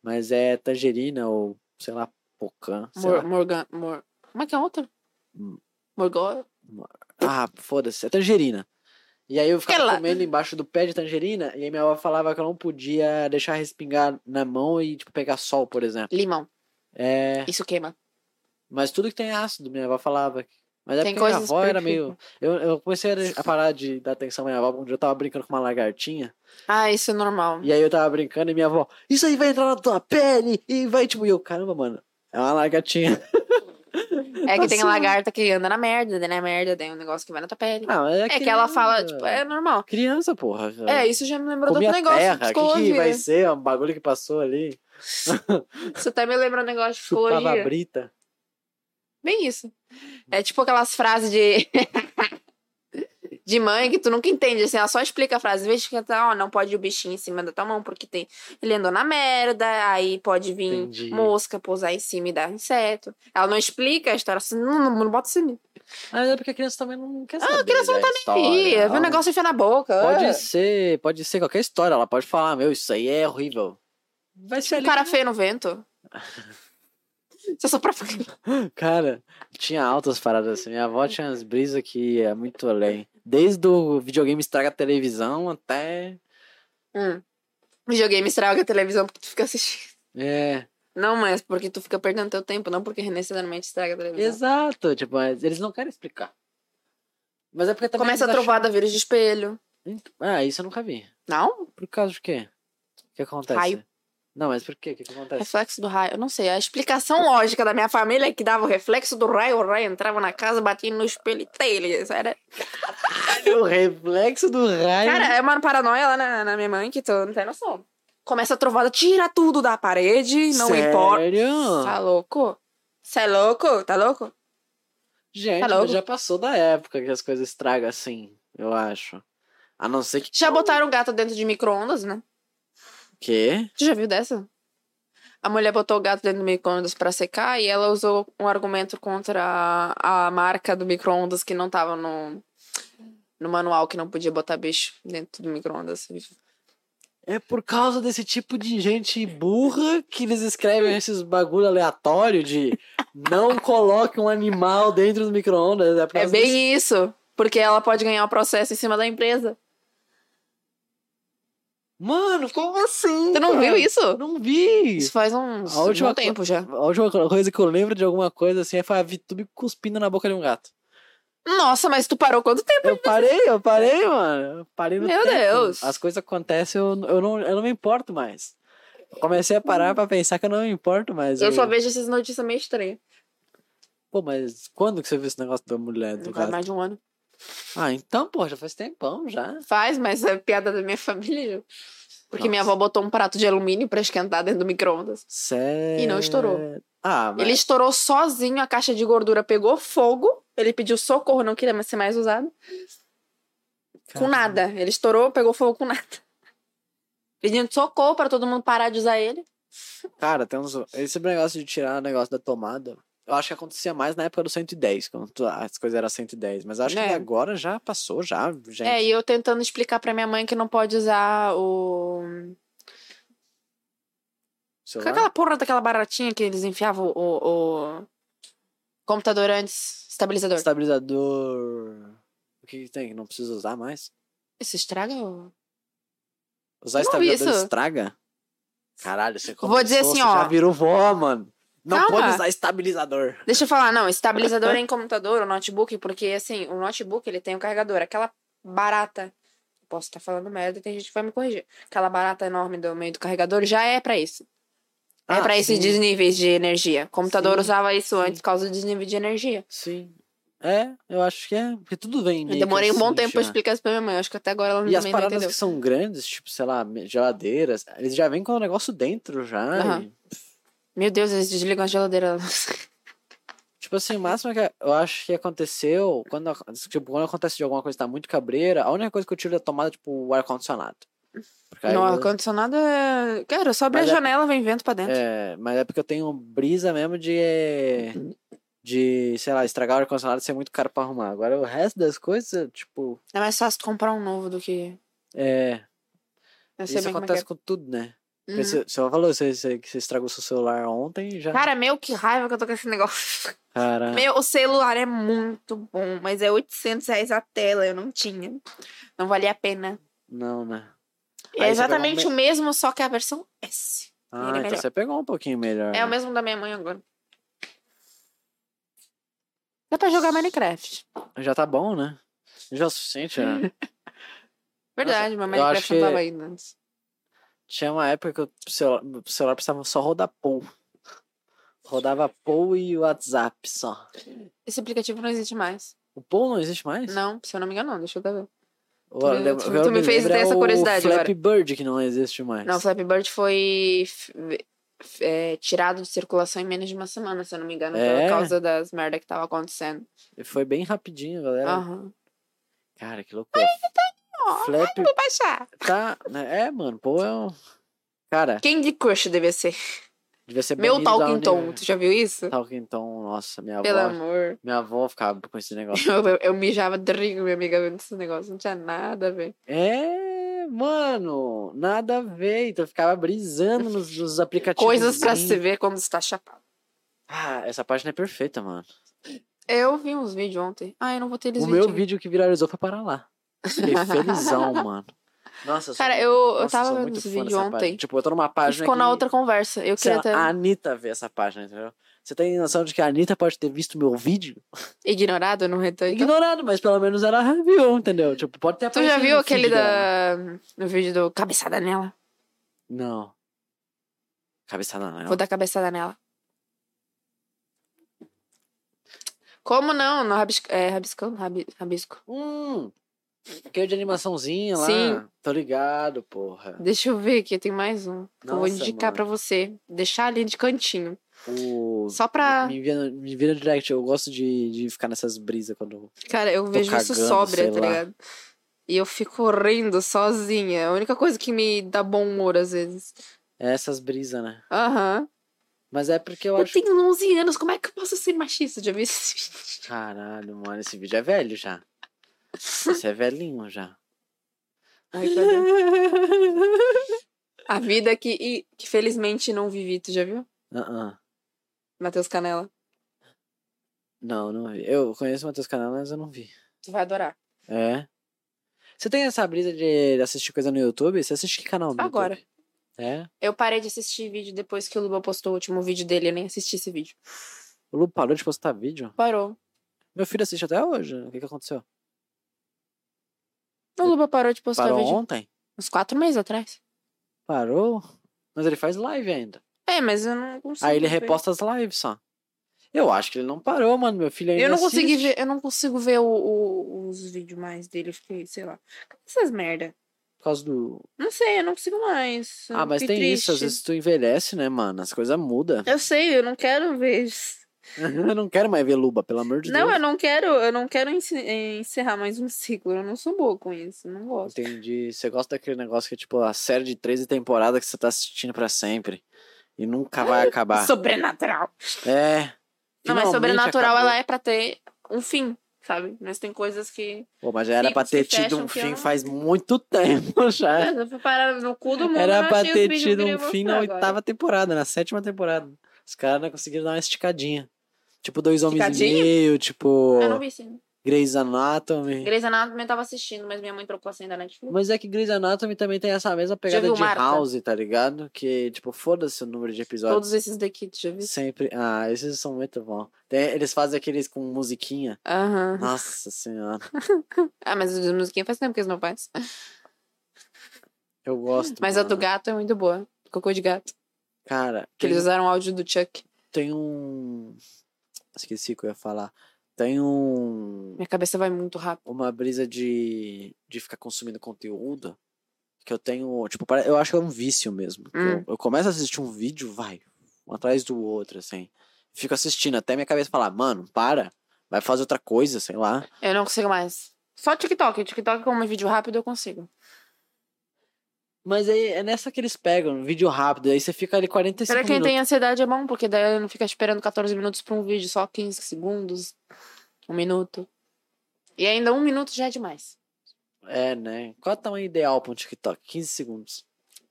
Speaker 1: Mas é tangerina ou, sei lá, pocã. sei
Speaker 2: Mor
Speaker 1: lá.
Speaker 2: Morgan. Mor Como é que é a outra?
Speaker 1: Hum.
Speaker 2: Morgó.
Speaker 1: Ah, foda-se, é tangerina. E aí eu ficava
Speaker 2: Aquela.
Speaker 1: comendo embaixo do pé de tangerina, e aí minha avó falava que eu não podia deixar respingar na mão e, tipo, pegar sol, por exemplo.
Speaker 2: Limão.
Speaker 1: É.
Speaker 2: Isso queima.
Speaker 1: Mas tudo que tem é ácido, minha avó falava. Mas é
Speaker 2: Tem
Speaker 1: porque minha
Speaker 2: coisas né?
Speaker 1: avó era
Speaker 2: perfeitas.
Speaker 1: meio. Eu, eu comecei a- a parar de dar atenção à minha avó quando eu tava brincando com uma lagartinha.
Speaker 2: Ah, isso é normal.
Speaker 1: E aí eu tava brincando e minha avó, isso aí vai entrar na tua pele e vai tipo. E eu, caramba, mano, é uma lagartinha. Hum.
Speaker 2: É que tem
Speaker 1: Passou.
Speaker 2: lagarta que anda na merda, daí na merda, tem um negócio que vai na tua pele.
Speaker 1: Ah, mas é,
Speaker 2: é que ela fala,
Speaker 1: criança.
Speaker 2: tipo, é normal.
Speaker 1: Criança, porra.
Speaker 2: É, isso já me lembrou do
Speaker 1: Comia
Speaker 2: outro negócio.
Speaker 1: Hum.
Speaker 2: tipo, né?
Speaker 1: terra, o que, que
Speaker 2: psicologia.
Speaker 1: vai ser? Um bagulho que passou ali.
Speaker 2: Isso até me lembra um negócio de
Speaker 1: Chupava a
Speaker 2: psicologia.
Speaker 1: brita.
Speaker 2: Bem isso. É tipo aquelas frases de. De mãe que tu nunca entende, assim, ela só explica a frase. Em vez de cantar, ó, não pode ir o bichinho em cima da tua mão, porque tem. Ele andou na merda, aí pode vir
Speaker 1: Entendi.
Speaker 2: mosca pousar em cima e dar inseto. Ela não explica a história, assim, não, não, não bota isso em mim.
Speaker 1: Mas é porque a criança também não quer saber. Ah, a criança não tá
Speaker 2: Ih, vê um
Speaker 1: Ela não
Speaker 2: negócio e enfia na boca.
Speaker 1: Pode
Speaker 2: ah.
Speaker 1: ser, pode ser qualquer história. Ela pode falar, meu, isso aí é horrível. Vai ser
Speaker 2: Um
Speaker 1: ali.
Speaker 2: cara feio no vento. Você só pra ficar.
Speaker 1: Cara, tinha altas paradas assim. Minha avó tinha umas brisas que é muito além. Desde o videogame estraga a televisão até.
Speaker 2: Hum. Videogame estraga a televisão porque tu fica assistindo.
Speaker 1: É,
Speaker 2: Não, mas porque tu fica perdendo teu tempo, não porque necessariamente estraga a televisão.
Speaker 1: exato. Tipo, mas eles não querem explicar. Mas é porque também.
Speaker 2: Começa a
Speaker 1: eles
Speaker 2: trovada, vírus de espelho.
Speaker 1: acham- Ah, isso eu nunca vi.
Speaker 2: Não?
Speaker 1: Por causa de quê? O que acontece?
Speaker 2: Raio.
Speaker 1: Não, mas por quê? O que, que acontece?
Speaker 2: Reflexo do raio. Eu não sei. A explicação lógica da minha família é que dava o reflexo do raio, o raio entrava na casa, batia no espelho e telha. Isso era-
Speaker 1: É o reflexo do raio.
Speaker 2: Cara, é uma paranoia lá na, na minha mãe que tu não tem noção. Começa a trovada, tira tudo da parede, não
Speaker 1: Sério?
Speaker 2: importa. Tá louco? Cê é louco? Tá louco?
Speaker 1: Gente,
Speaker 2: Tá
Speaker 1: mas
Speaker 2: louco?
Speaker 1: já passou da época que as coisas estragam assim, eu acho. A não ser que.
Speaker 2: Já botaram um gato dentro de micro-ondas, né?
Speaker 1: Quê?
Speaker 2: Tu já viu dessa? A mulher botou o gato dentro do micro-ondas pra secar e ela usou um argumento contra a, a marca do micro-ondas que não tava no, no manual, que não podia botar bicho dentro do micro-ondas.
Speaker 1: É por causa desse tipo de gente burra que eles escrevem esses bagulho aleatório de não coloque um animal dentro do micro-ondas. por
Speaker 2: É
Speaker 1: causa disso.
Speaker 2: bem isso, porque ela pode ganhar o processo em cima da empresa.
Speaker 1: Mano, como assim?
Speaker 2: Tu não
Speaker 1: cara?
Speaker 2: viu isso?
Speaker 1: Não vi.
Speaker 2: Isso faz uns
Speaker 1: A última
Speaker 2: um tempo já.
Speaker 1: A última coisa que eu lembro de alguma coisa assim foi a VTube cuspindo na boca de um gato.
Speaker 2: Nossa, mas tu parou quanto tempo?
Speaker 1: Eu parei, eu parei, mano. Eu parei no
Speaker 2: Meu
Speaker 1: tempo.
Speaker 2: Deus.
Speaker 1: As coisas acontecem, eu, eu, não, eu não me importo mais. Eu Comecei a parar pra pensar que eu não me importo mais.
Speaker 2: Eu só vejo essas notícias meio estranhas.
Speaker 1: Pô, mas quando que você viu esse negócio da mulher do
Speaker 2: Faz
Speaker 1: gato?
Speaker 2: mais de um ano.
Speaker 1: Ah, então, pô, já faz tempão já.
Speaker 2: Faz, mas é piada da minha família. Porque minha
Speaker 1: Nossa.
Speaker 2: avó botou um prato de alumínio pra esquentar dentro do micro-ondas.
Speaker 1: Sério.
Speaker 2: E não estourou.
Speaker 1: Ah, mas.
Speaker 2: Ele estourou sozinho, a caixa de gordura pegou fogo. Ele pediu socorro, não queria mais ser mais usado. Com nada. Ele estourou, pegou fogo com nada. Pedindo socorro pra todo mundo parar de usar ele.
Speaker 1: Cara, tem uns... esse negócio de tirar o negócio da tomada. Eu acho que acontecia mais na época do 110, quando tu- as coisas eram 110. Mas acho
Speaker 2: É.
Speaker 1: que agora já passou, já, gente.
Speaker 2: É, e eu tentando explicar pra minha mãe que não pode usar o.
Speaker 1: Celular?
Speaker 2: Com aquela porra daquela baratinha que eles enfiavam o, o computador antes, estabilizador.
Speaker 1: Estabilizador. O que, que tem? que Não precisa usar mais?
Speaker 2: Isso estraga o...
Speaker 1: Usar
Speaker 2: Eu não vi
Speaker 1: estabilizador
Speaker 2: isso.
Speaker 1: estraga? Caralho, você
Speaker 2: Vou dizer
Speaker 1: começou,
Speaker 2: assim,
Speaker 1: você Já
Speaker 2: ó.
Speaker 1: virou vó, mano. Não
Speaker 2: Calma.
Speaker 1: pode usar estabilizador.
Speaker 2: Deixa eu falar, não, estabilizador é em computador, o notebook, porque assim, o notebook ele tem o carregador, aquela barata. Posso estar falando merda, tem gente que vai me corrigir. Aquela barata enorme do meio do carregador já é pra isso. é
Speaker 1: Ah,
Speaker 2: pra esses
Speaker 1: sim,
Speaker 2: desníveis de energia. Computador
Speaker 1: Sim,
Speaker 2: usava isso
Speaker 1: sim.
Speaker 2: antes por causa do desnível de energia.
Speaker 1: Sim. É, eu acho que é. Porque tudo vem.
Speaker 2: Eu
Speaker 1: meio que
Speaker 2: demorei um bom
Speaker 1: assim,
Speaker 2: tempo pra
Speaker 1: já.
Speaker 2: explicar isso pra minha mãe, acho que até agora ela
Speaker 1: E as
Speaker 2: também não
Speaker 1: paradas
Speaker 2: entendeu.
Speaker 1: que são grandes, tipo, sei lá, me- geladeiras, eles já vêm com o negócio dentro já.
Speaker 2: Aham.
Speaker 1: e-
Speaker 2: Meu Deus, eles desligam a geladeira.
Speaker 1: tipo assim, o máximo que eu acho que aconteceu, quando, ac- tipo, quando acontece de alguma coisa que tá muito cabreira, a única coisa que eu tiro da tomada é, tipo, o ar-condicionado. Porque aí
Speaker 2: Não,
Speaker 1: eu-
Speaker 2: ar-condicionado é. Cara, só abre
Speaker 1: Mas
Speaker 2: a
Speaker 1: é-
Speaker 2: janela, vem vento pra dentro.
Speaker 1: É, mas é porque eu tenho brisa mesmo de. eh, De, sei lá, estragar o ar-condicionado e ser muito caro pra arrumar. Agora, o resto das coisas, tipo.
Speaker 2: É mais fácil tu comprar um novo do que.
Speaker 1: É.
Speaker 2: Eu sei
Speaker 1: Isso
Speaker 2: bem como é
Speaker 1: acontece com tudo, né?
Speaker 2: que é.
Speaker 1: Porque Você você falou você, você, que você estragou seu celular ontem e já.
Speaker 2: Uhum. Cara, meu, que raiva que eu tô com esse negócio.
Speaker 1: Caramba.
Speaker 2: Meu, o celular é muito bom, mas é 800 reais a tela, eu não tinha. Não valia a pena.
Speaker 1: Não, né? Aí você
Speaker 2: é
Speaker 1: pegou um me-
Speaker 2: exatamente o mesmo, só que a versão S.
Speaker 1: Ah,
Speaker 2: Ele é
Speaker 1: então
Speaker 2: melhor.
Speaker 1: você pegou um pouquinho melhor.
Speaker 2: É o
Speaker 1: né?
Speaker 2: mesmo da minha mãe agora. Dá pra jogar Minecraft.
Speaker 1: Já tá bom, né? Já é o suficiente, né?
Speaker 2: Verdade, meu
Speaker 1: eu acho
Speaker 2: Minecraft
Speaker 1: que-
Speaker 2: não tava ainda antes.
Speaker 1: Tinha uma época que o celular, o celular precisava só rodar Pou. Rodava Pou e WhatsApp só.
Speaker 2: Esse aplicativo não existe mais.
Speaker 1: O Pou não existe mais?
Speaker 2: Não, se eu não me engano, não. Deixa eu ver.
Speaker 1: Ou
Speaker 2: Tu
Speaker 1: eu
Speaker 2: me-
Speaker 1: lembro-
Speaker 2: tu-
Speaker 1: eu
Speaker 2: tu me fez
Speaker 1: lembro
Speaker 2: ter
Speaker 1: é
Speaker 2: essa
Speaker 1: o
Speaker 2: curiosidade
Speaker 1: Flappy Bird que não existe mais.
Speaker 2: Não, Flappy Bird foi f- ve- f- é, tirado de circulação em menos de uma semana, se eu não me engano,
Speaker 1: É?
Speaker 2: por causa das merda que tava acontecendo.
Speaker 1: Foi bem rapidinho,
Speaker 2: É.
Speaker 1: galera.
Speaker 2: Aham.
Speaker 1: Cara, que loucura.
Speaker 2: Ó,
Speaker 1: Flappy
Speaker 2: Vou baixar.
Speaker 1: tá... né? É, mano, Pou é um... Cara,
Speaker 2: Candy Crush devia ser.
Speaker 1: devia ser
Speaker 2: Meu
Speaker 1: banido da
Speaker 2: Talking
Speaker 1: uni-
Speaker 2: Tom, tu já viu isso?
Speaker 1: Talking Tom, nossa, minha
Speaker 2: Pelo
Speaker 1: avó...
Speaker 2: amor.
Speaker 1: Minha avó ficava com esse negócio.
Speaker 2: Eu, eu, eu mijava de rir com minha amiga vendo esse negócio, não tinha nada a ver.
Speaker 1: É, mano, nada a ver. Então eu ficava brisando nos, nos aplicativos.
Speaker 2: Coisas pra
Speaker 1: hein?
Speaker 2: se ver quando está chapado.
Speaker 1: Ah, essa página é perfeita, mano.
Speaker 2: Eu vi uns vídeos ontem. Ah, eu não vou ter eles
Speaker 1: o meu
Speaker 2: vídeos.
Speaker 1: vídeo que viralizou foi para lá. Fiquei felizão, mano. Nossa, eu sou
Speaker 2: Cara,
Speaker 1: muito-
Speaker 2: eu, eu
Speaker 1: nossa, eu
Speaker 2: tava
Speaker 1: sou
Speaker 2: vendo
Speaker 1: muito
Speaker 2: esse
Speaker 1: fã
Speaker 2: vídeo
Speaker 1: dessa página.
Speaker 2: ontem.
Speaker 1: Tipo, eu tô numa
Speaker 2: E
Speaker 1: página.
Speaker 2: ficou
Speaker 1: que,
Speaker 2: na outra conversa. Eu
Speaker 1: sei
Speaker 2: queria
Speaker 1: lá,
Speaker 2: ter.
Speaker 1: A Anitta vê essa página, entendeu? Você tem noção de que a Anitta pode ter visto meu vídeo?
Speaker 2: Ignorado, não retorno.
Speaker 1: Ignorado, mas pelo menos ela viu, entendeu? Tipo, pode ter
Speaker 2: Tu já
Speaker 1: aparecido
Speaker 2: viu
Speaker 1: no
Speaker 2: aquele
Speaker 1: feed dela.
Speaker 2: da. No vídeo do Cabeçada Nela?
Speaker 1: Não. Cabeçada não. né?
Speaker 2: Vou dar cabeçada nela. Como não? No rabis... é, rabiscão? Rabi... Rabisco.
Speaker 1: Hum. Aquele de animaçãozinha lá.
Speaker 2: Sim.
Speaker 1: Tô ligado, porra.
Speaker 2: Deixa eu ver aqui, tem mais um. que eu vou
Speaker 1: Nossa,
Speaker 2: indicar
Speaker 1: mano.
Speaker 2: pra você. Deixar ali de cantinho.
Speaker 1: O...
Speaker 2: Só pra.
Speaker 1: Me vira, me vira no direct. Eu gosto de, de ficar nessas brisas quando.
Speaker 2: Cara, eu vejo isso
Speaker 1: cagando,
Speaker 2: sóbria,
Speaker 1: sei
Speaker 2: tá
Speaker 1: lá.
Speaker 2: ligado? E eu fico rindo sozinha. é A única coisa que me dá bom humor às vezes.
Speaker 1: É essas brisas, né?
Speaker 2: Aham.
Speaker 1: Mas é porque eu
Speaker 2: Eu,
Speaker 1: acho.
Speaker 2: tenho 11 anos, como é que eu posso ser machista? Já vi esse vídeo.
Speaker 1: Caralho, mano, esse vídeo é velho já. Esse é velhinho já. tá
Speaker 2: Ai, cadê? A vida que, e- que felizmente não vivi, tu já viu?
Speaker 1: Ah, ah.
Speaker 2: Matheus Canela.
Speaker 1: Não, não vi. Eu conheço o Matheus Canal, mas eu não vi.
Speaker 2: Tu vai adorar.
Speaker 1: É. Você tem essa brisa de assistir coisa no YouTube? Você assiste que canal no YouTube?
Speaker 2: Agora.
Speaker 1: É?
Speaker 2: Eu parei de assistir vídeo depois que o Luba postou o último vídeo dele. Eu nem assisti esse vídeo.
Speaker 1: O Lu parou de postar vídeo?
Speaker 2: Parou.
Speaker 1: Meu filho assiste até hoje. O que, que aconteceu?
Speaker 2: O Luba parou de postar
Speaker 1: parou
Speaker 2: vídeo
Speaker 1: ontem?
Speaker 2: uns quatro meses atrás.
Speaker 1: Parou? Mas ele faz live ainda.
Speaker 2: É, mas eu não consigo.
Speaker 1: Aí ele
Speaker 2: ver.
Speaker 1: reposta as lives só. Eu acho que ele não parou, mano. Meu filho ainda
Speaker 2: Eu não consegui
Speaker 1: assiste.
Speaker 2: ver, eu não consigo ver o- o- os vídeos mais dele, eu fiquei, sei lá. Cadê essas merda?
Speaker 1: Por causa do.
Speaker 2: Não sei, eu não consigo mais. eu
Speaker 1: Ah, mas
Speaker 2: fiquei
Speaker 1: tem isso. Às
Speaker 2: Então, triste.
Speaker 1: vezes tu envelhece, né, mano? As coisas mudam.
Speaker 2: Eu sei, eu não quero ver. isso.
Speaker 1: eu não quero mais ver Luba, pelo amor de
Speaker 2: Não,
Speaker 1: Deus.
Speaker 2: eu não quero, eu não quero ensi- eh, encerrar mais um ciclo. Eu não sou boa com isso, não gosto.
Speaker 1: Entendi. Você gosta daquele negócio que é tipo a série de 13 temporadas que você tá assistindo pra sempre. E nunca vai acabar.
Speaker 2: Sobrenatural.
Speaker 1: É.
Speaker 2: Não, mas
Speaker 1: Finalmente
Speaker 2: sobrenatural
Speaker 1: acabou.
Speaker 2: ela é pra ter um fim, sabe? Mas tem coisas que.
Speaker 1: Pô, mas já era
Speaker 2: Ciclos
Speaker 1: pra ter
Speaker 2: que
Speaker 1: tido
Speaker 2: fecham
Speaker 1: um
Speaker 2: que
Speaker 1: fim
Speaker 2: eu-
Speaker 1: faz muito tempo já.
Speaker 2: Eu fui parar no cu do mundo.
Speaker 1: É. Era
Speaker 2: eu
Speaker 1: pra
Speaker 2: achei os
Speaker 1: ter
Speaker 2: vídeos que
Speaker 1: tido
Speaker 2: eu
Speaker 1: um
Speaker 2: queria
Speaker 1: fim na
Speaker 2: mostrar agora.
Speaker 1: oitava temporada, na sétima temporada. Os caras não conseguiram dar uma esticadinha. Tipo, dois homens e
Speaker 2: Esticadinha?
Speaker 1: meio, tipo,
Speaker 2: Eu não vi sim.
Speaker 1: Grey's Anatomy.
Speaker 2: Grey's Anatomy eu tava assistindo, mas minha mãe né? trocou a senha da Netflix.
Speaker 1: Mas é que Grey's Anatomy também tem essa mesma pegada
Speaker 2: viu
Speaker 1: de
Speaker 2: Marta?
Speaker 1: House, tá ligado? Que, tipo, foda-se o número de episódios.
Speaker 2: Todos esses daqui, tu já viu?
Speaker 1: Sempre. Ah, esses são muito bons. Tem- eles fazem aqueles com musiquinha.
Speaker 2: Aham.
Speaker 1: Nossa senhora.
Speaker 2: Ah, mas as musiquinhas faz tempo que eles não fazem.
Speaker 1: Eu gosto.
Speaker 2: Mas a
Speaker 1: mano.
Speaker 2: do gato é muito boa. Cocô de gato.
Speaker 1: Cara,
Speaker 2: Que eles
Speaker 1: tem,
Speaker 2: usaram o áudio do Chuck.
Speaker 1: tem um. Esqueci o que eu ia falar. Tem um.
Speaker 2: Minha cabeça vai muito rápido.
Speaker 1: Uma brisa de, de ficar consumindo conteúdo. Que eu tenho. Tipo, pare- eu acho que é um vício mesmo. que
Speaker 2: Hum.
Speaker 1: Eu, eu começo a assistir um vídeo, vai. Um atrás do outro, assim. Fico assistindo até minha cabeça falar, mano, para. Vai fazer outra coisa, sei lá.
Speaker 2: Eu não consigo mais. Só TikTok. TikTok, como é vídeo rápido, eu consigo.
Speaker 1: Mas aí é nessa que eles pegam, vídeo rápido, aí você fica ali 45
Speaker 2: Será que quem
Speaker 1: minutos.
Speaker 2: tem ansiedade é bom? Porque daí não fica esperando 14 minutos pra um vídeo, só 15 segundos. Um minuto. E ainda um minuto já é demais.
Speaker 1: É, né? Qual é o tamanho ideal pra um TikTok? 15 segundos.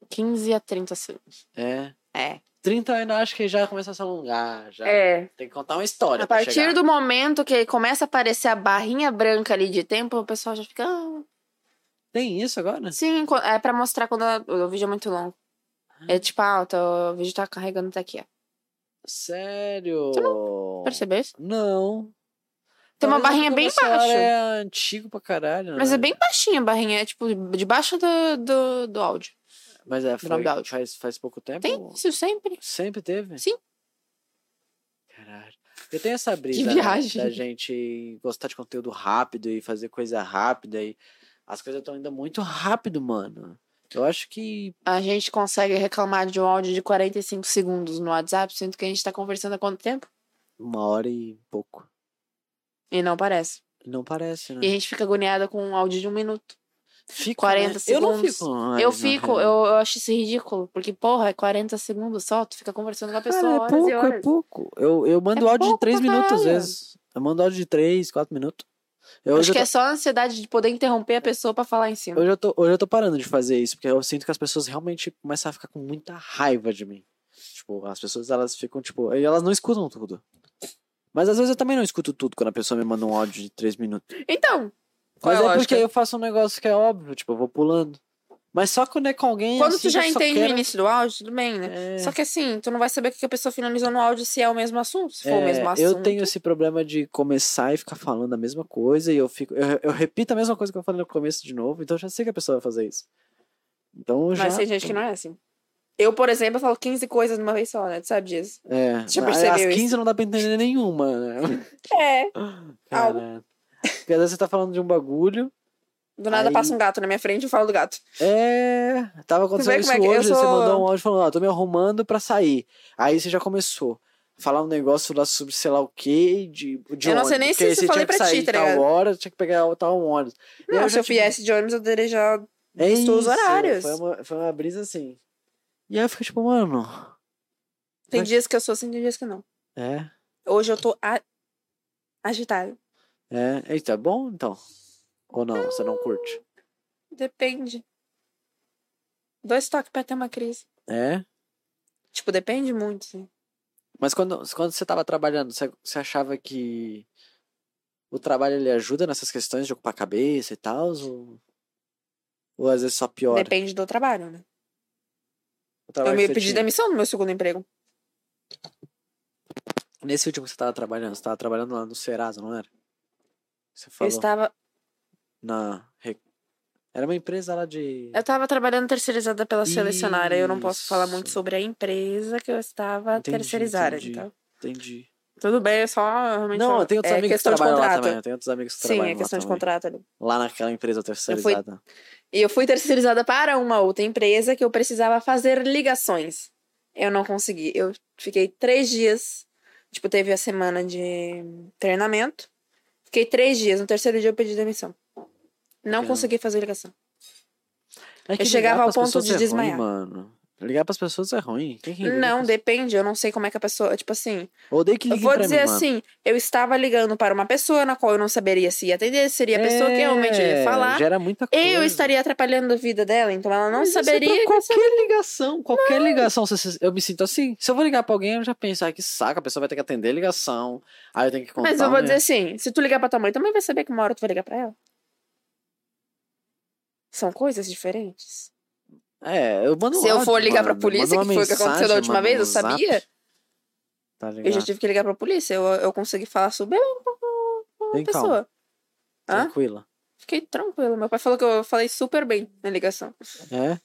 Speaker 2: 15 a 30 segundos.
Speaker 1: É.
Speaker 2: É.
Speaker 1: 30 eu ainda acho que já começa a se alongar, já.
Speaker 2: É.
Speaker 1: Tem que contar uma história
Speaker 2: A
Speaker 1: pra
Speaker 2: partir
Speaker 1: chegar.
Speaker 2: do momento que começa a aparecer a barrinha branca ali de tempo, o pessoal já fica. "Ah,
Speaker 1: Tem isso agora?
Speaker 2: Sim, co- é pra mostrar quando a- o vídeo é muito longo. É tipo, ah, o teu vídeo tá carregando até aqui, ó.
Speaker 1: Sério?
Speaker 2: Percebeu isso?
Speaker 1: Não.
Speaker 2: Tem
Speaker 1: Talvez
Speaker 2: uma
Speaker 1: é
Speaker 2: barrinha
Speaker 1: porque
Speaker 2: bem
Speaker 1: o celular
Speaker 2: baixa.
Speaker 1: é antigo pra caralho,
Speaker 2: Mas
Speaker 1: né?
Speaker 2: é bem baixinha a barrinha, é tipo debaixo do, do, do áudio.
Speaker 1: Mas é, foi-
Speaker 2: nome do áudio.
Speaker 1: faz, faz pouco tempo?
Speaker 2: Tem isso sempre.
Speaker 1: Sempre teve?
Speaker 2: Sim.
Speaker 1: Caralho. Eu tenho essa brisa né,
Speaker 2: viagem.
Speaker 1: da gente gostar de conteúdo rápido e fazer coisa rápida e as coisas estão indo muito rápido, mano. Eu acho que
Speaker 2: A gente consegue reclamar de um áudio de 45 segundos no WhatsApp, sendo que a gente tá conversando há quanto tempo?
Speaker 1: uma hora e pouco.
Speaker 2: E não parece.
Speaker 1: Não parece, né?
Speaker 2: E a gente fica agoniada com um áudio de um minuto.
Speaker 1: Fica, né?
Speaker 2: 40
Speaker 1: Eu não
Speaker 2: segundos.
Speaker 1: fico. mais,
Speaker 2: eu
Speaker 1: na
Speaker 2: fico,
Speaker 1: real.
Speaker 2: eu, eu acho isso ridículo, porque, porra, é 40 segundos só, tu fica conversando com a pessoa
Speaker 1: Cara, é
Speaker 2: horas
Speaker 1: pouco,
Speaker 2: e horas.
Speaker 1: é pouco. Eu, eu mando
Speaker 2: É
Speaker 1: áudio de
Speaker 2: pouco
Speaker 1: 3
Speaker 2: pra
Speaker 1: minutos às
Speaker 2: caralho.
Speaker 1: vezes. Eu mando áudio de 3, 4 minutos. Eu,
Speaker 2: Acho
Speaker 1: hoje,
Speaker 2: que
Speaker 1: eu
Speaker 2: é só a ansiedade de poder interromper a pessoa pra falar em
Speaker 1: tô,
Speaker 2: cima.
Speaker 1: hoje, eu tô, hoje eu tô parando de fazer isso, porque eu sinto que as pessoas realmente começam a ficar com muita raiva de mim. Tipo, as pessoas elas ficam, tipo, e elas não escutam tudo. Mas às vezes eu também não escuto tudo quando a pessoa me manda um áudio de 3 minutos.
Speaker 2: Então,
Speaker 1: Mas
Speaker 2: qual é a
Speaker 1: é porque
Speaker 2: lógica?
Speaker 1: eu faço um negócio que é óbvio, tipo, eu vou pulando. Mas só quando é com alguém.
Speaker 2: quando
Speaker 1: assim,
Speaker 2: tu já
Speaker 1: eu só
Speaker 2: entende
Speaker 1: quero-
Speaker 2: o início do áudio, tudo bem, né?
Speaker 1: É.
Speaker 2: Só que assim, tu não vai saber o que a pessoa finalizou no áudio se é o mesmo assunto, se for o
Speaker 1: É,
Speaker 2: mesmo assunto.
Speaker 1: Eu tenho esse problema de começar e ficar falando a mesma coisa e eu fico. Eu, eu repito a mesma coisa que eu falei no começo de novo, então eu já sei que a pessoa vai fazer isso. Então eu já.
Speaker 2: Mas tem gente que não é assim. Eu, por exemplo, eu falo 15 coisas de uma vez só, né? Tu sabe disso?
Speaker 1: É,
Speaker 2: Você já
Speaker 1: às
Speaker 2: percebeu
Speaker 1: 15 não dá pra entender nenhuma. Né?
Speaker 2: É. Algo.
Speaker 1: Cara, porque às vezes você tá falando de um bagulho.
Speaker 2: Do nada
Speaker 1: Aí-
Speaker 2: passa um gato na minha frente e eu falo do gato.
Speaker 1: É. Tava acontecendo
Speaker 2: vê
Speaker 1: isso
Speaker 2: como é que- eu
Speaker 1: hoje, você
Speaker 2: sou-
Speaker 1: mandou um áudio falando, ah, tô me arrumando pra sair. Aí você já começou. a Falar um negócio lá sobre sei lá o que, de, de
Speaker 2: Eu não sei
Speaker 1: ônibus,
Speaker 2: nem se
Speaker 1: porque
Speaker 2: isso
Speaker 1: você
Speaker 2: eu falei
Speaker 1: tinha que
Speaker 2: pra ti,
Speaker 1: sair
Speaker 2: tá
Speaker 1: tal
Speaker 2: ligado?
Speaker 1: hora, tinha que pegar tal ônibus. E aí
Speaker 2: Não, se
Speaker 1: já
Speaker 2: eu
Speaker 1: tinha-
Speaker 2: viesse de ônibus, eu teria já.
Speaker 1: É isso.
Speaker 2: Estou os horários.
Speaker 1: Foi uma, foi uma brisa assim. E aí eu fico tipo, mano.
Speaker 2: Tem
Speaker 1: Mas-
Speaker 2: dias que eu sou assim, tem dias que não.
Speaker 1: É,
Speaker 2: Hoje eu tô a... agitada.
Speaker 1: é. Eita, é bom então? Ou não? Você não curte?
Speaker 2: Depende. Dois toques pra ter uma crise.
Speaker 1: É.
Speaker 2: Tipo, depende muito, sim.
Speaker 1: Mas quando, quando você tava trabalhando, você, você achava que o trabalho ele ajuda nessas questões de ocupar a cabeça e tal? Ou... Ou às vezes só piora?
Speaker 2: Depende do trabalho, né?
Speaker 1: O trabalho
Speaker 2: eu me
Speaker 1: que você
Speaker 2: pedi
Speaker 1: tinha.
Speaker 2: demissão no meu segundo emprego.
Speaker 1: Nesse último que você tava trabalhando, você tava trabalhando lá no Serasa, não era? Você
Speaker 2: Eu
Speaker 1: falou.
Speaker 2: estava,
Speaker 1: Na. Re- Era uma empresa lá de.
Speaker 2: eu estava trabalhando terceirizada pela selecionária. Eu não posso falar muito
Speaker 1: Isso.
Speaker 2: sobre a empresa que eu estava
Speaker 1: Entendi,
Speaker 2: terceirizada.
Speaker 1: entendi.
Speaker 2: Então.
Speaker 1: Entendi.
Speaker 2: Tudo bem, é só realmente.
Speaker 1: Não,
Speaker 2: só-
Speaker 1: eu tenho outros
Speaker 2: é
Speaker 1: amigos que
Speaker 2: questão de
Speaker 1: trabalham lá
Speaker 2: contrato.
Speaker 1: também. Eu tenho outros amigos que
Speaker 2: Sim,
Speaker 1: trabalham
Speaker 2: é questão
Speaker 1: lá
Speaker 2: de
Speaker 1: também.
Speaker 2: contrato ali.
Speaker 1: Lá naquela empresa terceirizada.
Speaker 2: E eu fui terceirizada para uma outra empresa que eu precisava fazer ligações. Eu não consegui. Eu fiquei três dias. Tipo, teve a semana de treinamento. Fiquei três dias. No terceiro dia eu pedi demissão. Não
Speaker 1: Caramba.
Speaker 2: consegui fazer ligação.
Speaker 1: É que
Speaker 2: Eu chegava
Speaker 1: ligar
Speaker 2: ao
Speaker 1: pras
Speaker 2: ponto
Speaker 1: pessoas
Speaker 2: de
Speaker 1: é ruim,
Speaker 2: desmaiar.
Speaker 1: mano. Ligar pras pessoas é ruim. Quem que liga
Speaker 2: Não,
Speaker 1: pras-
Speaker 2: depende. Eu não sei como é que a pessoa. Tipo assim.
Speaker 1: Eu Odeio que
Speaker 2: Eu
Speaker 1: liguem
Speaker 2: vou
Speaker 1: pra mim,
Speaker 2: dizer
Speaker 1: mano.
Speaker 2: assim: eu estava ligando para uma pessoa na qual eu não saberia se ia atender, seria a pessoa que realmente eu ia
Speaker 1: É,
Speaker 2: falar.
Speaker 1: Gera muita coisa.
Speaker 2: Eu estaria atrapalhando a vida dela, então ela não
Speaker 1: Mas isso é pra
Speaker 2: saberia.
Speaker 1: qualquer ligação, qualquer ligação, se- se- eu me sinto assim. Se eu vou ligar pra alguém, eu já penso, ai, que saco, a pessoa vai ter que atender a ligação. Aí eu tenho que contar.
Speaker 2: Mas eu vou
Speaker 1: né?
Speaker 2: dizer assim, se tu ligar pra tua mãe, também vai saber que uma hora tu vai ligar pra ela. São coisas diferentes.
Speaker 1: É, eu mando um
Speaker 2: se eu
Speaker 1: áudio,
Speaker 2: for ligar pra
Speaker 1: mano,
Speaker 2: polícia,
Speaker 1: mando
Speaker 2: que
Speaker 1: uma
Speaker 2: foi o que aconteceu da
Speaker 1: mensagem,
Speaker 2: última
Speaker 1: mando
Speaker 2: vez,
Speaker 1: um
Speaker 2: eu
Speaker 1: zap,
Speaker 2: sabia.
Speaker 1: Tá ligado?
Speaker 2: Eu já tive que ligar pra polícia. Eu, eu consegui falar sobre uma
Speaker 1: Bem
Speaker 2: pessoa.
Speaker 1: calma,
Speaker 2: Hã?
Speaker 1: tranquila.
Speaker 2: Fiquei tranquila. Meu pai falou que eu falei super bem na ligação.
Speaker 1: É.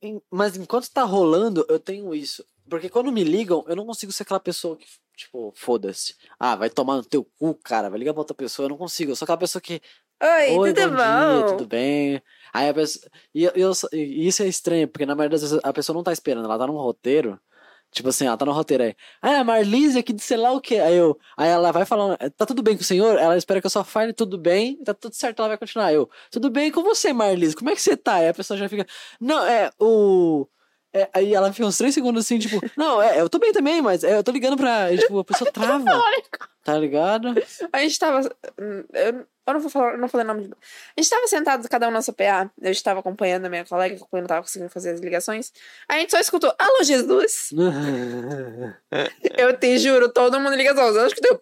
Speaker 1: Em- Mas enquanto tá rolando, eu tenho isso. Porque quando me ligam, eu não consigo ser aquela pessoa que, tipo, foda-se. Ah, vai tomar no teu cu, cara. Vai ligar pra outra pessoa. Eu não consigo. Eu sou aquela pessoa que.
Speaker 2: Oi,
Speaker 1: Oi,
Speaker 2: tudo
Speaker 1: bom, dia,
Speaker 2: bom?
Speaker 1: tudo bem? Aí a pessoa. E, eu- eu sou- e isso é estranho, porque na maioria das vezes a pessoa não tá esperando, ela tá num roteiro. Tipo assim, ela tá no roteiro aí. Ah, é a Marlise aqui de sei lá o quê. Aí eu. Aí ela vai falando, tá tudo bem com o senhor? Ela espera que eu só fale tudo bem, tá tudo certo, ela vai continuar. Eu, tudo bem com você, Marlise? Como é que você tá? Aí a pessoa já fica. Não, é, o. é, aí ela fica uns três segundos assim, tipo, não, é, eu tô bem também, mas é, eu tô ligando pra. e, Tipo, a pessoa trava. Tá ligado?
Speaker 2: A gente tava. Eu, eu não vou falar, eu não falei o nome de. A gente tava sentado, cada um na sua PA. Eu estava acompanhando a minha colega, que eu não tava conseguindo fazer as ligações. A gente só escutou: Alô, Jesus! Eu te juro, todo mundo liga só. Eu acho que deu.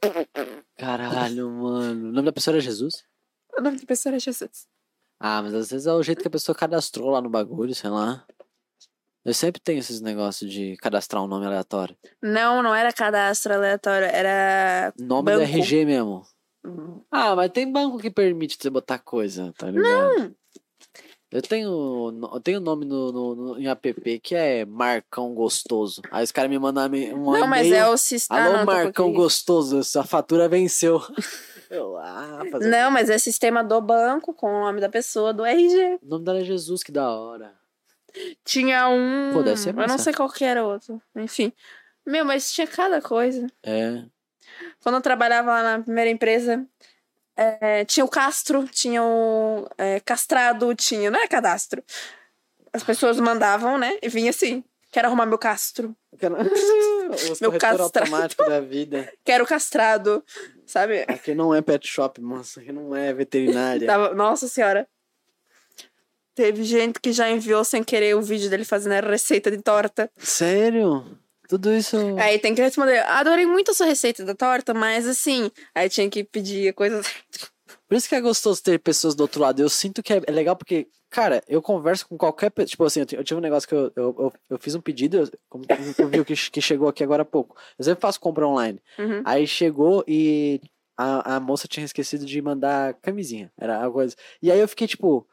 Speaker 1: Caralho, mano. O nome da pessoa era Jesus?
Speaker 2: O nome da pessoa era Jesus.
Speaker 1: Ah, mas às vezes é o jeito que a pessoa cadastrou lá no bagulho, sei lá. Eu sempre tenho esses negócios de cadastrar um nome aleatório.
Speaker 2: Não, não era cadastro aleatório, era.
Speaker 1: Nome do
Speaker 2: Banco.
Speaker 1: RG mesmo. Ah, mas tem banco que permite você botar coisa, tá ligado? Não. Eu tenho, no- eu tenho nome no, no- no- em app que é Marcão Gostoso. Aí os caras me mandam me- um
Speaker 2: não, mas é
Speaker 1: e-mail.
Speaker 2: o sistema.
Speaker 1: Alô,
Speaker 2: ah, não, tô
Speaker 1: Marcão
Speaker 2: com aqui.
Speaker 1: Gostoso, sua fatura venceu. Eu, ah, fazer.
Speaker 2: Não, mas é sistema do banco com o nome da pessoa, do RG.
Speaker 1: O nome dela é Jesus, que da hora.
Speaker 2: Tinha um.
Speaker 1: Pô, deve ser
Speaker 2: eu não
Speaker 1: massa.
Speaker 2: sei qual que era o outro. Enfim. Meu, mas tinha cada coisa.
Speaker 1: É.
Speaker 2: Quando eu trabalhava lá na primeira empresa, eh, tinha o Castro, tinha o eh, Castrado, tinha. Não era cadastro. As pessoas mandavam, né? E vinha assim: quero arrumar meu Castro,
Speaker 1: Os
Speaker 2: Meu
Speaker 1: corretor
Speaker 2: castrado.
Speaker 1: automático da vida.
Speaker 2: quero castrado, sabe?
Speaker 1: Aqui não é pet shop, moça. Aqui não é veterinária.
Speaker 2: Tava- nossa senhora. Teve gente que já enviou sem querer o vídeo dele fazendo a receita de torta.
Speaker 1: Sério? Tudo isso.
Speaker 2: Aí tem que responder: adorei muito a sua receita da torta, mas assim. Aí tinha que pedir coisas.
Speaker 1: Por isso que é gostoso ter pessoas do outro lado. Eu sinto que é é legal porque, cara, eu converso com qualquer pessoa. Tipo assim, eu ti- eu tive um negócio que eu, eu, eu, eu fiz um pedido, eu- como tu viu que, que chegou aqui agora há pouco. Eu sempre faço compra online.
Speaker 2: Uhum.
Speaker 1: Aí chegou e a, a moça tinha esquecido de mandar camisinha. Era a coisa. E aí eu fiquei tipo.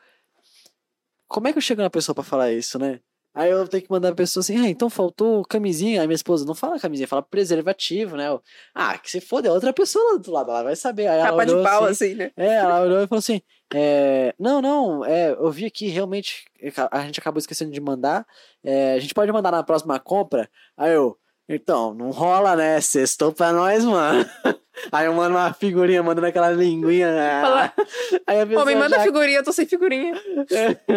Speaker 1: Como é que eu chego na pessoa pra falar isso, né? Aí eu tenho que mandar a pessoa assim, ah, então faltou camisinha. Aí minha esposa não fala camisinha, fala preservativo, né? Eu, ah, que se foda, é outra pessoa lá do lado, ela vai saber. Aí ela
Speaker 2: Capa de
Speaker 1: olhou
Speaker 2: pau,
Speaker 1: assim,
Speaker 2: assim, né?
Speaker 1: é, ela olhou e falou assim: é, Não, não, é, eu vi aqui realmente, a gente acabou esquecendo de mandar. é, a gente pode mandar na próxima compra. Aí eu, então, não rola, né? Sextou pra nós, mano. Aí eu mando uma figurinha, mandando aquela linguinha. né?
Speaker 2: Fala.
Speaker 1: Aí a
Speaker 2: Pô, me
Speaker 1: pessoa
Speaker 2: "Ah, manda
Speaker 1: já-
Speaker 2: figurinha, eu tô sem figurinha.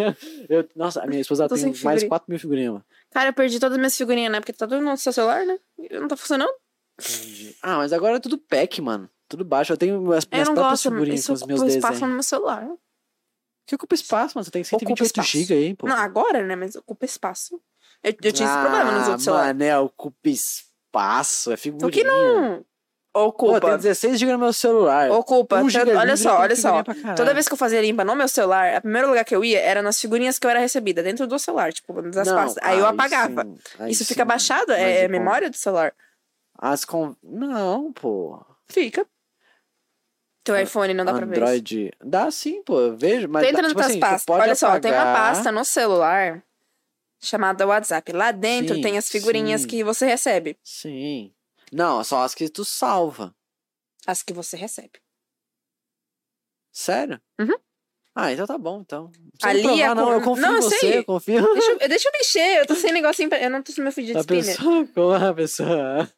Speaker 1: Eu- nossa, a minha esposa ela
Speaker 2: Tô
Speaker 1: tem
Speaker 2: sem
Speaker 1: mais
Speaker 2: figurinha.
Speaker 1: 4 mil figurinhas, mano.
Speaker 2: Cara, eu perdi todas as minhas figurinhas, né? Porque tá todo mundo no seu celular, né? E Não tá funcionando.
Speaker 1: Ah, mas agora é tudo pack, mano. Tudo baixo. Eu tenho minhas,
Speaker 2: É, eu
Speaker 1: minhas
Speaker 2: não
Speaker 1: próprias
Speaker 2: gosto.
Speaker 1: figurinhas
Speaker 2: Isso
Speaker 1: com os meus
Speaker 2: ocupa espaço
Speaker 1: desenhos.
Speaker 2: no meu celular.
Speaker 1: Que ocupa espaço, mano. Você tem
Speaker 2: Ocupa
Speaker 1: 128
Speaker 2: espaço.
Speaker 1: GB aí, pô.
Speaker 2: Não, agora, né? Mas ocupa espaço. Eu, eu tinha esse
Speaker 1: Ah,
Speaker 2: problema nos outros celulares.
Speaker 1: Mané, ocupa espaço, é figurinha.
Speaker 2: O que Então não
Speaker 1: Pô, tem
Speaker 2: Ocupa.
Speaker 1: 16 GB no meu celular.
Speaker 2: Ocupa.
Speaker 1: Um
Speaker 2: Tanto-
Speaker 1: giga
Speaker 2: olha
Speaker 1: livre,
Speaker 2: só,
Speaker 1: tem
Speaker 2: olha só.
Speaker 1: figurinha pra caralho.
Speaker 2: Toda vez que eu fazia limpa no meu celular, o primeiro lugar que eu ia era nas figurinhas que eu era recebida, dentro do celular, tipo, das
Speaker 1: Não,
Speaker 2: pastas. Aí eu
Speaker 1: aí
Speaker 2: apagava.
Speaker 1: sim, aí
Speaker 2: Isso
Speaker 1: sim.
Speaker 2: fica baixado?
Speaker 1: Mas
Speaker 2: É
Speaker 1: o con-
Speaker 2: memória do celular?
Speaker 1: As con... Não, pô.
Speaker 2: Fica. Teu
Speaker 1: Ah,
Speaker 2: iPhone não dá pra ver. isso.
Speaker 1: Android. Dá sim, pô. Eu vejo, mas.
Speaker 2: Tu
Speaker 1: dá-
Speaker 2: entra nas
Speaker 1: tipo
Speaker 2: tuas
Speaker 1: assim, tu
Speaker 2: pastas.
Speaker 1: pode
Speaker 2: Olha só, tem uma
Speaker 1: apagar.
Speaker 2: pasta no celular chamada WhatsApp. Lá dentro
Speaker 1: Sim,
Speaker 2: tem as figurinhas
Speaker 1: sim.
Speaker 2: que você recebe.
Speaker 1: Sim. Não, só as que tu salva.
Speaker 2: As que você recebe.
Speaker 1: Sério?
Speaker 2: Uhum.
Speaker 1: Ah, então tá bom, então. Não precisa
Speaker 2: Ali
Speaker 1: provar,
Speaker 2: é
Speaker 1: não. Eu
Speaker 2: com-
Speaker 1: confio
Speaker 2: Não,
Speaker 1: em
Speaker 2: eu
Speaker 1: você,
Speaker 2: sei.
Speaker 1: eu confio.
Speaker 2: Deixa eu, deixa eu mexer, eu tô sem negocinho. Pra, eu não tô sem meu fidget
Speaker 1: A
Speaker 2: spinner.
Speaker 1: pessoa, como a pessoa.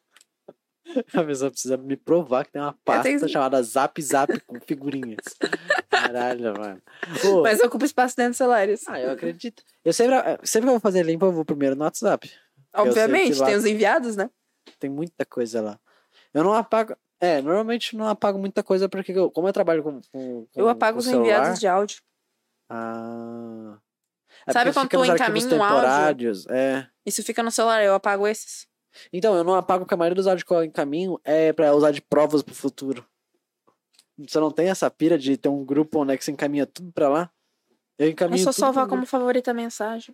Speaker 1: A pessoa precisa me provar que tem uma pasta
Speaker 2: tenho-
Speaker 1: chamada Zap Zap com figurinhas. Caralho, mano. Pô,
Speaker 2: Mas ocupa espaço dentro do celular. isso.
Speaker 1: Ah, eu acredito. Eu sempre, eh, sempre que eu vou fazer limpa, eu vou primeiro no WhatsApp.
Speaker 2: Obviamente,
Speaker 1: lá-
Speaker 2: tem os enviados, né?
Speaker 1: Tem muita coisa lá. Eu não apago. É, normalmente não apago muita coisa porque, eu, como eu trabalho com. com- com-
Speaker 2: Eu apago
Speaker 1: com
Speaker 2: os
Speaker 1: celular,
Speaker 2: enviados de áudio.
Speaker 1: Ah.
Speaker 2: Sabe
Speaker 1: porque fica
Speaker 2: quando tu
Speaker 1: nos arquivos
Speaker 2: encaminha um áudio?
Speaker 1: temporáneos, É.
Speaker 2: Isso fica no celular, eu apago esses.
Speaker 1: Então, eu não apago porque a maioria dos áudios que eu encaminho é pra usar de provas pro futuro. Você não tem essa pira de ter um grupo onde é que você encaminha tudo pra lá? Eu
Speaker 2: É
Speaker 1: encaminho
Speaker 2: só
Speaker 1: tudo pra
Speaker 2: salvar
Speaker 1: um
Speaker 2: como favorita a mensagem.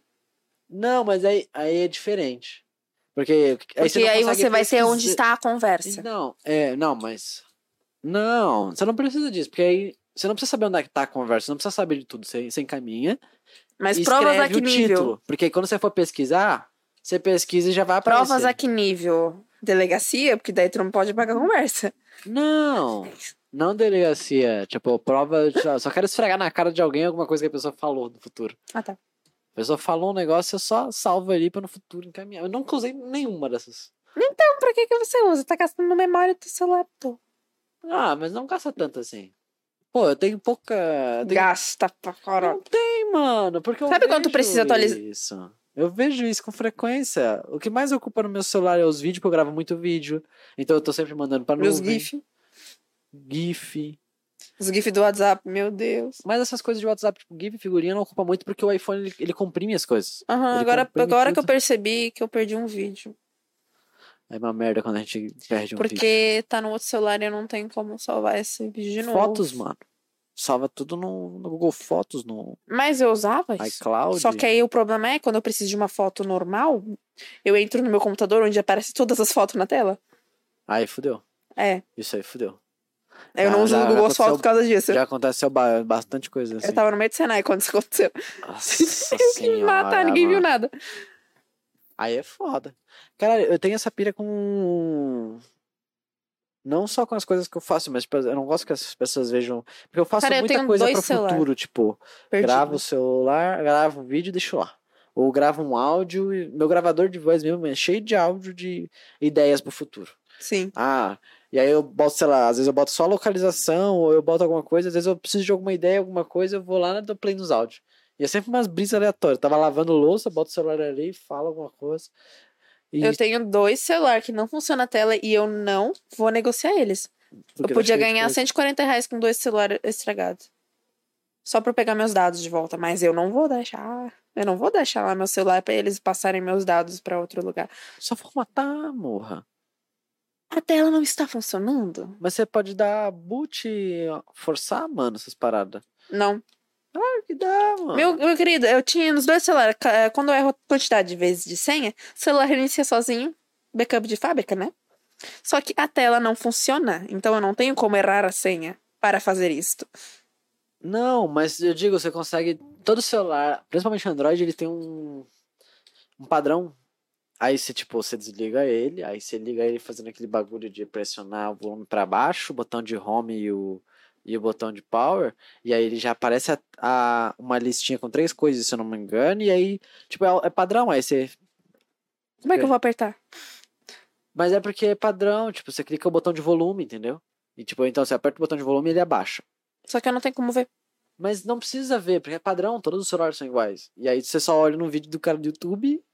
Speaker 1: Não, mas aí, aí é diferente. Porque aí
Speaker 2: Porque
Speaker 1: você, não
Speaker 2: aí
Speaker 1: consegue
Speaker 2: você vai ser onde
Speaker 1: pesquisar-
Speaker 2: está a conversa.
Speaker 1: Não, é, não, mas. Não, você não precisa disso, porque aí você não precisa saber onde é que tá a conversa, você não precisa saber de tudo, você, você encaminha.
Speaker 2: Mas
Speaker 1: e
Speaker 2: provas a
Speaker 1: escreve
Speaker 2: que
Speaker 1: o
Speaker 2: nível?
Speaker 1: título. Porque aí quando você for pesquisar, você pesquisa e já vai aparecer.
Speaker 2: Provas a que nível? Delegacia? Porque daí tu não pode apagar a conversa.
Speaker 1: Não, não delegacia. Tipo, prova. só- Só quero esfregar na cara de alguém alguma coisa que a pessoa falou no futuro.
Speaker 2: Ah, tá.
Speaker 1: A pessoa falou um negócio, eu só salvo ali pra no futuro encaminhar. Eu nunca usei nenhuma dessas.
Speaker 2: Então, pra que, que você usa? Tá gastando memória do celular. Tô.
Speaker 1: Ah, mas não gasta tanto assim. Pô, eu tenho pouca. eu Tenho...
Speaker 2: Gasta pra caralho.
Speaker 1: Não tem, mano. Porque eu
Speaker 2: Sabe quando tu
Speaker 1: vejo
Speaker 2: precisa atualizar-
Speaker 1: Isso. Eu vejo isso com frequência. O que mais ocupa no meu celular é os vídeos, porque eu gravo muito vídeo. Então eu tô sempre mandando pra
Speaker 2: Meus
Speaker 1: nuvem.
Speaker 2: GIF.
Speaker 1: GIF.
Speaker 2: Os GIF do WhatsApp, meu Deus.
Speaker 1: Mas essas coisas de WhatsApp, tipo, GIF, figurinha, não ocupa muito porque o iPhone ele, ele comprime as coisas.
Speaker 2: Aham,
Speaker 1: Ele
Speaker 2: agora,
Speaker 1: comprime
Speaker 2: agora que eu
Speaker 1: tudo.
Speaker 2: percebi que eu perdi um vídeo.
Speaker 1: É uma merda quando a gente perde um vídeo.
Speaker 2: Porque tá no outro celular e eu não tenho como salvar esse vídeo de novo.
Speaker 1: Fotos, mano. Salva tudo no, no Google Fotos, no
Speaker 2: Mas eu usava isso.
Speaker 1: iCloud.
Speaker 2: Só que aí o problema é quando eu preciso de uma foto normal, eu entro no meu computador onde aparece todas as fotos na tela.
Speaker 1: Aí fudeu.
Speaker 2: É.
Speaker 1: Isso aí fudeu.
Speaker 2: Eu não
Speaker 1: Ah,
Speaker 2: uso
Speaker 1: já-
Speaker 2: o
Speaker 1: já
Speaker 2: Google Fotos
Speaker 1: aconteceu-
Speaker 2: por causa disso.
Speaker 1: Já aconteceu ba- bastante coisa assim.
Speaker 2: Eu tava no meio do Senai quando isso aconteceu.
Speaker 1: Nossa
Speaker 2: Me
Speaker 1: senhora,
Speaker 2: matar, ninguém viu
Speaker 1: mano.
Speaker 2: nada.
Speaker 1: Aí é foda. Cara, eu tenho essa pira com. Não só com as coisas que eu faço, mas tipo, eu não gosto que as pessoas vejam. Porque eu faço
Speaker 2: Cara, eu
Speaker 1: muita
Speaker 2: tenho
Speaker 1: coisa
Speaker 2: dois
Speaker 1: pro
Speaker 2: celular.
Speaker 1: futuro, tipo,
Speaker 2: Perdi.
Speaker 1: gravo o celular, gravo um vídeo e deixo lá. Ou gravo um áudio, e meu gravador de voz mesmo é cheio de áudio de ideias pro futuro.
Speaker 2: Sim.
Speaker 1: Ah, e aí eu boto, sei lá, às vezes eu boto só a localização, ou eu boto alguma coisa, às vezes eu preciso de alguma ideia, alguma coisa, eu vou lá e dou play nos áudios. E é sempre umas brisas aleatórias. Tava lavando louça, boto o celular ali, falo alguma coisa. E
Speaker 2: Eu tenho dois celular que não funciona a tela e eu não vou negociar eles.
Speaker 1: porque
Speaker 2: eu
Speaker 1: tá
Speaker 2: podia
Speaker 1: cheio de
Speaker 2: ganhar
Speaker 1: coisa.
Speaker 2: 140 reais com dois celulares estragados. Só pra eu pegar meus dados de volta. Mas eu não vou deixar. Eu não vou deixar lá meu celular pra eles passarem meus dados pra outro lugar.
Speaker 1: Só formatar, morra.
Speaker 2: A tela não está funcionando?
Speaker 1: Mas você pode dar boot, e forçar, mano, essas paradas.
Speaker 2: Não.
Speaker 1: Claro que dá, mano.
Speaker 2: Meu, meu querido, eu tinha nos dois celulares. ca- eh, Quando eu erro a quantidade de vezes de senha, o celular reinicia sozinho. Backup de fábrica, né? Só que a tela não funciona. Então eu não tenho como errar a senha para fazer isto.
Speaker 1: Não, mas eu digo, você consegue. Todo celular, principalmente Android, ele tem um, um padrão. Aí você, tipo, você desliga ele, aí você liga ele fazendo aquele bagulho de pressionar o volume pra baixo, o botão de home e o, e o botão de power, e aí ele já aparece a, a- uma listinha com três coisas, se eu não me engano, e aí, tipo, é, é padrão, aí você.
Speaker 2: Como é que
Speaker 1: Ok.
Speaker 2: eu vou apertar?
Speaker 1: Mas é porque é padrão, tipo, você clica o botão de volume, entendeu? E tipo, então você aperta o botão de volume e ele abaixa.
Speaker 2: Só que eu não tenho como ver.
Speaker 1: Mas não precisa ver, porque é padrão, todos os celulares são iguais. E aí você só olha num vídeo do cara do YouTube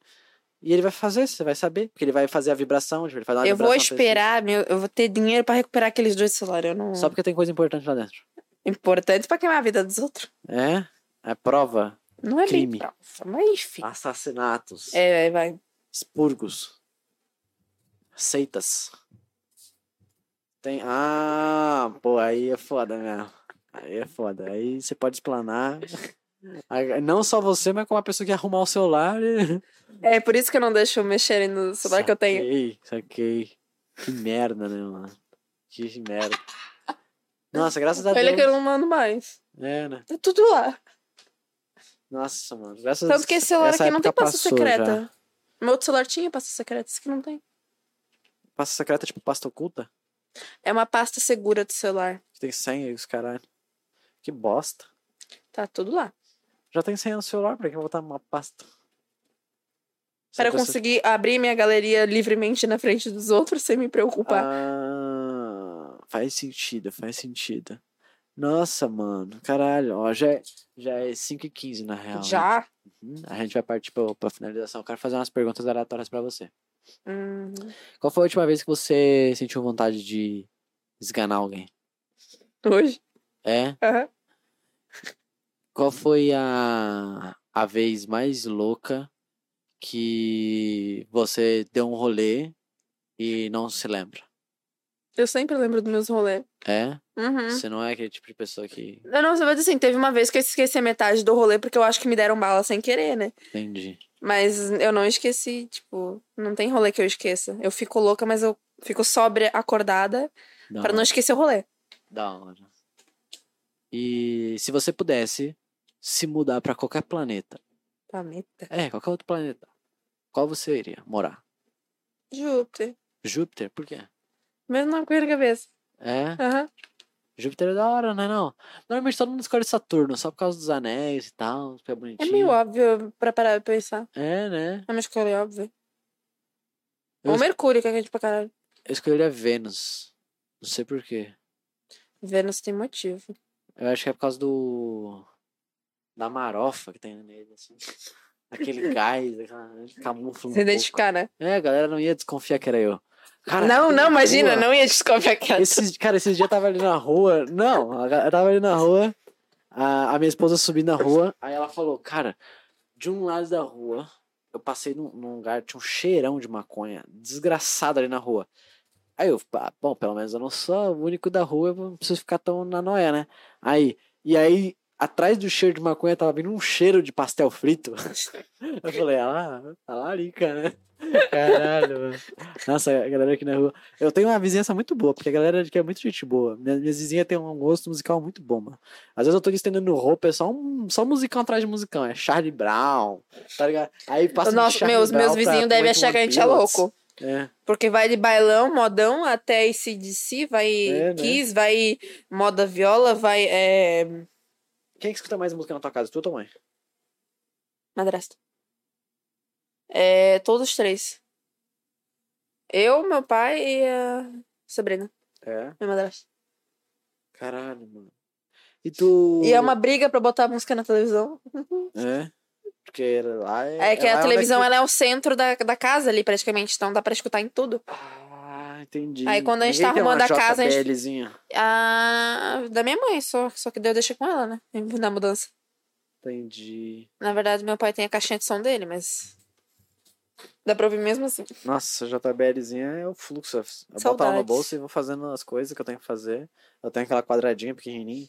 Speaker 1: e ele vai fazer, você vai saber. Porque ele vai fazer a vibração, tipo, ele vai dar uma
Speaker 2: eu vou
Speaker 1: vibração específica.
Speaker 2: esperar, meu, eu vou ter dinheiro para recuperar aqueles dois celulares. Eu não...
Speaker 1: Só porque tem coisa importante lá dentro.
Speaker 2: Importante para queimar a vida dos outros.
Speaker 1: É? É prova.
Speaker 2: Não é
Speaker 1: Crime.
Speaker 2: bem prova, mas enfim.
Speaker 1: Assassinatos.
Speaker 2: É, vai.
Speaker 1: Expurgos. Seitas. Tem. Ah, pô, aí é foda mesmo. Aí é foda. Aí você pode explanar. Aí, Não só você, mas com uma pessoa que arrumar o celular.
Speaker 2: É por isso que eu não deixo mexerem no celular que eu tenho.
Speaker 1: Saquei, saquei. Que merda, né, mano? Que merda. Nossa, graças a
Speaker 2: Olha que eu
Speaker 1: Deus.
Speaker 2: não mando mais.
Speaker 1: É, né?
Speaker 2: Tá tudo lá.
Speaker 1: Nossa, mano. Graças
Speaker 2: Tanto que esse celular
Speaker 1: essa
Speaker 2: aqui não tem
Speaker 1: época
Speaker 2: passa
Speaker 1: passou
Speaker 2: secreta. Meu outro celular tinha pasta secreta, esse aqui não tem.
Speaker 1: Pasta secreta, tipo pasta oculta?
Speaker 2: É uma pasta segura do celular.
Speaker 1: Que tem senha e os caralho. Que bosta.
Speaker 2: Tá tudo lá.
Speaker 1: Já tem senha no celular, pra que eu vou botar uma pasta? Se a
Speaker 2: Para eu
Speaker 1: pessoa-
Speaker 2: conseguir abrir minha galeria livremente na frente dos outros sem me preocupar.
Speaker 1: Ah, faz sentido, faz sentido. Nossa, mano, caralho, ó, já, é- já é 5h15 na real. né?
Speaker 2: Já?
Speaker 1: Uhum, A gente vai partir pra, pra finalização. Eu quero fazer umas perguntas aleatórias pra você.
Speaker 2: Hum,
Speaker 1: Qual foi a última vez que você sentiu vontade de esganar alguém?
Speaker 2: Uhum. hoje?
Speaker 1: É?
Speaker 2: Aham.
Speaker 1: Qual foi a, a vez mais louca que você deu um rolê e não se lembra?
Speaker 2: Eu sempre lembro dos meus rolês.
Speaker 1: É?
Speaker 2: Uhum.
Speaker 1: Você não é aquele tipo de pessoa que
Speaker 2: Eu não, mas assim, teve uma vez que eu esqueci a metade do rolê porque eu acho que me deram bala sem querer, né?
Speaker 1: entende.
Speaker 2: Mas eu não esqueci, tipo, não tem rolê que eu esqueça. Eu fico louca, mas eu fico sóbria, acordada,
Speaker 1: Da
Speaker 2: pra não
Speaker 1: hora.
Speaker 2: esquecer o rolê.
Speaker 1: Da hora. E se você pudesse se mudar pra qualquer planeta,
Speaker 2: Planeta.
Speaker 1: é, qualquer outro planeta, qual você iria morar?
Speaker 2: Júpiter.
Speaker 1: Júpiter? Por quê?
Speaker 2: Mesmo na coisa da cabeça.
Speaker 1: É,
Speaker 2: Aham.
Speaker 1: Júpiter é da hora, não é não? Normalmente todo mundo escolhe Saturno, só por causa dos anéis e tal, porque é
Speaker 2: É
Speaker 1: bonitinho.
Speaker 2: meio óbvio pra parar pra pensar.
Speaker 1: É, né?
Speaker 2: É uma escolha óbvia.
Speaker 1: Eu-
Speaker 2: Ou Mercúrio, que é grande pra caralho.
Speaker 1: Eu escolheria Vênus. Não sei por quê.
Speaker 2: Vênus tem motivo.
Speaker 1: Eu acho que é por causa do... Da marofa que tem nele, assim. Aquele gás, aquela... camufla um
Speaker 2: Se
Speaker 1: pouco.
Speaker 2: identificar, né?
Speaker 1: É, a galera não ia desconfiar que era eu. Cara, um
Speaker 2: não,
Speaker 1: que
Speaker 2: não, imagina,
Speaker 1: rua.
Speaker 2: não ia desconfiar que era.
Speaker 1: Esses, cara, esses dias eu tava ali na rua. Não, a ga- eu tava ali na rua. A, a minha esposa subiu na rua. Aí ela falou, cara, de um lado da rua, eu passei num, num lugar, tinha um cheirão de maconha desgraçado ali na rua. Aí eu, "Ah, bom, pelo menos eu não sou o único da rua, eu não preciso ficar tão na noia, né? Aí, e aí, atrás do cheiro de maconha tava vindo um cheiro de pastel frito. Eu falei, ah, a larica, né? Caralho, mano. Nossa, a galera aqui na rua. Eu tenho uma vizinhança muito boa, porque a galera aqui é muito gente boa. Minha, minhas vizinhas têm um gosto musical muito bom, mano. Às vezes eu tô aqui estendendo roupa, é só um só musical atrás de musicão. É Charlie Brown, tá ligado? Aí passa de
Speaker 2: Nossa,
Speaker 1: Charlie
Speaker 2: meus, meus
Speaker 1: Brown pra
Speaker 2: vizinhos devem
Speaker 1: 21
Speaker 2: achar que a gente é
Speaker 1: Pilots.
Speaker 2: louco.
Speaker 1: É.
Speaker 2: Porque vai de bailão, modão, até ACDC, vai
Speaker 1: É, né?
Speaker 2: Kiss, vai moda viola, vai é...
Speaker 1: Quem é que escuta mais música na tua casa, tu ou tua mãe?
Speaker 2: madrasta. É, todos os três. Eu, meu pai e a Sabrina,
Speaker 1: É.
Speaker 2: minha madrasta.
Speaker 1: Caralho, mano. E tu.
Speaker 2: E é uma briga pra botar música na televisão.
Speaker 1: É. Porque lá é.
Speaker 2: É que
Speaker 1: lá
Speaker 2: a
Speaker 1: onde
Speaker 2: televisão
Speaker 1: que-
Speaker 2: ela é o centro da, da casa ali, praticamente. Então dá pra escutar em tudo.
Speaker 1: Ah, entendi.
Speaker 2: Aí quando a gente tá
Speaker 1: Ninguém tem
Speaker 2: arrumando
Speaker 1: uma
Speaker 2: a casa, a gente-
Speaker 1: JBLzinha.
Speaker 2: A, da minha mãe, só, só que daí eu deixei com ela, né? Na mudança.
Speaker 1: Entendi.
Speaker 2: Na verdade, meu pai tem a caixinha de som dele, mas. Dá pra ouvir mesmo assim.
Speaker 1: Nossa, JBLzinha é o fluxo. Eu boto ela no
Speaker 2: Saudades.
Speaker 1: bolso e vou fazendo as coisas que eu tenho que fazer. Eu tenho aquela quadradinha pequenininha.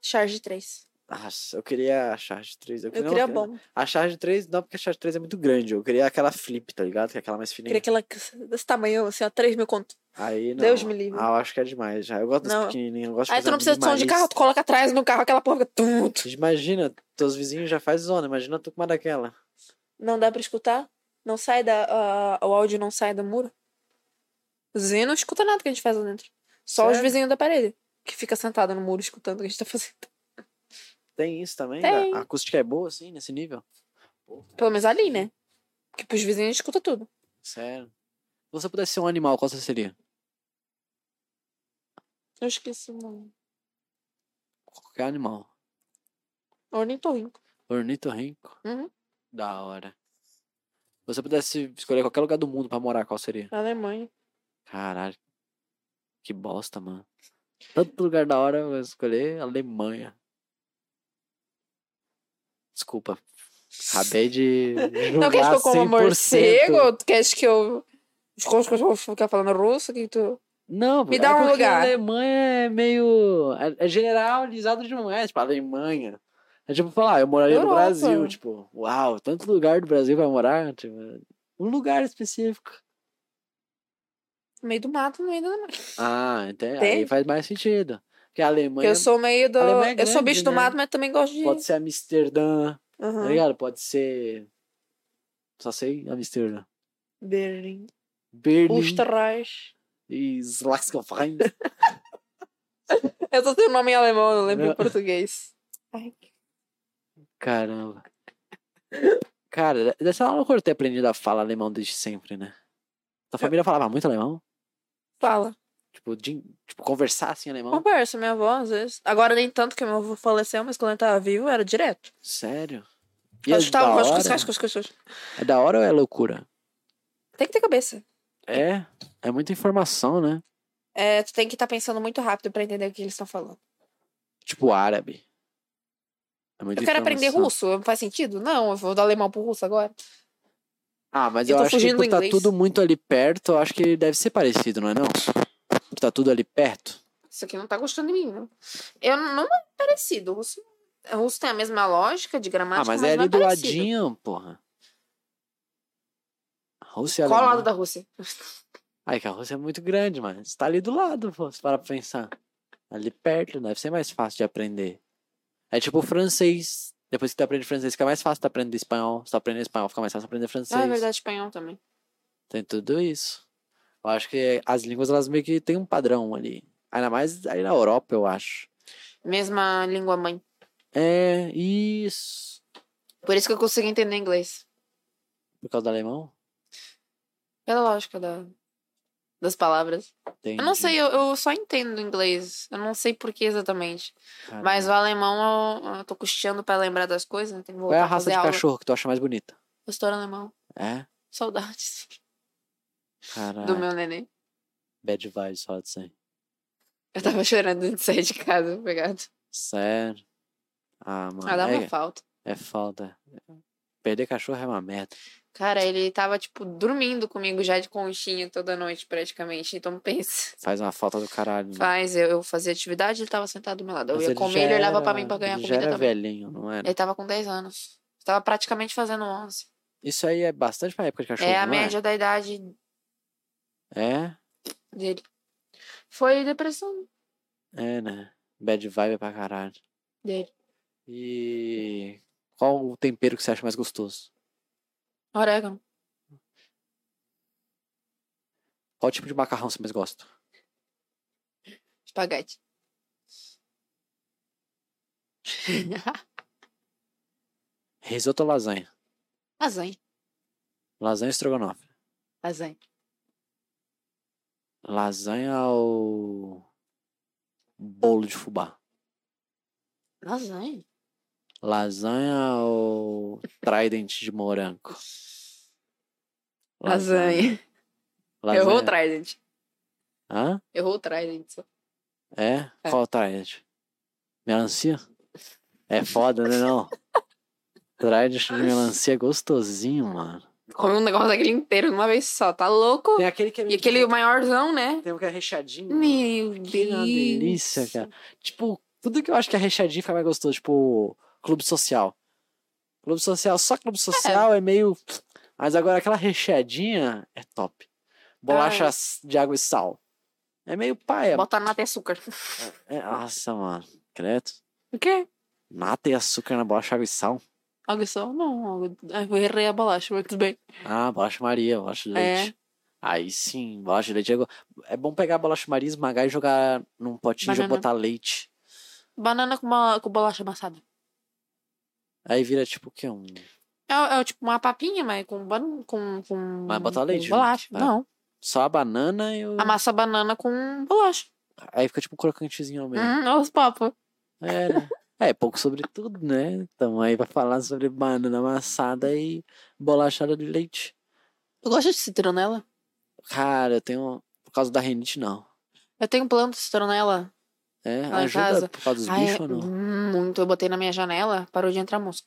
Speaker 2: Charge 3.
Speaker 1: Nossa, eu queria a Charge 3. Eu
Speaker 2: Eu
Speaker 1: não,
Speaker 2: queria
Speaker 1: eu queria-
Speaker 2: bom.
Speaker 1: A Charge 3, não, porque a Charge 3 é muito grande. Eu queria aquela flip, tá ligado? Que é aquela mais
Speaker 2: Eu
Speaker 1: fininha.
Speaker 2: queria aquela que- desse tamanho, assim, ó, 3 mil conto.
Speaker 1: Aí não.
Speaker 2: Deus me livre.
Speaker 1: Ah, eu acho que é demais já. Eu gosto das
Speaker 2: Não.
Speaker 1: pequenininhas. Eu gosto de
Speaker 2: Aí tu
Speaker 1: fazer
Speaker 2: não precisa de som de carro,
Speaker 1: minimalista.
Speaker 2: tu coloca atrás no carro aquela porra. fica tum, tum.
Speaker 1: Imagina, teus vizinhos já faz zona, imagina tu com uma daquela.
Speaker 2: Não dá pra escutar? Não sai da. ah, o áudio não sai do muro? O vizinho não escuta nada que a gente faz lá dentro. Só os
Speaker 1: Sério?
Speaker 2: vizinhos da parede. Que fica sentado no muro escutando o que a gente tá fazendo.
Speaker 1: Tem isso também?
Speaker 2: Tem.
Speaker 1: A acústica é boa, assim, nesse nível?
Speaker 2: Pelo menos ali, né? Porque pros vizinhos escuta tudo.
Speaker 1: Sério. Se você pudesse ser um animal, qual você seria?
Speaker 2: Eu esqueci o nome.
Speaker 1: Qualquer animal.
Speaker 2: Ornitorrinco.
Speaker 1: Ornitorrinco?
Speaker 2: Uhum.
Speaker 1: Da hora. Se você pudesse escolher qualquer lugar do mundo pra morar, qual seria?
Speaker 2: Alemanha.
Speaker 1: Caralho. Que bosta, mano. Tanto lugar da hora, eu vou escolher Alemanha. Desculpa. Acabei de.
Speaker 2: Não queres que
Speaker 1: julgar
Speaker 2: eu coma
Speaker 1: 100%.
Speaker 2: morcego? Tu queres que eu. Os coisas que eu vou ficar falando russo? Que tu...
Speaker 1: Não,
Speaker 2: Me
Speaker 1: é
Speaker 2: dá um
Speaker 1: porque
Speaker 2: lugar.
Speaker 1: A Alemanha é meio. é- É generalizado demais, tipo, a Alemanha. É tipo falar, eu moraria no
Speaker 2: Europa.
Speaker 1: Brasil, tipo, uau, tanto lugar do Brasil vai morar, tipo, um lugar específico.
Speaker 2: No meio do mato, no meio da Alemanha.
Speaker 1: Ah, então aí
Speaker 2: Tem?
Speaker 1: faz mais sentido. Porque a Alemanha
Speaker 2: Eu sou meio do.
Speaker 1: a Alemanha é
Speaker 2: eu sou
Speaker 1: grande,
Speaker 2: bicho do
Speaker 1: né?
Speaker 2: mato, mas também gosto de.
Speaker 1: pode ser Amsterdã, tá
Speaker 2: Aham.
Speaker 1: ligado? Pode ser. Só sei Amsterdã.
Speaker 2: Berlim.
Speaker 1: Berlim
Speaker 2: Österreich.
Speaker 1: e Slaskofrein.
Speaker 2: Eu só tenho um nome em alemão, eu não lembro
Speaker 1: Não.
Speaker 2: em português. Ai,
Speaker 1: Caramba. Cara, deve ser uma loucura ter aprendido a falar alemão desde sempre, né?
Speaker 2: É.
Speaker 1: Tua família falava muito alemão?
Speaker 2: fala.
Speaker 1: Tipo, de, tipo conversar assim em alemão?
Speaker 2: Conversa, minha avó, às vezes. Agora nem tanto que meu avô faleceu, mas quando ele tava vivo, era direto.
Speaker 1: Sério? E
Speaker 2: Eu
Speaker 1: é da,
Speaker 2: chutava,
Speaker 1: hora?
Speaker 2: cuscuz, cuscuz, cuscuz, cuscuz.
Speaker 1: é da hora ou é loucura?
Speaker 2: Tem que ter cabeça.
Speaker 1: É, é muita informação, né?
Speaker 2: É, tu tem que estar pensando muito rápido pra entender o que eles estão falando.
Speaker 1: Tipo árabe. É muita
Speaker 2: Eu quero aprender
Speaker 1: informação.
Speaker 2: russo, faz sentido? Não, eu vou do alemão pro russo agora.
Speaker 1: Ah, mas
Speaker 2: Eu
Speaker 1: eu,
Speaker 2: tô
Speaker 1: acho que
Speaker 2: fugindo
Speaker 1: por
Speaker 2: do
Speaker 1: tá
Speaker 2: inglês.
Speaker 1: tudo muito ali perto, eu acho que deve ser parecido, não é não? Por tá tudo ali perto.
Speaker 2: Isso aqui não tá gostando de mim, né? Eu não não é parecido. O russo, o russo tem a mesma lógica de
Speaker 1: Ah,
Speaker 2: gramática,
Speaker 1: mas é
Speaker 2: não
Speaker 1: ali do
Speaker 2: parecido.
Speaker 1: ladinho, porra. A Rússia e a
Speaker 2: Qual
Speaker 1: Alemanha.
Speaker 2: lado da Rússia?
Speaker 1: Ai, que a Rússia é muito grande, mano. Você tá ali do lado, pô, se parar pra pensar. Ali perto, deve ser mais fácil de aprender. É tipo o francês. Depois que tu aprende francês, fica mais fácil tu aprender espanhol. Se tu aprender espanhol, fica mais fácil aprender francês.
Speaker 2: Ah, é verdade, espanhol também.
Speaker 1: Tem tudo isso. Eu acho que as línguas, elas meio que têm um padrão ali. Ainda mais aí na Europa, eu acho.
Speaker 2: Mesma língua mãe.
Speaker 1: É, isso.
Speaker 2: Por isso que eu consigo entender inglês.
Speaker 1: Por causa do alemão?
Speaker 2: Pela lógica da, das palavras.
Speaker 1: Tem.
Speaker 2: Eu não sei, eu, eu só entendo inglês. Eu não sei por que exatamente. Mas o alemão, eu, eu tô custeando pra lembrar das coisas. né? Tem que
Speaker 1: Qual é a
Speaker 2: voltar
Speaker 1: raça
Speaker 2: fazer
Speaker 1: de
Speaker 2: aula.
Speaker 1: cachorro que tu acha mais bonita?
Speaker 2: Pastor alemão.
Speaker 1: É?
Speaker 2: Saudades
Speaker 1: Caralho.
Speaker 2: do meu neném.
Speaker 1: Bad vibes só disso aí.
Speaker 2: Eu tava chorando antes de sair de casa, obrigado.
Speaker 1: Sério? Ah, mano.
Speaker 2: Ah, dá
Speaker 1: é,
Speaker 2: uma falta.
Speaker 1: É falta. Perder cachorro é uma merda.
Speaker 2: Cara, ele tava, tipo, dormindo comigo já de conchinha toda noite, praticamente. Então, pensa.
Speaker 1: Faz uma falta do caralho. né?
Speaker 2: Faz, eu, eu fazia atividade, ele tava sentado do meu lado. Eu
Speaker 1: Mas
Speaker 2: ia
Speaker 1: já
Speaker 2: comer, ele olhava pra mim
Speaker 1: era-
Speaker 2: pra ganhar
Speaker 1: ele
Speaker 2: comida
Speaker 1: já era
Speaker 2: também.
Speaker 1: velhinho, não era?
Speaker 2: Ele tava com 10 anos. Tava praticamente fazendo 11.
Speaker 1: Isso aí é bastante pra época de cachorro,
Speaker 2: é a
Speaker 1: não
Speaker 2: média da idade
Speaker 1: é?
Speaker 2: dele. Foi depressão
Speaker 1: É? É, né? Bad vibe é pra caralho.
Speaker 2: dele.
Speaker 1: E... Qual o tempero que você acha mais gostoso?
Speaker 2: Orégano.
Speaker 1: Qual tipo de macarrão você mais gosta?
Speaker 2: Espaguete.
Speaker 1: Risoto ou lasanha?
Speaker 2: Lasanha.
Speaker 1: Lasanha ou estrogonofe?
Speaker 2: Lasanha.
Speaker 1: Lasanha ou... Bolo de fubá?
Speaker 2: Lasanha?
Speaker 1: Lasanha ou... Trident de morango?
Speaker 2: Lasanha.
Speaker 1: Lasanha.
Speaker 2: Errou o Trident.
Speaker 1: Hã?
Speaker 2: Errou o Trident. só.
Speaker 1: É?
Speaker 2: É.
Speaker 1: Qual Trident? Melancia? É foda, né, não? Trident de melancia é gostosozinho, mano.
Speaker 2: Come um negócio daquele inteiro de uma vez só. Tá louco?
Speaker 1: Tem aquele que é
Speaker 2: E aquele maiorzão, né?
Speaker 1: Tem um que é recheadinho.
Speaker 2: Meu Deus.
Speaker 1: Que delícia, cara. Tipo, tudo que eu acho que é recheadinho fica mais gostoso. Tipo, clube social. Clube social, só clube social é, meio. Mas agora aquela recheadinha é top. Bolacha de água e sal. É meio paia.
Speaker 2: Ah. Bota nata e açúcar.
Speaker 1: É, nossa, mano. Credo.
Speaker 2: O quê?
Speaker 1: Nata e açúcar na bolacha de água e sal.
Speaker 2: Algo só? Não, algo... Ai, eu errei a bolacha, mas tudo bem.
Speaker 1: Ah, bolacha Maria, bolacha de
Speaker 2: É.
Speaker 1: leite. Aí sim, bolacha de leite. é go- É bom pegar a bolacha Maria, esmagar e jogar num potinho e
Speaker 2: Banana.
Speaker 1: botar leite.
Speaker 2: Banana com, bola- com bolacha amassada.
Speaker 1: Aí vira tipo o quê? Um...
Speaker 2: É, é tipo uma papinha, mas com... ban- com, com
Speaker 1: Mas bota
Speaker 2: com
Speaker 1: leite junto,
Speaker 2: bolacha.
Speaker 1: né?
Speaker 2: Não.
Speaker 1: Só a banana e o...
Speaker 2: Amassa a banana com bolacha.
Speaker 1: Aí fica tipo um crocantezinho ao meio.
Speaker 2: Hum, olha os papos.
Speaker 1: É, né? É, pouco sobre tudo, né? Então aí vai falar sobre banana amassada e bolachada de leite.
Speaker 2: Tu gosta de citronela?
Speaker 1: Cara, eu tenho... Por causa da renite, não.
Speaker 2: Eu tenho planta de citronela.
Speaker 1: É,
Speaker 2: Lá em
Speaker 1: ajuda
Speaker 2: casa.
Speaker 1: por causa dos
Speaker 2: Ai,
Speaker 1: bichos ou não?
Speaker 2: hum, Muito. Eu botei na minha janela, parou de entrar mosca.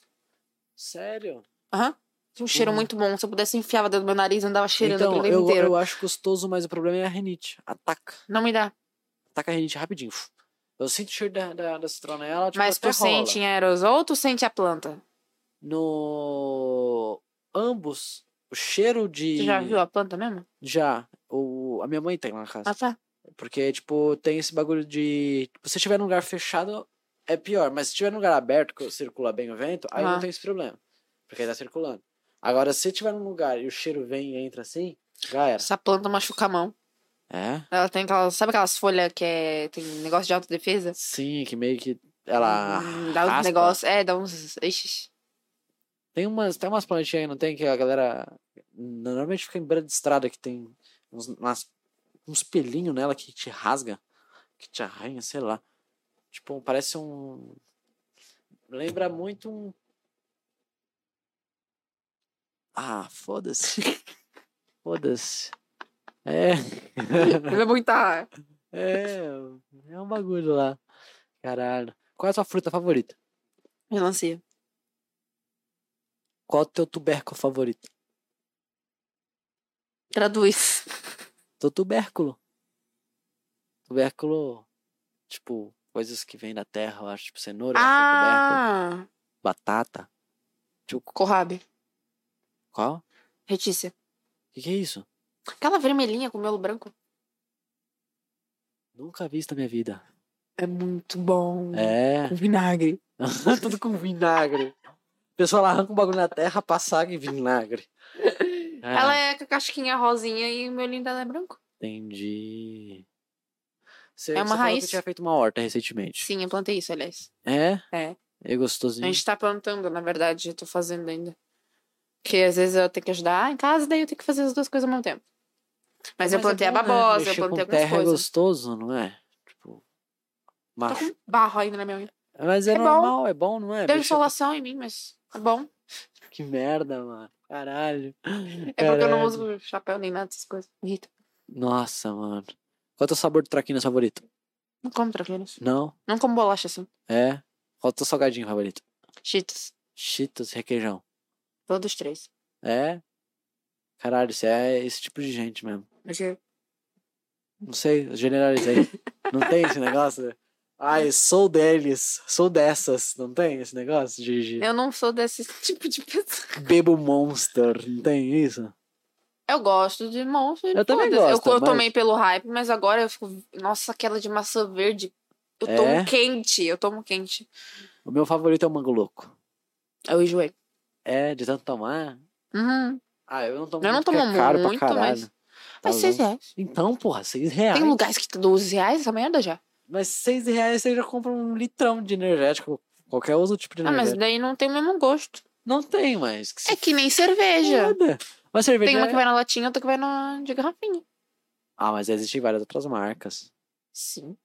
Speaker 1: Sério?
Speaker 2: Aham. Tinha um cheiro
Speaker 1: Hum.
Speaker 2: muito bom. Se eu pudesse, eu enfiava dentro do meu nariz e andava cheirando
Speaker 1: então,
Speaker 2: aquilo o tempo
Speaker 1: eu,
Speaker 2: inteiro.
Speaker 1: eu acho gostoso, mas o problema é a renite. Ataca.
Speaker 2: Não me
Speaker 1: Tipo,
Speaker 2: dá.
Speaker 1: Ataca a renite rapidinho. Eu sinto o cheiro da, da, da citronela, tipo,
Speaker 2: Mas
Speaker 1: até
Speaker 2: tu sente
Speaker 1: rola.
Speaker 2: em aerosol ou tu sente a planta?
Speaker 1: No... Ambos, o cheiro de...
Speaker 2: Tu já viu a planta mesmo?
Speaker 1: Já. O... A minha mãe tem lá na casa.
Speaker 2: Ah, tá.
Speaker 1: Porque, tipo, tem esse bagulho de. Tipo, se tiver num lugar fechado, é pior. Mas se tiver num lugar aberto, que circula bem o vento, aí
Speaker 2: Ah.
Speaker 1: não tem esse problema. Porque aí tá circulando. Agora, se tiver num lugar e o cheiro vem e entra assim, já era.
Speaker 2: Essa planta machuca a mão.
Speaker 1: É?
Speaker 2: Ela tem aquelas. Sabe aquelas folhas que é. Tem negócio de autodefesa?
Speaker 1: Sim, que meio que ela.
Speaker 2: Hum, Dá uns
Speaker 1: raspa.
Speaker 2: negócios. É, dá uns. Ixi.
Speaker 1: Tem umas, tem umas plantinhas aí, não tem? Que a galera. Normalmente fica em beira de estrada que tem uns, umas- uns pelinhos nela que te rasga, que te arranha, sei lá. Tipo, parece um. Lembra muito um. Ah, foda-se. foda-se. É.
Speaker 2: Ele é muita.
Speaker 1: É. É um bagulho lá. Caralho. Qual é a sua fruta favorita?
Speaker 2: Melancia.
Speaker 1: Qual é o teu tubérculo favorito?
Speaker 2: Traduz.
Speaker 1: do tubérculo. Tubérculo, tipo, coisas que vêm da terra, eu acho, tipo cenoura, eu acho um tubérculo,
Speaker 2: Ah!
Speaker 1: batata. Tipo,
Speaker 2: Corrabe.
Speaker 1: qual? O
Speaker 2: Retícia.
Speaker 1: que, que é isso?
Speaker 2: Aquela vermelhinha com miolo branco.
Speaker 1: Nunca vi isso na minha vida.
Speaker 2: É muito bom.
Speaker 1: É,
Speaker 2: Com vinagre.
Speaker 1: tudo com vinagre. A pessoa lá arranca um bagulho na terra, passa água e vinagre. É,
Speaker 2: Ela é com a casquinha rosinha e o miolinho dela é branco.
Speaker 1: Entendi. Você,
Speaker 2: É uma
Speaker 1: você falou
Speaker 2: raiz.
Speaker 1: que tinha feito uma horta recentemente.
Speaker 2: Sim, eu plantei isso, aliás.
Speaker 1: É?
Speaker 2: É.
Speaker 1: É
Speaker 2: A
Speaker 1: gostosinho.
Speaker 2: gente tá plantando, na verdade, eu tô fazendo ainda. Porque às vezes eu tenho que ajudar Ah, em casa, daí eu tenho que fazer as duas coisas ao mesmo tempo. Mas eu
Speaker 1: é
Speaker 2: plantei
Speaker 1: bom,
Speaker 2: a
Speaker 1: né?
Speaker 2: babosa, eu
Speaker 1: Mexer
Speaker 2: plantei
Speaker 1: com
Speaker 2: algumas
Speaker 1: terra é
Speaker 2: coisas.
Speaker 1: gostoso, não é? Tipo,
Speaker 2: Tô
Speaker 1: macho.
Speaker 2: com barro ainda na minha unha.
Speaker 1: Mas é,
Speaker 2: É bom.
Speaker 1: normal, é bom, não é?
Speaker 2: Deu
Speaker 1: Mexer com-
Speaker 2: insolação em mim, mas tá bom.
Speaker 1: Que merda, mano. Caralho.
Speaker 2: É porque eu não uso chapéu nem nada dessas coisas. Me Irrita.
Speaker 1: Nossa, mano. Qual é o teu sabor de traquinas favorito?
Speaker 2: Não como traquinas.
Speaker 1: Não?
Speaker 2: Não como bolacha assim.
Speaker 1: É? Qual é o teu salgadinho favorito?
Speaker 2: Cheetos.
Speaker 1: Cheetos, requeijão.
Speaker 2: Todos três.
Speaker 1: É? Caralho, você é esse tipo de gente mesmo.
Speaker 2: Porque
Speaker 1: Não sei, eu generalizei. não tem esse negócio? Ai, sou deles, sou dessas. Não tem esse negócio, Gigi?
Speaker 2: Eu não sou desse tipo de pessoa.
Speaker 1: Bebo Monster, não tem isso?
Speaker 2: Eu gosto de monstro.
Speaker 1: Eu também
Speaker 2: foda-se.
Speaker 1: gosto,
Speaker 2: Eu, eu
Speaker 1: mas-
Speaker 2: tomei pelo hype, mas agora eu fico. Nossa, aquela de maçã verde. Eu
Speaker 1: É?
Speaker 2: tomo quente. Eu tomo quente.
Speaker 1: O meu favorito é o mango louco.
Speaker 2: Eu enjoei.
Speaker 1: É, de tanto tomar?
Speaker 2: Uhum.
Speaker 1: Ah, eu não tomo
Speaker 2: Eu não
Speaker 1: porque
Speaker 2: tomo
Speaker 1: é caro
Speaker 2: muito,
Speaker 1: pra
Speaker 2: mas-
Speaker 1: caralho. Tá
Speaker 2: Mas seis
Speaker 1: louco.
Speaker 2: reais.
Speaker 1: Então, porra, seis reais.
Speaker 2: Tem lugares que tá 12 reais essa merda já.
Speaker 1: Mas seis reais você já compra um litrão de energético. Qualquer outro tipo de
Speaker 2: Ah, mas
Speaker 1: energético.
Speaker 2: daí não tem o mesmo gosto.
Speaker 1: Não tem mais. Que se
Speaker 2: É que nem cerveja.
Speaker 1: foda. Mas cerveja.
Speaker 2: Tem uma que
Speaker 1: é-
Speaker 2: vai na latinha, outra que vai na de garrafinha.
Speaker 1: Ah, mas existem várias outras marcas.
Speaker 2: Sim.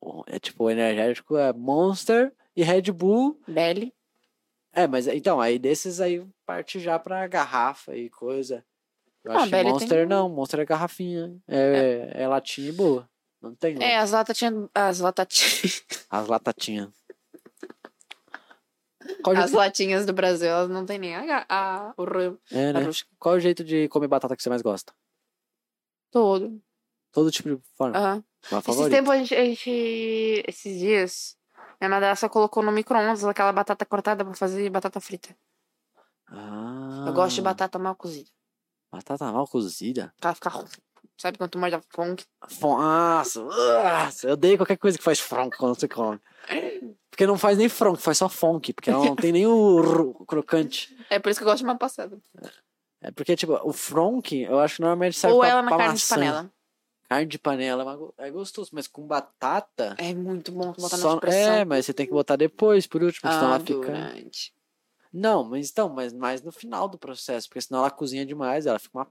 Speaker 1: O- É tipo, o energético é Monster e Red Bull.
Speaker 2: Belly.
Speaker 1: É, mas então, aí desses aí parte já pra garrafa e coisa. Eu
Speaker 2: Ah,
Speaker 1: acho que
Speaker 2: Belly tem-
Speaker 1: Monster não, Monster é garrafinha. É, é. latinha e boa. Não tem
Speaker 2: É, as latatinhas. As latatinhas.
Speaker 1: as latatinhas. Qual,
Speaker 2: As
Speaker 1: jeito...
Speaker 2: latinhas do Brasil, elas não tem nem a, ga- a, o ramo.
Speaker 1: é,
Speaker 2: A
Speaker 1: né?
Speaker 2: rosca.
Speaker 1: Qual o jeito de comer batata que você mais gosta?
Speaker 2: Todo.
Speaker 1: Todo tipo de forma.
Speaker 2: Aham.
Speaker 1: Uma
Speaker 2: Ah, Esses
Speaker 1: favorita.
Speaker 2: tempos a gente, a gente- Esses dias, minha madrasta colocou no micro-ondas aquela batata cortada pra fazer batata frita.
Speaker 1: Ah,
Speaker 2: Eu gosto de batata mal cozida.
Speaker 1: Batata mal cozida.
Speaker 2: Pra ela ficar. ru- Sabe quando tu morde a funk?
Speaker 1: Nossa, nossa, eu odeio qualquer coisa que faz fronco quando você come. Porque não faz nem fronco, faz só funk, porque ela não tem nem o ru- crocante.
Speaker 2: É por isso que eu gosto de uma passada.
Speaker 1: É porque, tipo, o fronk, eu acho que normalmente serve
Speaker 2: Ou
Speaker 1: pra,
Speaker 2: ela na
Speaker 1: pra
Speaker 2: carne
Speaker 1: maçã.
Speaker 2: de panela.
Speaker 1: Carne de panela é uma go- é gostoso, mas com batata...
Speaker 2: É muito bom tu botar
Speaker 1: só-
Speaker 2: na Ah, pressão.
Speaker 1: É, mas você tem que botar depois, por último, senão ela fica...
Speaker 2: durante.
Speaker 1: Não, mas então, mas mais no final do processo, porque senão ela cozinha demais, ela fica uma...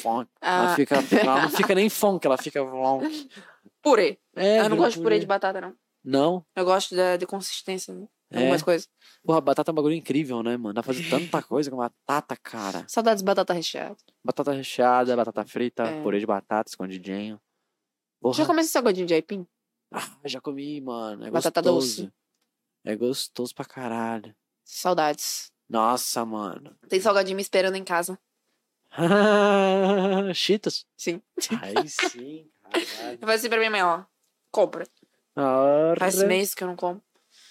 Speaker 1: funk. Ela,
Speaker 2: Ah,
Speaker 1: fica, ela não fica nem funk, ela fica longe.
Speaker 2: purê.
Speaker 1: É,
Speaker 2: eu não
Speaker 1: vira
Speaker 2: gosto de purê de batata, não.
Speaker 1: Não.
Speaker 2: Eu gosto da, de consistência, né?
Speaker 1: É.
Speaker 2: algumas coisas.
Speaker 1: Porra, batata é um bagulho incrível, né, mano? Dá pra fazer tanta coisa com batata, cara.
Speaker 2: Saudades de batata recheada.
Speaker 1: Batata recheada, batata frita,
Speaker 2: É.
Speaker 1: purê de batata, escondidinho. Porra,
Speaker 2: Já comeu esse salgadinho de aipim?
Speaker 1: ah, já comi, mano. É
Speaker 2: Batata
Speaker 1: gostoso. É gostoso pra caralho.
Speaker 2: Saudades.
Speaker 1: Nossa, mano.
Speaker 2: Tem salgadinho me esperando em casa.
Speaker 1: Cheetos?
Speaker 2: Sim.
Speaker 1: Aí sim, caralho.
Speaker 2: Eu falei assim pra minha mãe, ó. Compra. Faz
Speaker 1: Ora,
Speaker 2: meses que eu não como.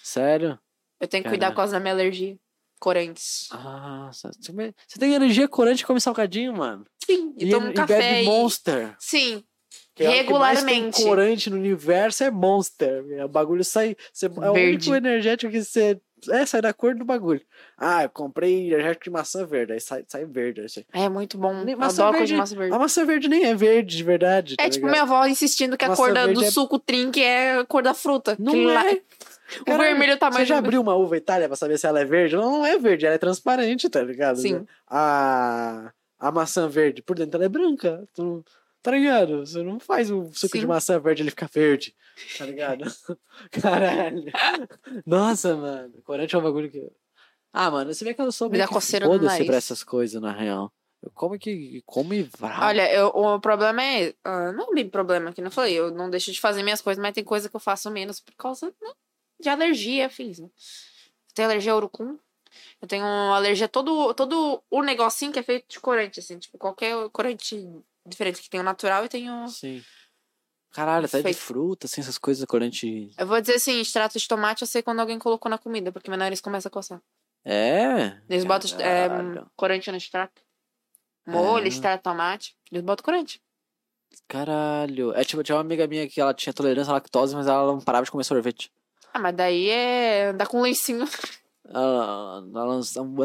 Speaker 1: Sério?
Speaker 2: Eu tenho que cuidar
Speaker 1: Caraca.
Speaker 2: por causa da minha alergia. Corantes.
Speaker 1: Nossa, você come- você tem energia corante e come salgadinho, mano.
Speaker 2: Sim. E, tomo café.
Speaker 1: bebe
Speaker 2: E...
Speaker 1: Monster.
Speaker 2: Sim.
Speaker 1: que é o que mais
Speaker 2: Regularmente.
Speaker 1: tem corante no universo é Monster. meu. O bagulho sai. você- é o
Speaker 2: Verde.
Speaker 1: único energético que você. É, sai da cor do bagulho. Ah, eu comprei energético de maçã verde. Aí sai, sai verde. aí você-
Speaker 2: É muito bom.
Speaker 1: Nem-
Speaker 2: Eu
Speaker 1: maçã
Speaker 2: Adoro cor
Speaker 1: verde-
Speaker 2: de maçã verde.
Speaker 1: A maçã verde nem é verde de verdade. tá
Speaker 2: É tipo
Speaker 1: ligado?
Speaker 2: minha avó insistindo que a
Speaker 1: Maçã
Speaker 2: cor da- do
Speaker 1: verde é-
Speaker 2: suco trinque é a cor da fruta.
Speaker 1: Não
Speaker 2: Que lá-
Speaker 1: é.
Speaker 2: O
Speaker 1: Caralho,
Speaker 2: vermelho é o tamanho
Speaker 1: Você já
Speaker 2: do-
Speaker 1: abriu uma uva Itália pra saber se ela é verde? Ela não é verde, ela é transparente, tá ligado?
Speaker 2: Sim.
Speaker 1: A, a maçã verde, por dentro ela é branca. Tu, não- tá ligado? Você não faz o suco de
Speaker 2: Sim.
Speaker 1: maçã verde, ele fica verde. Tá ligado? Caralho. Nossa, mano. Corante é um bagulho que. Ah, mano, você vê que eu sou
Speaker 2: Me
Speaker 1: meio
Speaker 2: dá
Speaker 1: que
Speaker 2: coceira no
Speaker 1: foda-se
Speaker 2: nariz.
Speaker 1: pra essas coisas, na real. Eu como que. Como e vral.
Speaker 2: Olha, eu- o problema é. ah, não é bem problema que não falei. Eu não deixo de fazer minhas coisas, mas tem coisa que eu faço menos por causa né, de alergia, afins. né? Eu tenho alergia a urucum. Eu tenho alergia a todo, todo o negocinho que é feito de corante, assim. Tipo, qualquer corante diferente que tem o natural e tem o.
Speaker 1: Sim. Caralho, até de
Speaker 2: Feito.
Speaker 1: fruta, assim, essas coisas, corante.
Speaker 2: Eu vou dizer assim: extrato de tomate eu sei quando alguém colocou na comida, porque meu nariz começa a coçar.
Speaker 1: É.
Speaker 2: Eles botam é,
Speaker 1: Caralho.
Speaker 2: corante no extrato. Molho,
Speaker 1: Ah.
Speaker 2: extrato de tomate. Eles botam corante.
Speaker 1: Caralho. É tipo, tinha uma amiga minha que ela tinha tolerância à lactose, mas ela não parava de comer sorvete.
Speaker 2: Ah, mas daí é andar com lencinho
Speaker 1: Ela, ela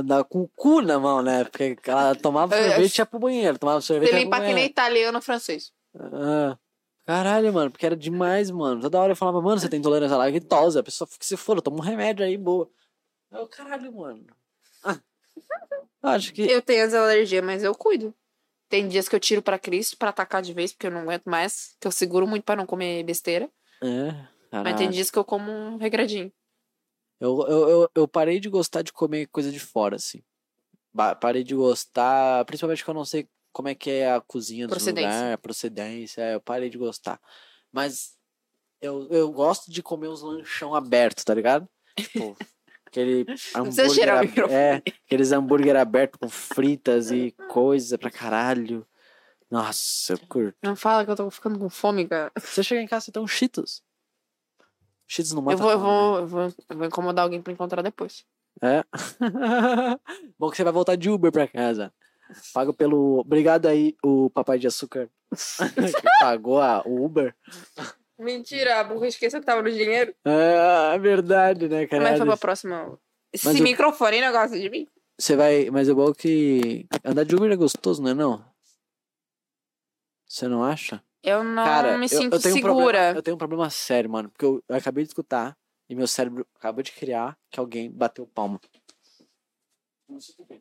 Speaker 1: andava com o cu na mão, né? Porque ela tomava
Speaker 2: Eu- eu-
Speaker 1: sorvete e ia pro banheiro. Tomava sorvete
Speaker 2: É, Você
Speaker 1: e ia pro
Speaker 2: limpar que nem
Speaker 1: banheiro.
Speaker 2: italiano francês.
Speaker 1: Ah. Caralho, mano, porque era demais, mano. Toda hora eu falava, mano, você tem intolerância à lactose. A pessoa fica se foda, toma um remédio aí, boa. Eu, caralho, mano. Ah. Acho que.
Speaker 2: Eu tenho as alergias, mas eu cuido. Tem dias que eu tiro pra Cristo pra atacar de vez, porque eu não aguento mais. Que eu seguro muito pra não comer besteira.
Speaker 1: É.
Speaker 2: Mas
Speaker 1: Caralho.
Speaker 2: tem dias que eu como um regradinho.
Speaker 1: Eu, eu, eu, eu parei de gostar de comer coisa de fora, assim. Ba- Parei de gostar, principalmente que eu não sei como é que é a cozinha do
Speaker 2: Procedência.
Speaker 1: lugar, a procedência, é, eu parei de gostar. Mas eu, eu gosto de comer uns lanchão aberto, tá ligado? Tipo, aquele
Speaker 2: precisa
Speaker 1: hambúrguer,
Speaker 2: girar o
Speaker 1: ab-
Speaker 2: microfone.
Speaker 1: é, aqueles hambúrguer aberto com fritas e coisa pra caralho. Nossa, eu curto.
Speaker 2: Não fala que eu tô ficando com fome, cara.
Speaker 1: Você chega em casa e tem um Cheetos. Cheetos não mata
Speaker 2: Eu vou, eu,
Speaker 1: fome, né?
Speaker 2: vou, eu, vou, eu vou incomodar alguém pra encontrar depois.
Speaker 1: É. Bom que você vai voltar de Uber pra casa. Pago pelo. Obrigado aí, o Papai de Açúcar. que pagou a o Uber.
Speaker 2: Mentira, a burra esqueceu que tava no dinheiro.
Speaker 1: É, é verdade, né, cara?
Speaker 2: Mas foi pra próxima. Esse
Speaker 1: Mas o-
Speaker 2: microfone não gosta de mim?
Speaker 1: Você vai. Mas é bom que. Andar de Uber é gostoso, não é não? Você não acha?
Speaker 2: Eu não
Speaker 1: cara,
Speaker 2: me
Speaker 1: eu-
Speaker 2: sinto
Speaker 1: eu, tenho um
Speaker 2: segura.
Speaker 1: problema- eu tenho um problema sério, mano. Porque eu, eu acabei de escutar e meu cérebro acabou de criar que alguém bateu palma. Não sei porquê.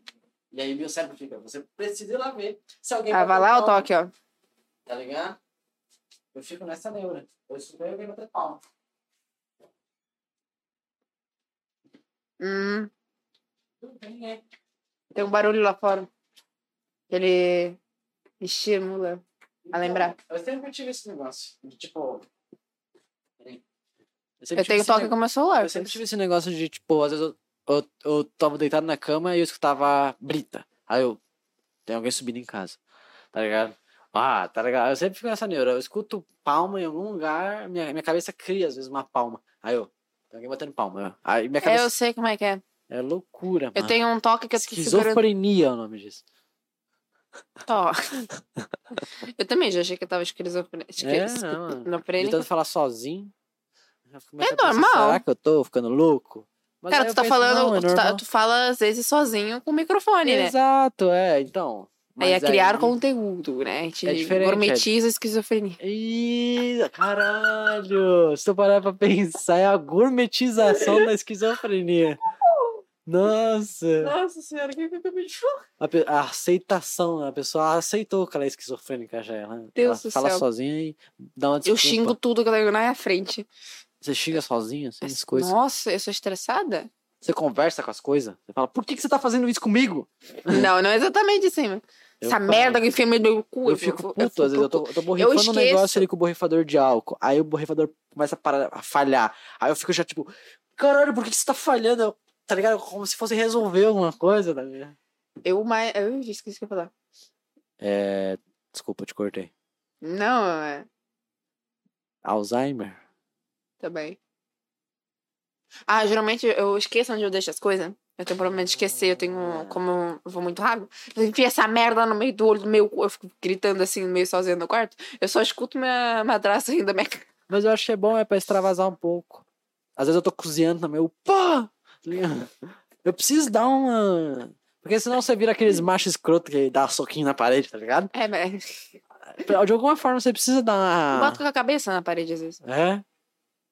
Speaker 1: E aí meu cérebro fica, você precisa ir lá ver se alguém
Speaker 2: Ah,
Speaker 1: bateu
Speaker 2: vai lá o
Speaker 1: palma.
Speaker 2: toque, ó.
Speaker 1: Tá ligado? Eu fico nessa neura. Eu escutei alguém bater palma.
Speaker 2: Hum.
Speaker 1: Tudo bem, é.
Speaker 2: Tem um barulho lá fora. Ele estimula. A lembrar.
Speaker 1: Então, Eu sempre tive esse negócio. de, tipo. peraí. sempre tive
Speaker 2: Eu tenho um
Speaker 1: esse
Speaker 2: toque
Speaker 1: ne-
Speaker 2: com meu celular.
Speaker 1: Eu sempre tive esse negócio de, tipo, às vezes eu, eu, eu tava deitado na cama e eu escutava brita. Aí eu. Tem alguém subindo em casa. Tá ligado? Ah, tá ligado? Eu sempre fico nessa neura. Eu escuto palma em algum lugar, minha, minha cabeça cria, às vezes, uma palma. Aí eu. Tem alguém batendo palma. eu- Aí minha
Speaker 2: É,
Speaker 1: cabeça.
Speaker 2: eu sei como é que é.
Speaker 1: É loucura,
Speaker 2: Eu
Speaker 1: mano.
Speaker 2: tenho um toque que eu fico segurando.
Speaker 1: Esquizofrenia é o nome disso.
Speaker 2: Tó. eu também já achei que eu tava esquizofrênica.
Speaker 1: É, não, mano.
Speaker 2: Esquizofrênica.
Speaker 1: Tentando falar sozinho. Eu começo
Speaker 2: É
Speaker 1: a pensar,
Speaker 2: normal.
Speaker 1: Será que eu tô ficando louco? Mas
Speaker 2: Cara,
Speaker 1: aí
Speaker 2: tu
Speaker 1: eu
Speaker 2: tá
Speaker 1: penso,
Speaker 2: falando.
Speaker 1: não, é
Speaker 2: tu, tá-
Speaker 1: normal.
Speaker 2: tu fala às vezes sozinho com o microfone, né?
Speaker 1: Exato, é, então.
Speaker 2: Aí é
Speaker 1: mas
Speaker 2: criar conteúdo, né? A gente
Speaker 1: É diferente,
Speaker 2: gourmetiza a esquizofrenia.
Speaker 1: Ih, caralho! Se eu parar pra pensar, é a gourmetização da esquizofrenia. Nossa!
Speaker 2: Nossa senhora, o que eu acabei de falar?
Speaker 1: A, pe- a aceitação, né? a pessoa aceitou que ela é esquizofrênica já. Ela, ela
Speaker 2: Deus do
Speaker 1: fala
Speaker 2: céu.
Speaker 1: sozinha e dá uma
Speaker 2: Eu
Speaker 1: desculpa.
Speaker 2: xingo tudo que eu tenho na minha frente.
Speaker 1: Você xinga sozinha, assim, as coisas.
Speaker 2: Nossa, eu sou estressada?
Speaker 1: Você conversa com as coisas? Você fala, por que, que você tá fazendo isso comigo?
Speaker 2: Não, não é exatamente assim. mano.
Speaker 1: Eu
Speaker 2: Essa
Speaker 1: falo.
Speaker 2: merda que enfia no meu cu.
Speaker 1: Eu fico puto, às vezes eu tô, eu tô borrifando um
Speaker 2: esqueço.
Speaker 1: negócio ali com o borrifador de álcool. Aí o borrifador começa a, parar, a falhar. Aí eu fico já tipo, caralho, por que, que você tá falhando? Eu, tá ligado? Como se fosse resolver alguma coisa, tá ligado?
Speaker 2: Eu mais. Eu esqueci o que eu ia falar.
Speaker 1: É. Desculpa, eu te cortei.
Speaker 2: Não, é.
Speaker 1: Alzheimer?
Speaker 2: Também. Ah, geralmente eu esqueço onde eu deixo as coisas. Eu tenho problema de esquecer, eu tenho. Como eu vou muito rápido, eu enfio essa merda no meio do olho do meu. Eu fico gritando assim, meio sozinha no quarto. Eu só escuto minha madraça ainda, minha. ca-
Speaker 1: Mas eu acho que é bom, é pra extravasar um pouco. Às vezes eu tô cozinhando também, eu, pá! Tá ligado? Eu preciso dar uma. Porque senão você vira aqueles machos escroto que dá soquinho na parede, tá ligado?
Speaker 2: É, mas.
Speaker 1: De alguma forma você precisa dar
Speaker 2: Eu
Speaker 1: uma.
Speaker 2: bato com a cabeça na parede às vezes.
Speaker 1: É?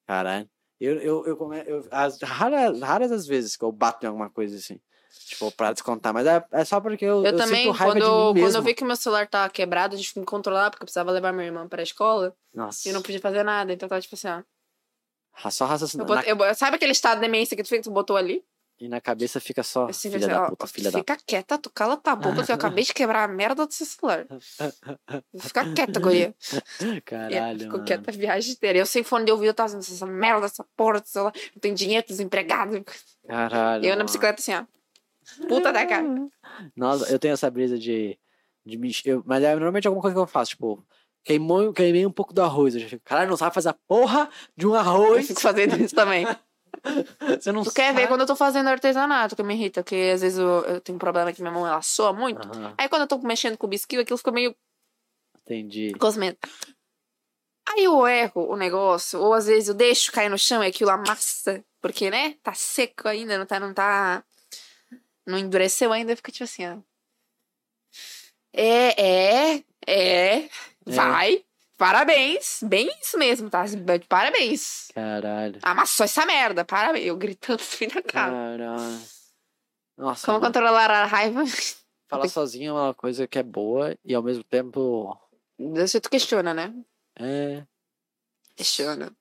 Speaker 1: Caralho. Eu, eu, eu, come... eu as raras, raras as vezes que eu bato em alguma coisa assim. Tipo, pra descontar. Mas é, é só porque eu,
Speaker 2: Eu,
Speaker 1: eu
Speaker 2: também,
Speaker 1: sinto raiva
Speaker 2: quando,
Speaker 1: de mim
Speaker 2: eu-
Speaker 1: mesmo.
Speaker 2: quando eu vi que meu celular tava quebrado, eu tive que me controlar, porque eu precisava levar minha irmã pra escola
Speaker 1: Nossa.
Speaker 2: e eu não podia fazer nada. Então eu tava tipo assim, ó.
Speaker 1: ra- Só
Speaker 2: Eu
Speaker 1: raciocinar.
Speaker 2: bot- eu- sabe aquele estado de demência que tu, fica- tu botou ali?
Speaker 1: E na cabeça fica só.
Speaker 2: Eu assim,
Speaker 1: filha
Speaker 2: assim,
Speaker 1: da
Speaker 2: ó,
Speaker 1: puta, filha da puta.
Speaker 2: Fica quieta, tu cala tua boca, que eu acabei de quebrar a merda do seu celular. Fica quieta, guria. E ela
Speaker 1: Caralho.
Speaker 2: Ficou
Speaker 1: mano.
Speaker 2: quieta a viagem inteira. Eu sem fone de ouvido, eu tava assim, essa merda, essa porra do celular. Não tem dinheiro, desempregado.
Speaker 1: Caralho.
Speaker 2: eu na
Speaker 1: mano.
Speaker 2: bicicleta assim, ó. Puta da cara.
Speaker 1: Nossa, eu tenho essa brisa de. de me, eu, mas é normalmente alguma coisa que eu faço, tipo, queimou, queimei um pouco do arroz. Eu já fico, caralho, não sabe fazer a porra de um
Speaker 2: Eu
Speaker 1: arroz.
Speaker 2: fico fazendo isso também.
Speaker 1: Você não
Speaker 2: Tu quer
Speaker 1: sabe.
Speaker 2: ver quando eu tô fazendo artesanato que me irrita, porque às vezes eu, eu tenho um problema que minha mão ela soa muito.
Speaker 1: Aham,
Speaker 2: Aí quando eu tô mexendo com o biscuit, aquilo fica meio
Speaker 1: entendi.
Speaker 2: cosmento. Aí eu erro o negócio, ou às vezes eu deixo cair no chão e aquilo amassa, porque, né, tá seco ainda, não tá, não tá, não endureceu ainda, fica tipo assim, ó. É, é, é, vai, parabéns, bem isso mesmo, tá, parabéns.
Speaker 1: Caralho.
Speaker 2: Amassou essa merda, parabéns, eu gritando assim na cara.
Speaker 1: Caralho. Nossa,
Speaker 2: Como
Speaker 1: mano,
Speaker 2: controlar a raiva?
Speaker 1: falar sozinho é uma coisa que é boa e ao mesmo tempo.
Speaker 2: Você tu questiona, né?
Speaker 1: É.
Speaker 2: Questiona.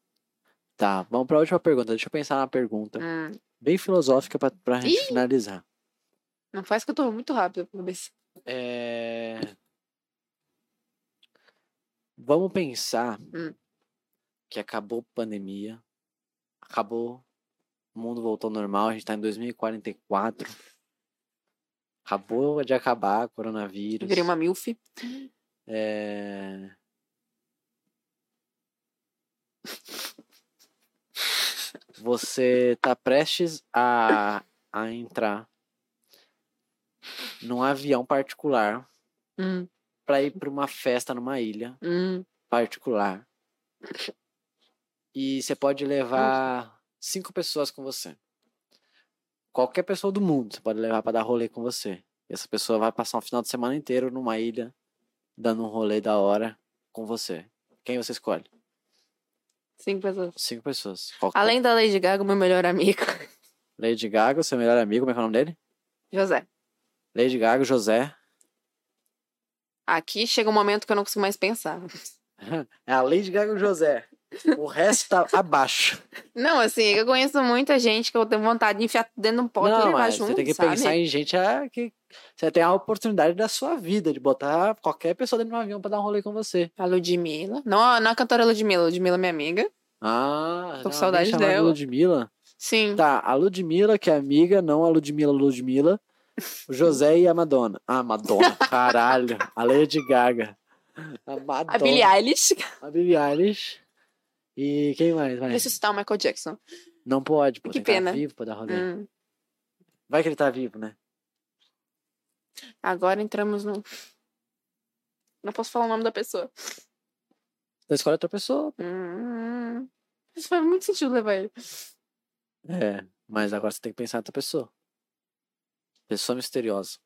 Speaker 1: Tá, vamos pra última pergunta. Deixa eu pensar na pergunta.
Speaker 2: Hum.
Speaker 1: Bem filosófica pra, pra gente finalizar.
Speaker 2: Não faz que eu tô muito rápido, cabeça.
Speaker 1: É... Vamos pensar
Speaker 2: Hum.
Speaker 1: que acabou a pandemia, acabou, o mundo voltou ao normal, a gente tá em 2044, acabou de acabar o coronavírus.
Speaker 2: Virei uma milf.
Speaker 1: É... Você tá prestes a, a entrar num avião particular
Speaker 2: Hum,
Speaker 1: pra ir pra uma festa numa ilha
Speaker 2: hum.
Speaker 1: particular. E você pode levar cinco pessoas com você. Qualquer pessoa do mundo você pode levar pra dar rolê com você. E essa pessoa vai passar um final de semana inteiro numa ilha, dando um rolê da hora com você. Quem você escolhe?
Speaker 2: Cinco pessoas.
Speaker 1: Cinco pessoas. Qualquer...
Speaker 2: Além da Lady Gaga, meu melhor amigo,
Speaker 1: Lady Gaga, seu melhor amigo, como é que é o nome dele?
Speaker 2: José.
Speaker 1: Lady Gaga, José.
Speaker 2: Aqui chega um momento que eu não consigo mais pensar.
Speaker 1: É a Lady Gaga e o José. O resto tá abaixo.
Speaker 2: Não, assim, eu conheço muita gente que eu tenho vontade de enfiar dentro de um pote e
Speaker 1: não,
Speaker 2: levar
Speaker 1: mas
Speaker 2: junto,
Speaker 1: você tem que
Speaker 2: sabe?
Speaker 1: pensar em gente ah, que você tem a oportunidade da sua vida de botar qualquer pessoa dentro de um avião pra dar um rolê com você.
Speaker 2: A Ludmilla. Não, a- não a cantora Ludmilla. Ludmilla é minha amiga.
Speaker 1: Ah,
Speaker 2: Tô com
Speaker 1: não,
Speaker 2: saudade
Speaker 1: nem chamar de
Speaker 2: dela.
Speaker 1: Ludmilla.
Speaker 2: Sim.
Speaker 1: Tá, a Ludmilla, que é amiga, não a Ludmilla Ludmilla. O José e a Madonna. Ah, Madonna, caralho. A Lady Gaga. A Madonna.
Speaker 2: A Billie Eilish.
Speaker 1: A Billie Eilish. E quem mais? Vai.
Speaker 2: Ressuscitar o Michael Jackson.
Speaker 1: Não pode, pô.
Speaker 2: Que
Speaker 1: tem que
Speaker 2: pena.
Speaker 1: Tá vivo pra dar rolê.
Speaker 2: Hum.
Speaker 1: Vai que ele tá vivo, né?
Speaker 2: Agora entramos no... Não posso falar o nome da pessoa.
Speaker 1: Então escolhe outra pessoa.
Speaker 2: Hum. Isso faz muito sentido levar ele.
Speaker 1: É, mas agora você tem que pensar em outra pessoa. Pessoa misteriosa.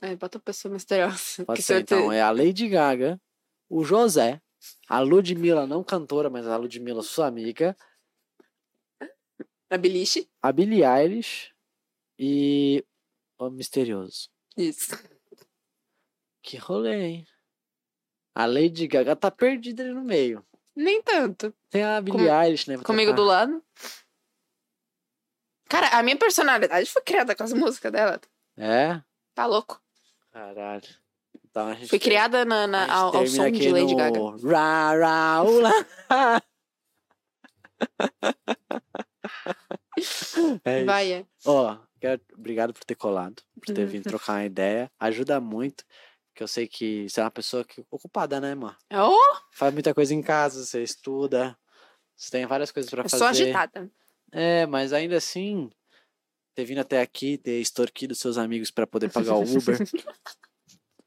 Speaker 2: É, bota a pessoa misteriosa.
Speaker 1: Pode
Speaker 2: que
Speaker 1: ser,
Speaker 2: se eu te-
Speaker 1: então. É a Lady Gaga, o José, a Ludmilla, não cantora, mas a Ludmilla, sua amiga,
Speaker 2: A Beliche.
Speaker 1: a Billie Eilish e o misterioso.
Speaker 2: Isso.
Speaker 1: Que rolê, hein? A Lady Gaga tá perdida ali no meio.
Speaker 2: Nem tanto.
Speaker 1: Tem a Billie
Speaker 2: Comi-
Speaker 1: Eilish, né? pra
Speaker 2: Comigo do
Speaker 1: tocar.
Speaker 2: lado. Cara, a minha personalidade foi criada com as músicas dela.
Speaker 1: É?
Speaker 2: Tá louco?
Speaker 1: Caralho. Então a gente
Speaker 2: Fui criada na, na-
Speaker 1: A gente
Speaker 2: ao, ao
Speaker 1: termina
Speaker 2: som
Speaker 1: aqui
Speaker 2: de Lady
Speaker 1: no
Speaker 2: Gaga.
Speaker 1: Ra, ra, ula. É isso.
Speaker 2: Vai, é.
Speaker 1: Ó, quero- obrigado por ter colado, por ter
Speaker 2: Uhum.
Speaker 1: vindo trocar uma ideia. Ajuda muito, porque eu sei que você é uma pessoa que, ocupada, né, mano?
Speaker 2: Oh,
Speaker 1: Faz muita coisa em casa, você estuda, você tem várias coisas pra
Speaker 2: eu
Speaker 1: fazer.
Speaker 2: sou agitada.
Speaker 1: É, mas ainda assim, ter vindo até aqui, ter extorquido seus amigos pra poder pagar o Uber,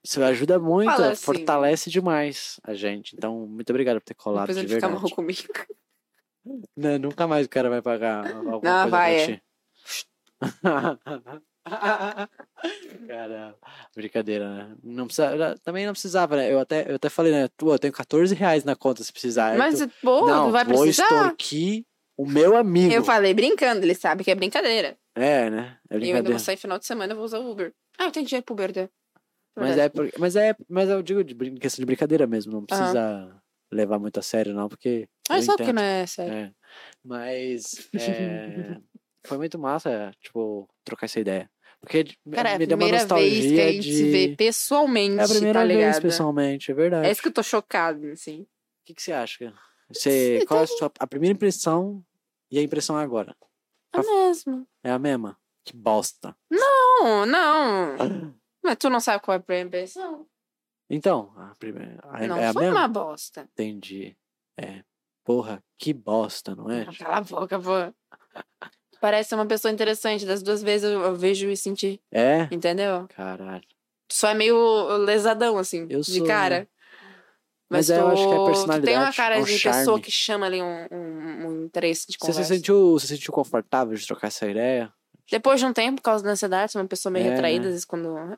Speaker 1: isso ajuda muito,
Speaker 2: Fala assim.
Speaker 1: fortalece demais a gente. Então, muito obrigado por ter colado
Speaker 2: Depois
Speaker 1: de
Speaker 2: ele fica
Speaker 1: verdade.
Speaker 2: mal comigo.
Speaker 1: Não, nunca mais o cara vai pagar alguma
Speaker 2: Não,
Speaker 1: coisa
Speaker 2: vai, é.
Speaker 1: pra ti. Caramba, brincadeira, né? Não precisa, também não precisava, né? Eu até, eu até falei, né? Tu, eu tenho 14 reais na conta se precisar. Aí
Speaker 2: Mas,
Speaker 1: tu,
Speaker 2: pô,
Speaker 1: não,
Speaker 2: não vai
Speaker 1: vou
Speaker 2: precisar.
Speaker 1: extorquir o meu amigo.
Speaker 2: Eu falei brincando, ele sabe que é brincadeira.
Speaker 1: É, né? É
Speaker 2: E eu ainda
Speaker 1: brincadeira.
Speaker 2: vou sair final de semana, eu vou usar o Uber. Ah, eu tenho dinheiro pro Uber, né?
Speaker 1: Mas é, por- mas é, mas eu digo de brin- questão de brincadeira mesmo, não precisa levar muito a sério não, porque
Speaker 2: Ah,
Speaker 1: eu
Speaker 2: só porque
Speaker 1: entendo.
Speaker 2: não é sério.
Speaker 1: É. Mas é, foi muito massa, tipo, trocar essa ideia. Porque de- me-
Speaker 2: Cara, é a
Speaker 1: me deu uma
Speaker 2: primeira vez que a
Speaker 1: nostalgia
Speaker 2: gente se vê
Speaker 1: de
Speaker 2: pessoalmente,
Speaker 1: É a primeira
Speaker 2: tá
Speaker 1: vez,
Speaker 2: ligado?
Speaker 1: pessoalmente, é verdade.
Speaker 2: É isso que eu tô chocada, assim.
Speaker 1: O que, que você acha? Você,
Speaker 2: Sim,
Speaker 1: qual é a sua a primeira impressão e a impressão agora?
Speaker 2: É mesmo.
Speaker 1: É a mesma? Que bosta.
Speaker 2: Não, não. Mas tu não sabe qual é a primeira impressão?
Speaker 1: Então, a primeira, a-
Speaker 2: não
Speaker 1: é a
Speaker 2: foi
Speaker 1: mesma?
Speaker 2: uma bosta.
Speaker 1: Entendi. É. Porra, que bosta, não é?
Speaker 2: Ah, Cala a boca, pô. Parece ser uma pessoa interessante. Das duas vezes eu, eu vejo e senti,
Speaker 1: É?
Speaker 2: entendeu?
Speaker 1: Caralho.
Speaker 2: Tu só é meio lesadão, assim,
Speaker 1: Eu
Speaker 2: de
Speaker 1: sou, né?
Speaker 2: cara.
Speaker 1: Mas eu acho que é
Speaker 2: tu- Tu tem uma
Speaker 1: personalidade,
Speaker 2: cara
Speaker 1: é um
Speaker 2: de pessoa
Speaker 1: charme.
Speaker 2: que chama ali um, um- um interesse de
Speaker 1: Você
Speaker 2: conversa.
Speaker 1: se sentiu, você se sentiu confortável de trocar essa ideia?
Speaker 2: Depois de um tempo, por causa da ansiedade, sou uma pessoa meio
Speaker 1: É,
Speaker 2: retraída,
Speaker 1: né?
Speaker 2: às vezes quando.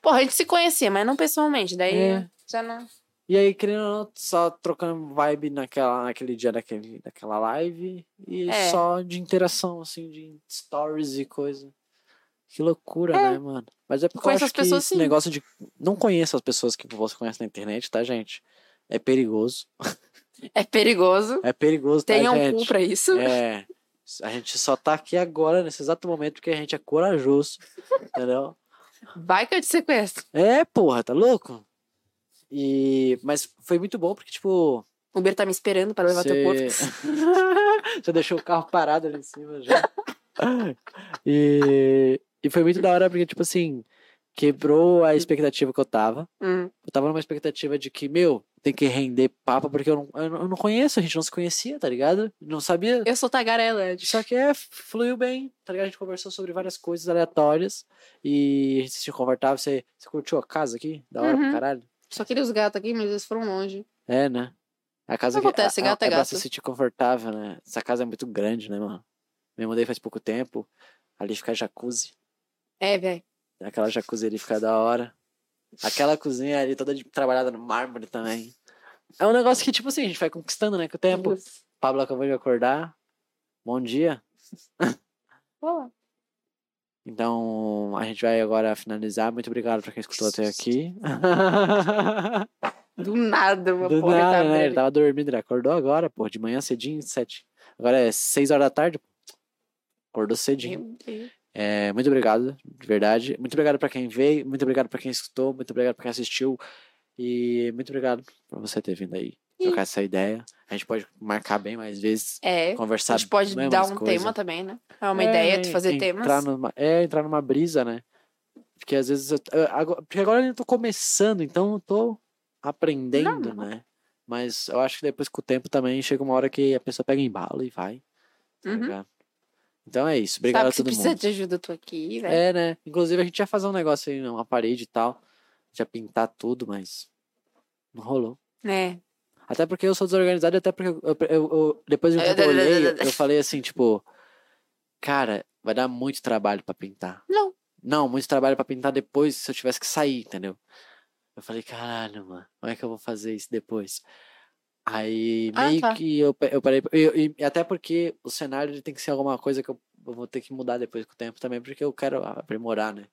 Speaker 2: Porra, a gente se conhecia, mas não pessoalmente. Daí
Speaker 1: É.
Speaker 2: já não.
Speaker 1: E aí, querendo ou não, só trocando vibe naquela, naquele dia daquele, daquela live e
Speaker 2: É.
Speaker 1: só de interação, assim, de stories e coisa. Que loucura,
Speaker 2: É.
Speaker 1: né, mano? Mas é porque eu acho
Speaker 2: Conheço as
Speaker 1: que
Speaker 2: pessoas,
Speaker 1: esse
Speaker 2: sim.
Speaker 1: negócio de. Não conheço as pessoas que você conhece na internet, tá, gente? É perigoso.
Speaker 2: É perigoso.
Speaker 1: É perigoso, tá,
Speaker 2: Tenham
Speaker 1: gente?
Speaker 2: cu pra isso.
Speaker 1: É. A gente só tá aqui agora, nesse exato momento, porque a gente é corajoso. entendeu?
Speaker 2: Vai que eu te sequestro.
Speaker 1: É, porra, tá louco? E... Mas foi muito bom, porque, tipo...
Speaker 2: O Uber tá me esperando pra levar teu corpo.
Speaker 1: Você deixou o carro parado ali em cima já. E... e foi muito da hora, porque, tipo assim... Quebrou a expectativa que eu tava.
Speaker 2: Hum.
Speaker 1: Eu tava numa expectativa de que, meu, tem que render papo, porque eu não, eu não- eu não conheço, a gente não se conhecia, tá ligado? Não sabia.
Speaker 2: Eu sou tagarela. tipo.
Speaker 1: Só que é, fluiu bem, tá ligado? A gente conversou sobre várias coisas aleatórias e a gente se sentiu confortável. Você, você curtiu a casa aqui? Da hora
Speaker 2: Uhum.
Speaker 1: pra caralho.
Speaker 2: Só queria os gatos aqui, mas eles foram longe.
Speaker 1: É, né? A casa que
Speaker 2: Acontece,
Speaker 1: a- a-
Speaker 2: gato é
Speaker 1: é pra
Speaker 2: gato.
Speaker 1: se sentir confortável, né? Essa casa é muito grande, né, mano? Me mudei faz pouco tempo. Ali fica jacuzzi.
Speaker 2: É, velho.
Speaker 1: Aquela jacuzzi ali fica da hora. Aquela cozinha ali toda de- trabalhada no mármore também. É um negócio que, tipo assim, a gente vai conquistando, né, com o
Speaker 2: Uhum.
Speaker 1: tempo. Pablo acabou de acordar. Bom dia. Então, a gente vai agora finalizar. Muito obrigado pra quem escutou até aqui.
Speaker 2: Do nada, uma
Speaker 1: Do
Speaker 2: porra
Speaker 1: nada,
Speaker 2: tá
Speaker 1: né? Ele
Speaker 2: velha.
Speaker 1: tava dormindo, ele acordou agora, pô, de manhã cedinho, sete. Agora é seis horas da tarde, pô. Acordou cedinho.
Speaker 2: Meu Deus.
Speaker 1: É, muito obrigado, de verdade. Muito obrigado pra quem veio, muito obrigado pra quem escutou, muito obrigado pra quem assistiu. E muito obrigado por você ter vindo aí
Speaker 2: Ih.
Speaker 1: trocar essa ideia. A gente pode marcar bem mais vezes,
Speaker 2: É.
Speaker 1: conversar
Speaker 2: A gente pode
Speaker 1: bem
Speaker 2: dar
Speaker 1: mais
Speaker 2: um
Speaker 1: coisa.
Speaker 2: tema também, né? É uma
Speaker 1: É,
Speaker 2: ideia tu fazer
Speaker 1: entrar
Speaker 2: temas.
Speaker 1: Numa, é, entrar numa brisa, né? Porque às vezes. Eu, eu- agora, porque agora eu tô começando, então eu tô aprendendo,
Speaker 2: Não.
Speaker 1: né? Mas eu acho que depois com o tempo também chega uma hora que a pessoa pega embalo e vai. tá
Speaker 2: Uhum.
Speaker 1: ligado? Então é isso. Obrigado
Speaker 2: Sabe
Speaker 1: a
Speaker 2: que se
Speaker 1: todo
Speaker 2: precisa
Speaker 1: mundo.
Speaker 2: de ajuda, eu tô aqui, velho.
Speaker 1: É, né? Inclusive a gente ia fazer um negócio aí, uma parede e tal. Já pintar tudo, mas. Não rolou.
Speaker 2: É.
Speaker 1: Até porque eu sou desorganizado, e até porque eu, eu- eu- eu- depois de um tempo eu olhei, eu falei assim, tipo, cara, vai dar muito trabalho pra pintar.
Speaker 2: Não.
Speaker 1: Não, muito trabalho pra pintar depois se eu tivesse que sair, entendeu? Eu falei, caralho, mano, como é que eu vou fazer isso depois? Aí
Speaker 2: Ah,
Speaker 1: meio
Speaker 2: tá.
Speaker 1: que eu, pe- eu parei. eu- e- e até porque o cenário ele tem que ser alguma coisa que eu, eu vou ter que mudar depois com o tempo também, porque eu quero aprimorar, né?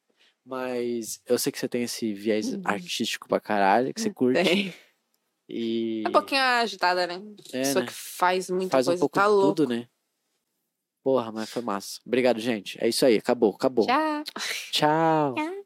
Speaker 1: Mas eu sei que você tem esse viés
Speaker 2: Uhum.
Speaker 1: artístico pra caralho, que você curte.
Speaker 2: Tem.
Speaker 1: E.
Speaker 2: É um pouquinho agitada, né?
Speaker 1: É,
Speaker 2: Pessoa
Speaker 1: né?
Speaker 2: que faz muita
Speaker 1: faz
Speaker 2: coisa.
Speaker 1: um pouco
Speaker 2: tá
Speaker 1: de
Speaker 2: louco.
Speaker 1: tudo, né? Porra, mas foi massa. Obrigado, gente. É isso aí. Acabou, acabou.
Speaker 2: Tchau.
Speaker 1: Tchau.
Speaker 2: Tchau.